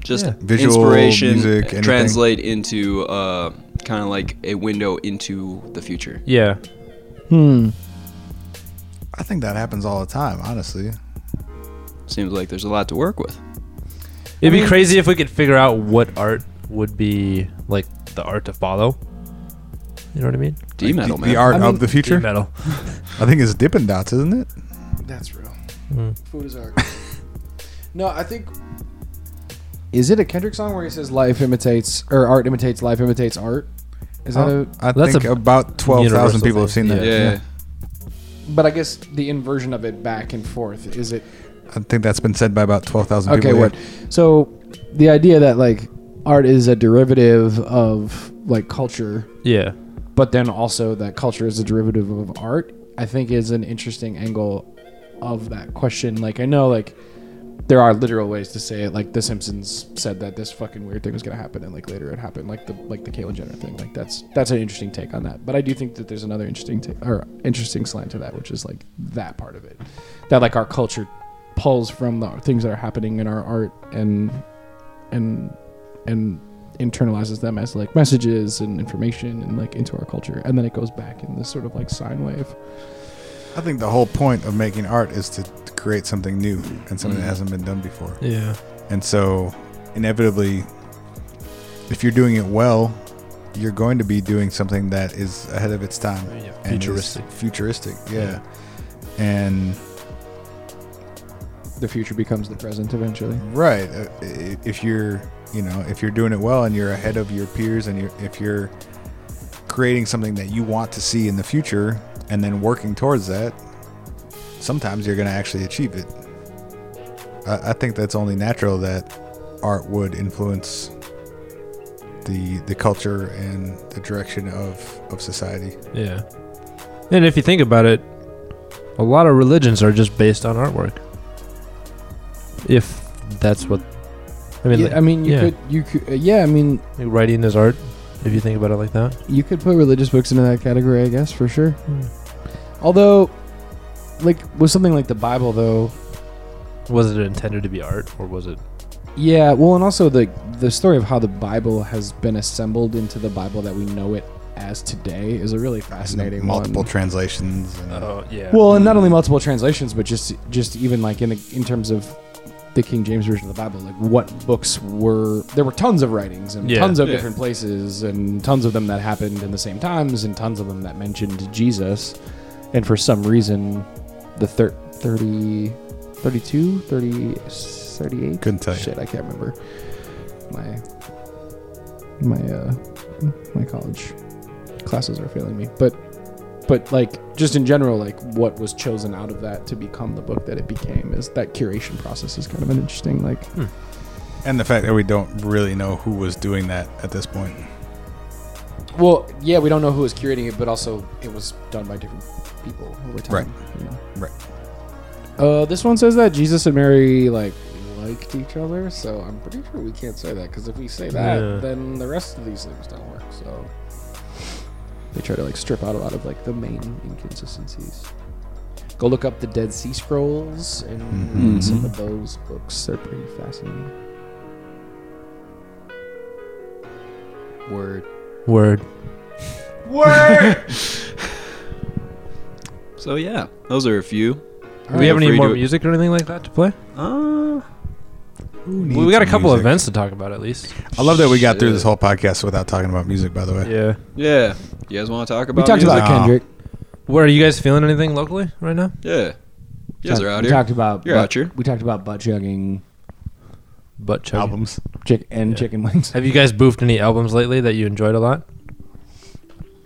Just visual, inspiration music, anything. translate into uh, kind of like a window into the future. Yeah. Hmm. I think that happens all the time. Honestly, Seems like there's a lot to work with. It'd I be mean- crazy if we could figure out what art would be like the art to follow. You know what I mean? D metal, the, the art of the future. metal. [LAUGHS] I think it's Dippin' Dots, isn't it? That's real. Hmm. Mm. Food is art. no, I think. Is it a Kendrick song where he says "life imitates" or "art imitates life imitates art"? Is that a? Oh, I think about twelve thousand people have seen that. But I guess the inversion of it back and forth is it I think that's been said by about twelve thousand okay people. what so the idea that like art is a derivative of like culture Yeah. but then also that culture is a derivative of art i think is an interesting angle of that question like i know like there are literal ways to say it like the simpsons said that this fucking weird thing was going to happen and like later it happened like the like the caitlyn jenner thing like that's that's an interesting take on that but i do think that there's another interesting take or interesting slant to that which is like that part of it that like our culture pulls from the things that are happening in our art and and and internalizes them as like messages and information and like into our culture and then it goes back in this sort of like sine wave I think the whole point of making art is to create something new and something that hasn't been done before. Mm. Yeah. And so, inevitably, if you're doing it well, you're going to be doing something that is ahead of its time. Yeah, and is futuristic. Futuristic, Yeah. yeah. And the future becomes the present eventually right, uh, i- if you're, you know, if you're doing it well and you're ahead of your peers, and you're, if you're creating something that you want to see in the future, and then working towards that, sometimes you're going to actually achieve it. I, I think that's only natural that art would influence the the culture and the direction of of society. Yeah. And if you think about it, a lot of religions are just based on artwork. If that's what I mean, yeah, like- i mean you yeah. could you could uh, yeah i mean Like writing is art. If you think about it like that, you could put religious books into that category i guess for sure Hmm. although like with something like the bible though was it intended to be art or was it? Yeah, well, and also the the story of how the Bible has been assembled into the Bible that we know it as today is a really fascinating Multiple one. translations. And uh, Oh yeah. Well, and not only multiple translations, but just just even like in the, in terms of the King James version of the Bible, like what books were there were tons of writings and Yeah. tons of Yeah. different places and tons of them that happened in the same times and tons of them that mentioned Jesus, and for some reason, the thir- 30, 32, 30, 38? Couldn't tell you. Shit, I can't remember. My my uh my college classes are failing me but but like just in general like what was chosen out of that to become the book that it became is that curation process is kind of an interesting like Hmm. And the fact that we don't really know who was doing that at this point. well yeah we don't know who was curating it but also it was done by different people over time you know? Right. uh this one says that jesus and mary like liked each other so i'm pretty sure we can't say that because if we say that Yeah. then the rest of these things don't work so They try to like strip out a lot of like the main inconsistencies. Go look up the Dead Sea Scrolls and Mhm. some of those books. They're pretty fascinating. [LAUGHS] Word. Word. Word. so yeah, those are a few. Do we have Feel any free more to- music or anything like that to play? Uh, well, we got a couple events to talk about at least. I love that we got through this Shit. whole podcast without talking about music. By the way, Yeah. Yeah. You guys want to talk about? music? What are you guys feeling anything locally right [LAUGHS] now? Yeah. You guys are out we here. Talked about You're butt- out here. We talked about butt chugging, butt chugging albums, chick and chicken wings. Have you guys boofed any albums lately that you enjoyed a lot?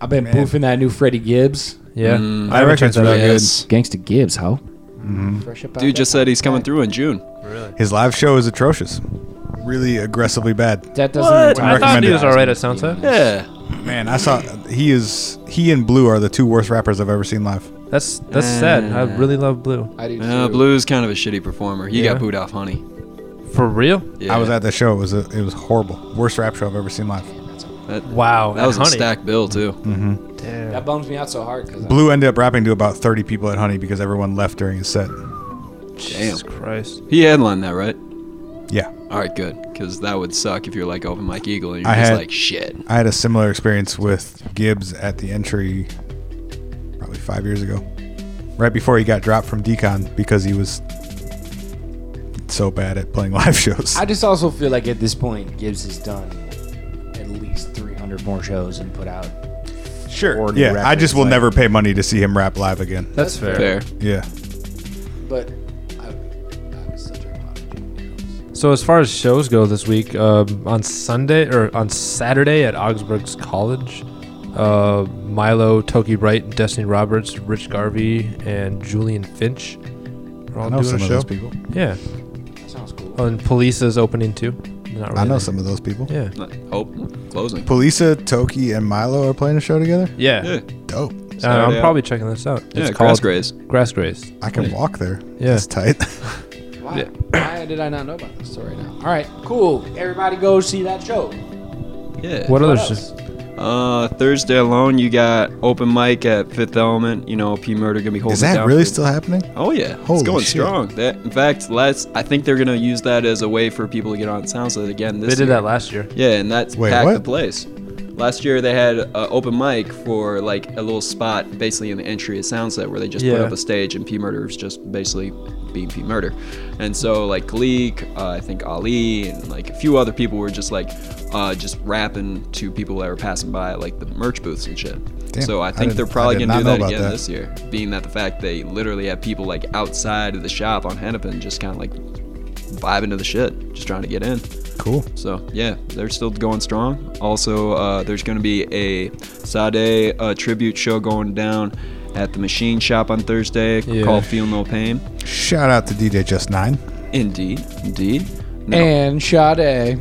I've been Man. [LAUGHS] boofing that new Freddie Gibbs. Yeah. Mm. I, I reckon reckon it's so, yes. Gangsta Gibbs, how? Dude just said he's coming through in June. Mm-hmm. his live show is atrocious, really aggressively bad. That doesn't- What? I thought he was all right at Soundset. Yeah, man, I saw he is he and Blue are the two worst rappers I've ever seen live. That's that's sad. I really love Blue. I do Uh, Blue's kind of a shitty performer. He Yeah. got booed off, honey. For real? Yeah. I was at the show. It was a, it was horrible. Worst rap show I've ever seen live. That, wow, Mm-hmm. that was a stack bill too. hmm That bums me out so hard because Blue ended up rapping to about 30 people at Honey because everyone left during his set. Jesus Christ. He headlined that, right? Yeah. All right, good. Because that would suck if you're like open Mike Eagle and you're I just had like, shit. I had a similar experience with Gibbs at the entry, probably five years ago, right before he got dropped from Decon because he was so bad at playing [LAUGHS] live shows. I just also feel like at this point, Gibbs has done at least 300 more shows and put out. Sure. yeah, I just will never pay money to see him rap live again. That's fair. Fair. Yeah. But So as far as shows go this week, um, on Sunday or on Saturday at Augsburg's College, uh, Milo, Toki Bright, Destiny Roberts, Rich Garvey, and Julian Finch are all I know doing some a of show. those people. Yeah. Oh, Sounds cool. And Police is opening too. Not I really know there. some of those people. Yeah. Oh, closing. Polisa, Toki, and Milo are playing a show together? Yeah. Dope. Uh, I'm probably checking this out. Yeah, It's Grass called Grays. Grass Grays. I can walk there. Yeah. That's tight. [LAUGHS] why, why did I not know about this till right now? All right, cool. Everybody go see that show. Yeah. What, others? Uh, Thursday alone, you got open mic at Fifth Element. You know, P Murder gonna be holding. Is it that down really for- still happening? Oh yeah, Holy it's going shit. strong. That, in fact, last I think they're gonna use that as a way for people to get on Soundset again. This They did year. that last year. Yeah, and that's Wait, packed the what? place. Last year they had an open mic for like a little spot basically in the entry of Soundset where they just put Yeah. up a stage and P Murder was just basically being P Murder, and so like Gleek, uh, I think Ali, and like a few other people were just like uh, just rapping to people that were passing by like the merch booths and shit. Damn, so I I think didn't- they're I probably did gonna not do know that about again that. this year, being that the fact they literally have people like outside of the shop on Hennepin just kind of like vibing to the shit, just trying to get in. Cool. So yeah, they're still going strong. Also, uh, there's going to be a Sade uh, tribute show going down at the Machine Shop on Thursday Yeah. called "Feel No Pain." Shout out to DJ Just Nine. Indeed, indeed. No. And Sade.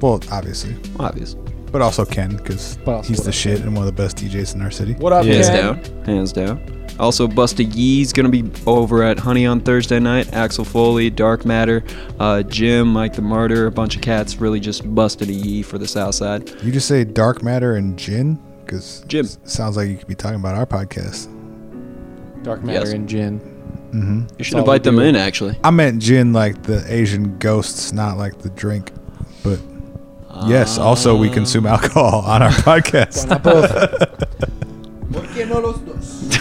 Well, obviously. Obvious. But also Ken, because But also- he's the shit and one of the best DJs in our city. What up, hands Ken? down, hands down. Also, Busta Yee's gonna be over at Honey on Thursday night. Axel Foley, Dark Matter, uh, Jim, Mike the Martyr, a bunch of cats really just busted a Yee for the South Side. You just say Dark Matter and Gin? Because Jim. sounds like you could be talking about our podcast. Dark Matter Yes. and Gin. Mm-hmm. You should invite them in, actually. I meant Gin like the Asian ghosts, not like the drink. But yes, also Ah. we consume alcohol [LAUGHS] on our podcast. [LAUGHS] ¿Por qué no los dos?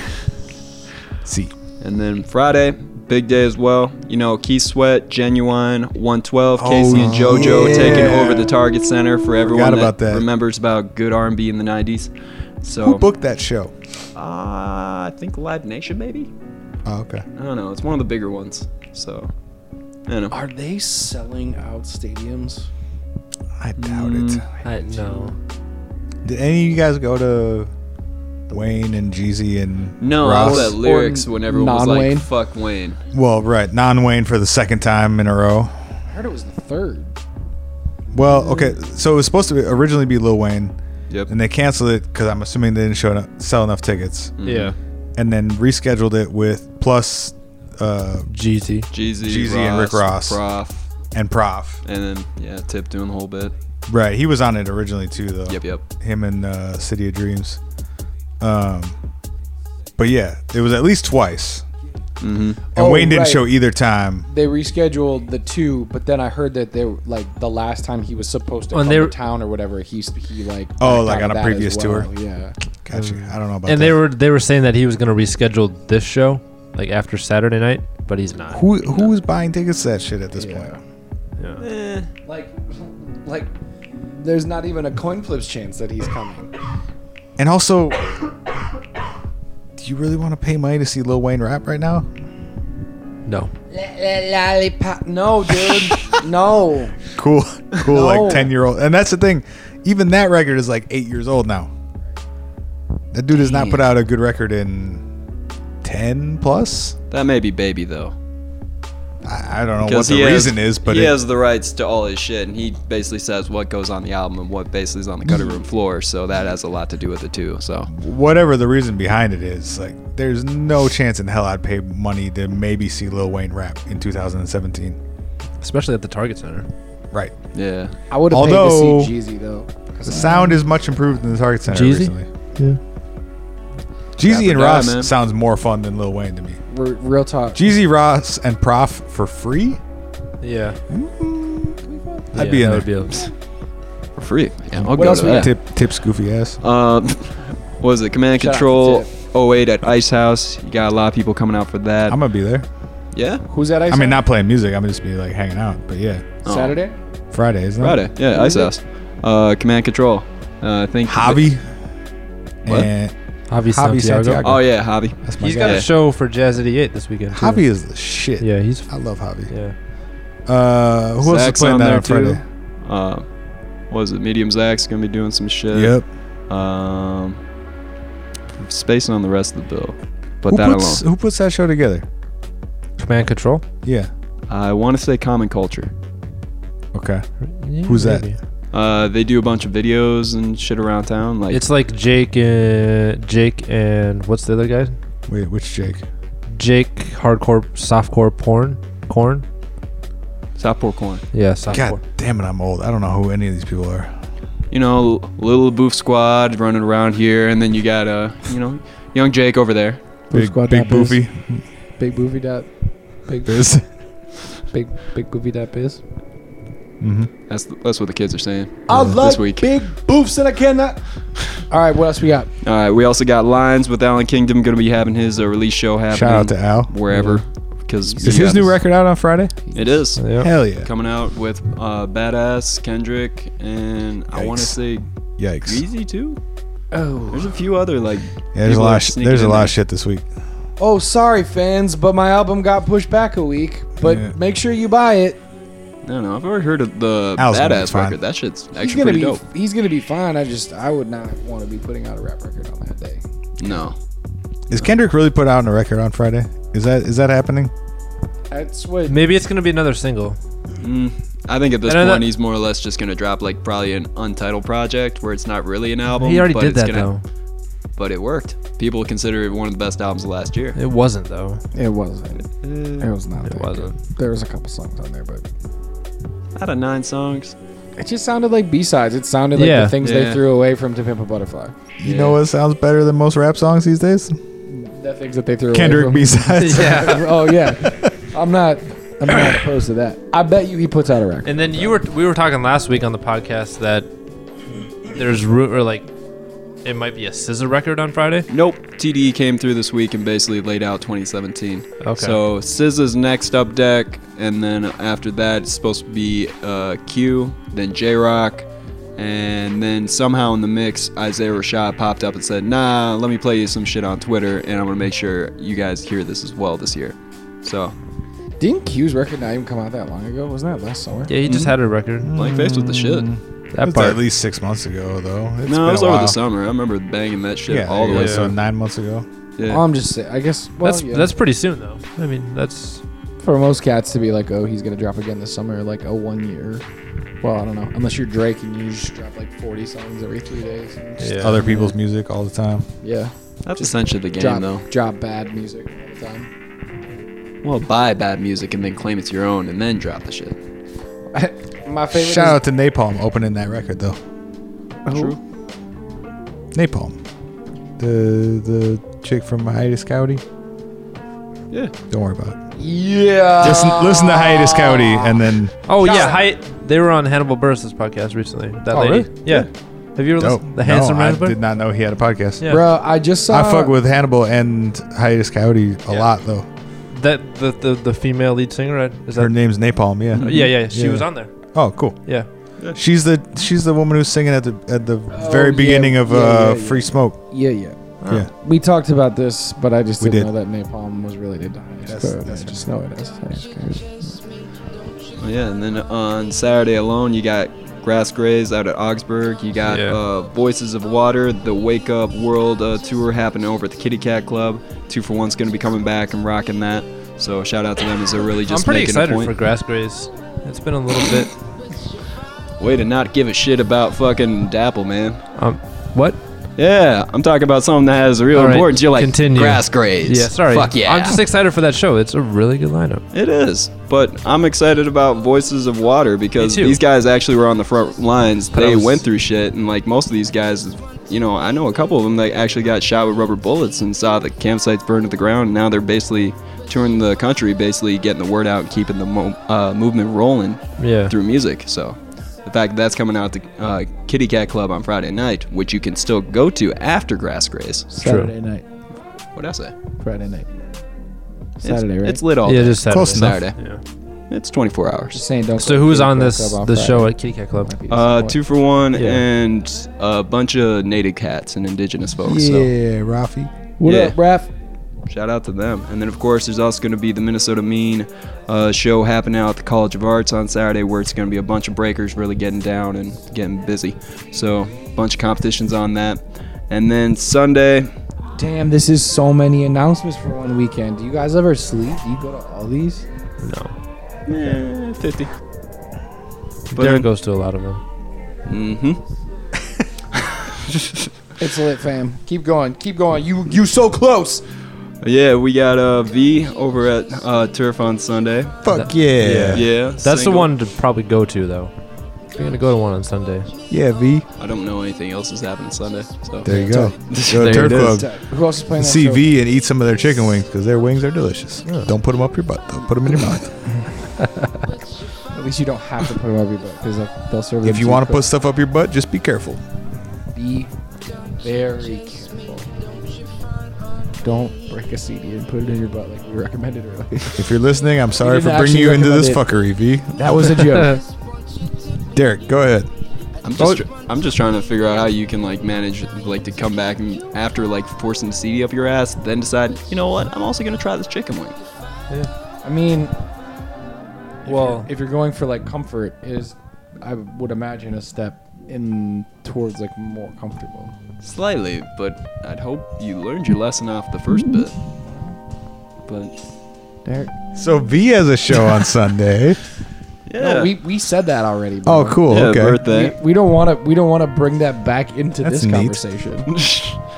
See. And then Friday, big day as well. You know, Key Sweat, Genuine, 112, Oh, Casey and JoJo yeah. taking over the Target Center for everyone about that. remembers about good R&B in the 90s. So Who booked that show? Uh, I think Live Nation, maybe? Oh, okay. I don't know. It's one of the bigger ones. So, I don't know. Are they selling out stadiums? I doubt it. I know. Did any of you guys go to Wayne and Jeezy and No, Ross? all that lyrics when everyone was non-Wayne? like, fuck Wayne. Well, right, non-Wayne for the second time in a row. I heard it was the third. Well, okay, so it was supposed to be, originally be Lil Wayne. Yep. And they canceled it because I'm assuming they didn't show enough, sell enough tickets. Mhm. Yeah. And then rescheduled it with plus uh, Jeezy, Jeezy, Jeezy and Rick Ross, Prof. and Prof. And then, yeah, Tip doing the whole bit. Right, he was on it originally too, though. Yep, yep. Him and uh, City of Dreams. Um, but yeah, it was at least twice. Mm-hmm. And Oh, Wayne didn't right. show either time. They rescheduled the two, but then I heard that they were like the last time he was supposed to When come they to were- town or whatever. He he like Oh, backed like on out of a that as previous well, tour? Yeah, Gotcha. Mm. I don't know about and that. they were they were saying that he was going to reschedule this show like after Saturday night, but he's not. Who who is buying tickets to that shit at this point? like [LAUGHS] like there's not even a coin flips chance that he's coming. And also, do you really want to pay money to see Lil Wayne rap right now? No. Lollipop, no, dude, [LAUGHS] no. Cool, cool, No. like ten year old. And that's the thing. Even that record is like eight years old now. That dude has not put out a good record in ten plus. That may be baby though. I, I don't know what the reason is, but he it- has the rights to all his shit, and he basically says what goes on the album and what basically is on the cutting [LAUGHS] room floor. So that has a lot to do with it too. So whatever the reason behind it is, like there's no chance in hell I'd pay money to maybe see Lil Wayne rap in 2017. Especially at the Target Center. Right. Yeah. I would have paid to see Jeezy though. The sound is much improved in the Target Center Jeezy? recently. Yeah. Jeezy Rapper and guy, Ross man. sounds more fun than Lil Wayne to me. Re- real talk. Jeezy, Ross, and Prof for free? Yeah. Hmm? I'd Yeah, be in that there. would [LAUGHS] for free, yeah, I'll What go else to we that. got? Tip, tips, goofy ass. Uh, [LAUGHS] what was it Command Shout out to Control 08 at Ice House? You got a lot of people coming out for that. I'm gonna be there. Yeah. Who's that? I mean, not playing music. I'm just be like hanging out. But yeah, Oh. Saturday? Friday, isn't Friday. it? Yeah, Ice House. Uh, Command Control. Uh, I think Hobby. What? And Javi Javi Santiago. Santiago. Oh yeah, Hobby. That's my He's guy. got Yeah. a show for Jazz 88 this weekend. too. Hobby is the shit. Yeah, he's. I love Hobby. Yeah. Uh, who else is Zach's playing on that there on Friday? Too. Uh, what is it? Medium Zach's gonna be doing some shit. Yep. Um, I'm spacing on the rest of the bill, but who that puts alone. who puts that show together? Command Control. Yeah. I want to say Common Culture. Okay. Who's that? Uh, they do a bunch of videos and shit around town. Like It's like Jake and Jake and what's the other guy? Wait, which Jake? Jake Hardcore Softcore Porn Corn. Softcore Corn. Yeah, God softcore. damn it, I'm old. I don't know who any of these people are. you know, little boof squad running around here, and then you got uh, you know, young Jake over there. Boof Squad big dot biz. boofy. Big boofy dot. Big biz. Big big boofy dot biz. Mm-hmm. That's that's what the kids are saying uh, I this like week. big boofs and I cannot. All right, what else we got? All right, we also got Lines with Alan Kingdom going to be having his uh, release show happening. Shout out to Al. wherever because Is his new record out on Friday? It is. Hell yeah. Coming out with uh, Badass, Kendrick, and I want to Yikes. say Yikes. Greasy too. Oh, there's a few other like. Yeah, there's a people lot. are Of sh- sneaking there's a in lot there. of shit this week. Oh, sorry fans, but my album got pushed back a week. But Yeah. make sure you buy it. I don't know. I've already heard of the Al's gonna be Badass fine. record. That shit's he's actually gonna pretty be dope. he's gonna be fine. I just I would not want to be putting out a rap record on that day. No, Is Kendrick really put out a record on Friday? Is that is that happening? That's what Maybe it's gonna be another single. Mm, I think at this And I point know- he's more or less just gonna drop like probably an untitled project where it's not really an album. He already but did it's that, gonna- But it worked. People consider it one of the best albums of last year. It wasn't though. It wasn't. It was not. It wasn't. There was a couple songs on there, but Out of nine songs. it just sounded like B sides. It sounded like Yeah. the things Yeah. they threw away from To Pimp a Butterfly. You know what sounds better than most rap songs these days? The things that they threw Kendrick away. B-sides. [LAUGHS] yeah. [LAUGHS] Yeah. oh yeah. I'm not. I'm not opposed to that. I bet you he puts out a record. And then you were we were talking last week on the podcast that there's root or like it might be a scissor record on Friday. Nope. TDE came through this week and basically laid out 2017. Okay. So SZA's next up deck, and then after that it's supposed to be uh, Q, then J Rock, and then somehow in the mix Isaiah Rashad popped up and said, "Nah, let me play you some shit on Twitter, and I'm gonna make sure you guys hear this as well this year." So Didn't Q's record not even come out that long ago? Wasn't that last summer? Yeah, he Mm-hmm. just had a record. blank faced with the shit. That That's part. Mm. at least six months ago, though. It's no, been it was a over the while. summer. I remember banging that shit Yeah, all the yeah, way so through. nine months ago. Yeah. I'm just saying. I guess. Well, that's yeah. that's pretty soon though. I mean, that's for most cats to be like, oh, he's gonna drop again this summer, like oh, one year. Well, I don't know. Unless you're Drake and you just drop like 40 songs every three days. and just- Just other people's music all the time. Yeah. That's essentially the game, drop, though. Drop bad music all the time. Well, buy bad music and then claim it's your own, and then drop the shit. My favorite. Shout is- out to Napalm opening that record though. Who? Napalm. The the chick from Hiatus Coyote. Yeah. Don't worry about it. Yeah. Just Uh, listen to Hiatus Coyote and then. Oh yeah, hi, they were on Hannibal Burris' podcast recently. That Oh, really? lady. Yeah. Have you ever Dope. listened the handsome no, man? I did not know he had a podcast. Yeah. Bro, I just I saw- fuck with Hannibal and Hiatus Coyote a lot though. That the, the the female lead singer right? is that Her name's Napalm. Yeah. Uh, Yeah, yeah, she was on there. Oh, cool. Yeah. Yeah. She's the she's the woman who's singing at the at the very Oh, yeah, beginning of yeah, uh, yeah, yeah. Free Smoke. Yeah, yeah. Oh. Yeah. We talked about this, but I just We didn't know that napalm was related to Hiatus. That's- Code. that's I just know it is. That's crazy. Yeah, and then on Saturday alone, you got Grass Grays out at Augsburg. You got Yeah. uh, Voices of Water, the Wake Up World uh, tour happening over at the Kitty Cat Club. Two for One's going to be coming back and rocking that. So shout out to them as they're really just I'm pretty making excited a point. for Grass Grays. It's been a little bit. Way to not give a shit about fucking Dapple, man. Um, what? Yeah, I'm talking about something that has real All right, importance. [LAUGHS] You're like continue. Grass Grays. Yeah, sorry. Fuck yeah. I'm just excited for that show. It's a really good lineup. It is, but I'm excited about Voices of Water because Me too. these guys actually were on the front lines. But I they was- went through shit, and like most of these guys, you know, I know a couple of them that actually got shot with rubber bullets and saw the campsites burn to the ground. And now they're basically touring the country, basically getting the word out and keeping the mo- uh, movement rolling Yeah. through music. So the fact that that's coming out at the uh, Kitty Cat Club on Friday night, which you can still go to after Grass Grays. Saturday night. What I say? Friday night. It's- Saturday, right? It's lit all Yeah, day. just Saturday. Close enough. Saturday. It's 24 hours. Just saying, don't So go to who's Kitty on Cat this Club on the Friday. show at Kitty Cat Club? Uh, two for one Yeah. and a bunch of native cats and indigenous folks. So. Yeah, Rafi. What Yeah. up, Raph? Shout out to them. And then, of course, there's also going to be the Minnesota Mean uh, show happening out at the College of Arts on Saturday, where it's going to be a bunch of breakers really getting down and getting busy. So, bunch of competitions on that. And then Sunday, Damn, this is so many announcements for one weekend. Do you guys ever sleep? Do you go to all these? No. eh, 50. But Derek then- goes to a lot of them. Mm-hmm. It's lit, fam. Keep going. Keep going. You you so close. yeah, we got uh, V over at uh, Turf on Sunday. Fuck yeah. Yeah. yeah That's the single. one to probably go to though. You're gonna go to one on Sunday. Yeah, V. I don't know anything else is happening Sunday. So There you [LAUGHS] go. Go to There Turf it is. Club. Who else is playing that See show? V and eat some of their chicken wings because their wings are delicious. Don't put them up your butt though. Put them in your mouth. At least you don't have to put them up your butt because they'll serve. them if you you want to quick. put stuff up your butt, just be careful. Be very careful. [LAUGHS] Don't break a CD and put it in your butt like we recommended earlier. [LAUGHS] If you're listening, I'm sorry didn't for bringing actually you into this fuckery, recommend V. That was a joke. [LAUGHS] [LAUGHS] Derek, go ahead. I'm Oh. Oh, just, tr- I'm just trying to figure out how you can like manage like to come back and after like forcing the CD up your ass, then decide you know what, I'm also gonna try this chicken wing. I mean, well, if you're going for like comfort, is I would imagine a step in towards like more comfortable. Slightly, but I'd hope you learned your lesson off the first bit. But Derek. So V has a show on Sunday. [LAUGHS] No, we, we said that already. Oh, bro. cool. okay. We, we don't want to. We don't want to bring that back into That's this neat. conversation.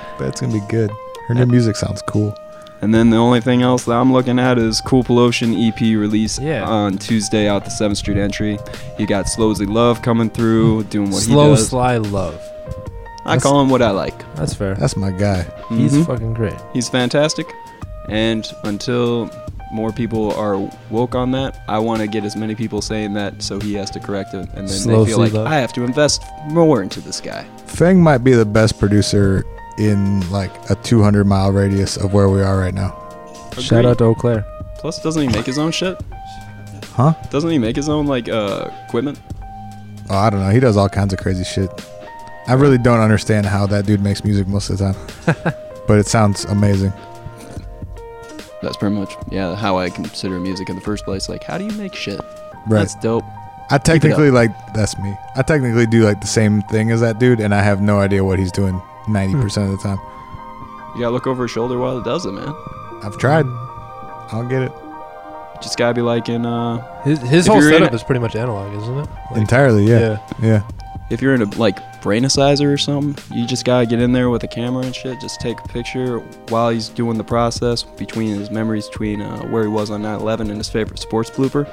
[LAUGHS] That's gonna be good. Her new music sounds cool. And then the only thing else that I'm looking at is Cool Pollution EP release on Tuesday out the 7th Street entry. You got Slowsly Love coming through, doing what Slow he does. Sly Love. I call him what I like. That's fair. That's my guy. He's Mhm. fucking great. He's fantastic. And until more people are woke on that, I want to get as many people saying that so he has to correct it. And then Slow they feel like, sleep up. I have to invest more into this guy. Feng might be the best producer in like a 200 mile radius of where we are right now. Shout out to Eau Claire. Plus, doesn't he make his own shit? Huh? Doesn't he make his own, like, uh, equipment? Oh, I don't know. He does all kinds of crazy shit. I really don't understand how that dude makes music most of the time, but it sounds amazing. That's pretty much, yeah, how I consider music in the first place. Like, how do you make shit? Right. That's dope. I Keep it up. technically like that's me. I technically do like the same thing as that dude, and I have no idea what he's doing 90% of the time. You gotta look over his shoulder while it does it, man. I've tried. I'll get it Just gotta be like in, uh, His, his if whole you're in setup a- is pretty much analog, isn't it? entirely. Yeah. Yeah. if you're in a like brainacizer or something, you just gotta get in there with a camera and shit. Just take a picture while he's doing the process between his memories between uh, where he was on 9/11 and his favorite sports blooper,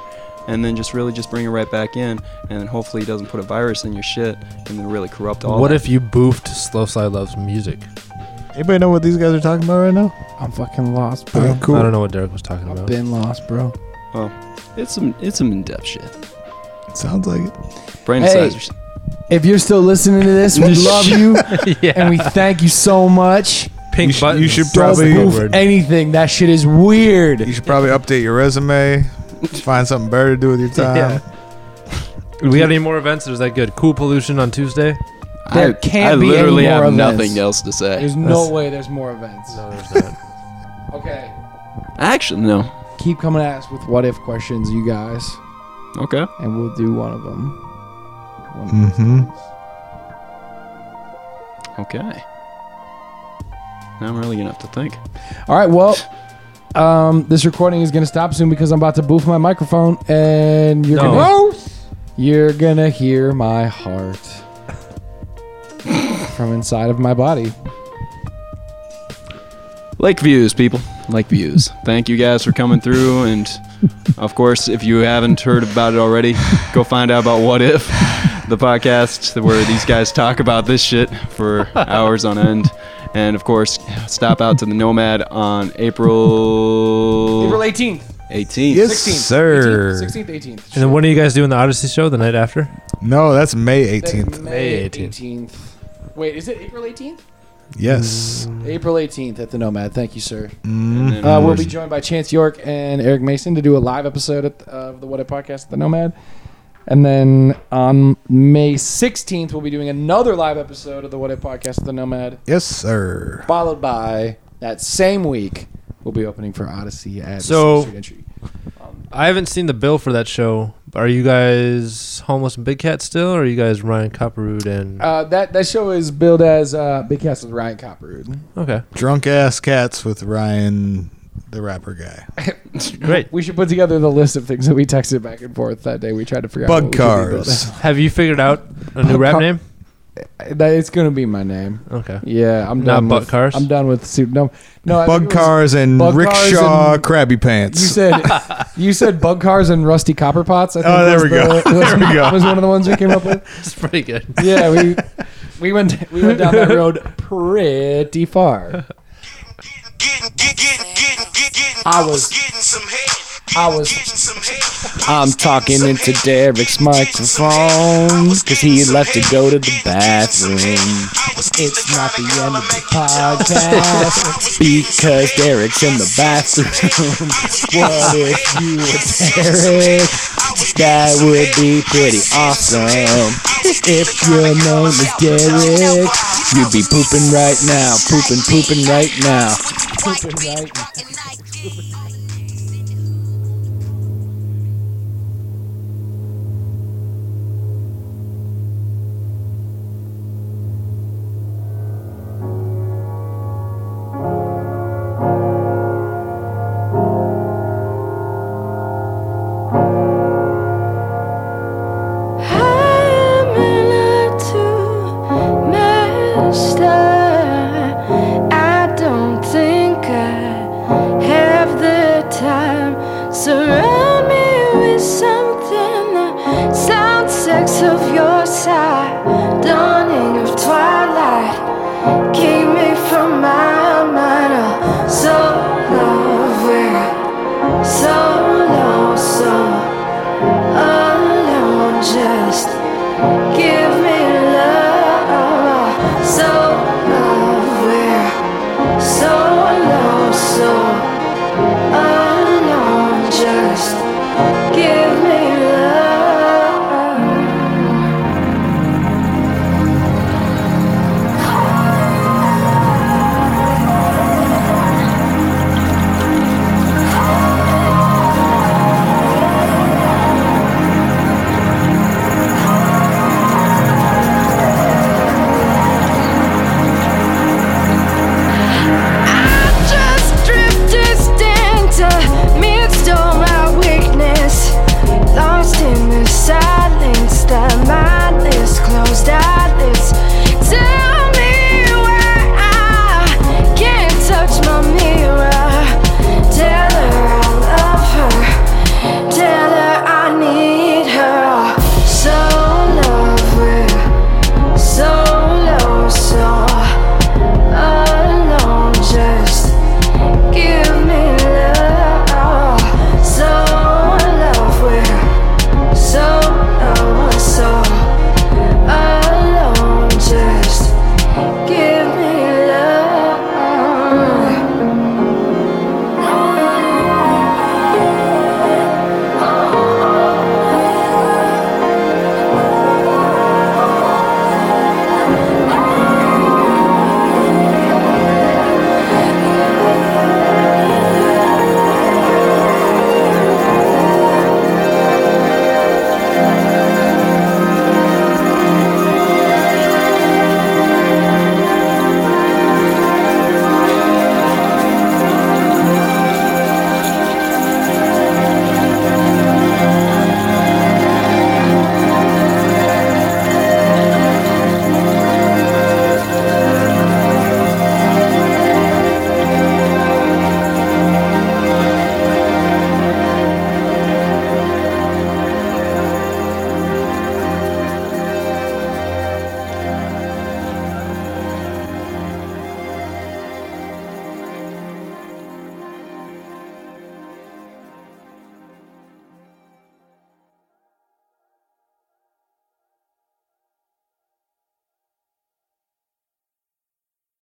and then just really just bring it right back in, and then hopefully he doesn't put a virus in your shit and then really corrupt all. What that. if you boofed Slow Sly Love's music? Anybody know what these guys are talking about right now? I'm fucking lost, bro. cool. I don't know what Derek was talking about. Been lost, bro. Oh, it's some it's some in depth shit. Sounds like it. Brain Hey, sizers. If you're still listening to [LAUGHS] this, we love [LAUGHS] you and we thank you so much. Pink buttons. You should Don't probably goof anything. That shit is weird. You should probably update your resume. [LAUGHS] find something better to do with your time. Yeah. Do we have any more events? Or is that good? Cool pollution on Tuesday. There I- can't I be any literally more have events. nothing else to say. There's no That's- way there's more events. No, there's [LAUGHS] not. okay. Actually, no. Keep coming at us with what if questions, you guys. Okay. And we'll do one of them. Mm-hmm. Okay. Now I'm really gonna have to think. All right. Well, um, this recording is gonna stop soon because I'm about to boof my microphone, and you're No. gonna you're gonna hear my heart from inside of my body. Like views, people. Like views. Thank you guys for coming through. And of course, if you haven't heard about it already, go find out about What If, the podcast where these guys talk about this shit for hours on end. And of course, stop out to the Nomad on April April 18th. 18th. Yes, 16th, sir. 16th, 18th. And then when are you guys doing the Odyssey show the night after? No, that's May 18th. May 18th. Wait, is it April 18th? Yes. April 18th at the Nomad. Thank you, sir. Mhm. Uh, we'll be joined by Chance York and Eric Mason to do a live episode at- of the What If podcast at the Nomad. And then on May 16th, we'll be doing another live episode of the What If podcast at the Nomad, Yes, sir. followed by that same week, we'll be opening for Odyssey at So- Sixth Street I haven't seen the bill for that show. Are you guys homeless and Big Cat still, or are you guys Ryan Copperwood Entry. and? Uh, that, that show is billed as uh, Big Cast with Ryan Copperwood. Okay. Drunk ass cats with Ryan, the rapper guy. Great. We should put together the list of things that we texted back and forth that day. We tried to figure out Bug what we should be built cars. as. [LAUGHS] Have you figured out a new Bug rap car- name? That it's gonna be my name. Okay. [LAUGHS] Yeah, I'm Not done Bug with, Cars? I'm done with soup. No, no. I think Bug it was cars and Bug Cars rickshaw and- crabby pants. [LAUGHS] You said you said bug cars and rusty copper pots. I think Oh, there was we go. the- [LAUGHS] Was, There we go. was one of the ones we came up with. [LAUGHS] It's pretty good. Yeah, [LAUGHS] we we went we went down that road pretty far. I was getting some head. I was I'm talking into Derek's microphone because he left to go to the bathroom. It's not the end of the podcast because Derek's in the bathroom. What if you were Derek? That would be pretty awesome. If your name is Derek, you'd be pooping right now, pooping, pooping right now. Pooping right. oh, uh,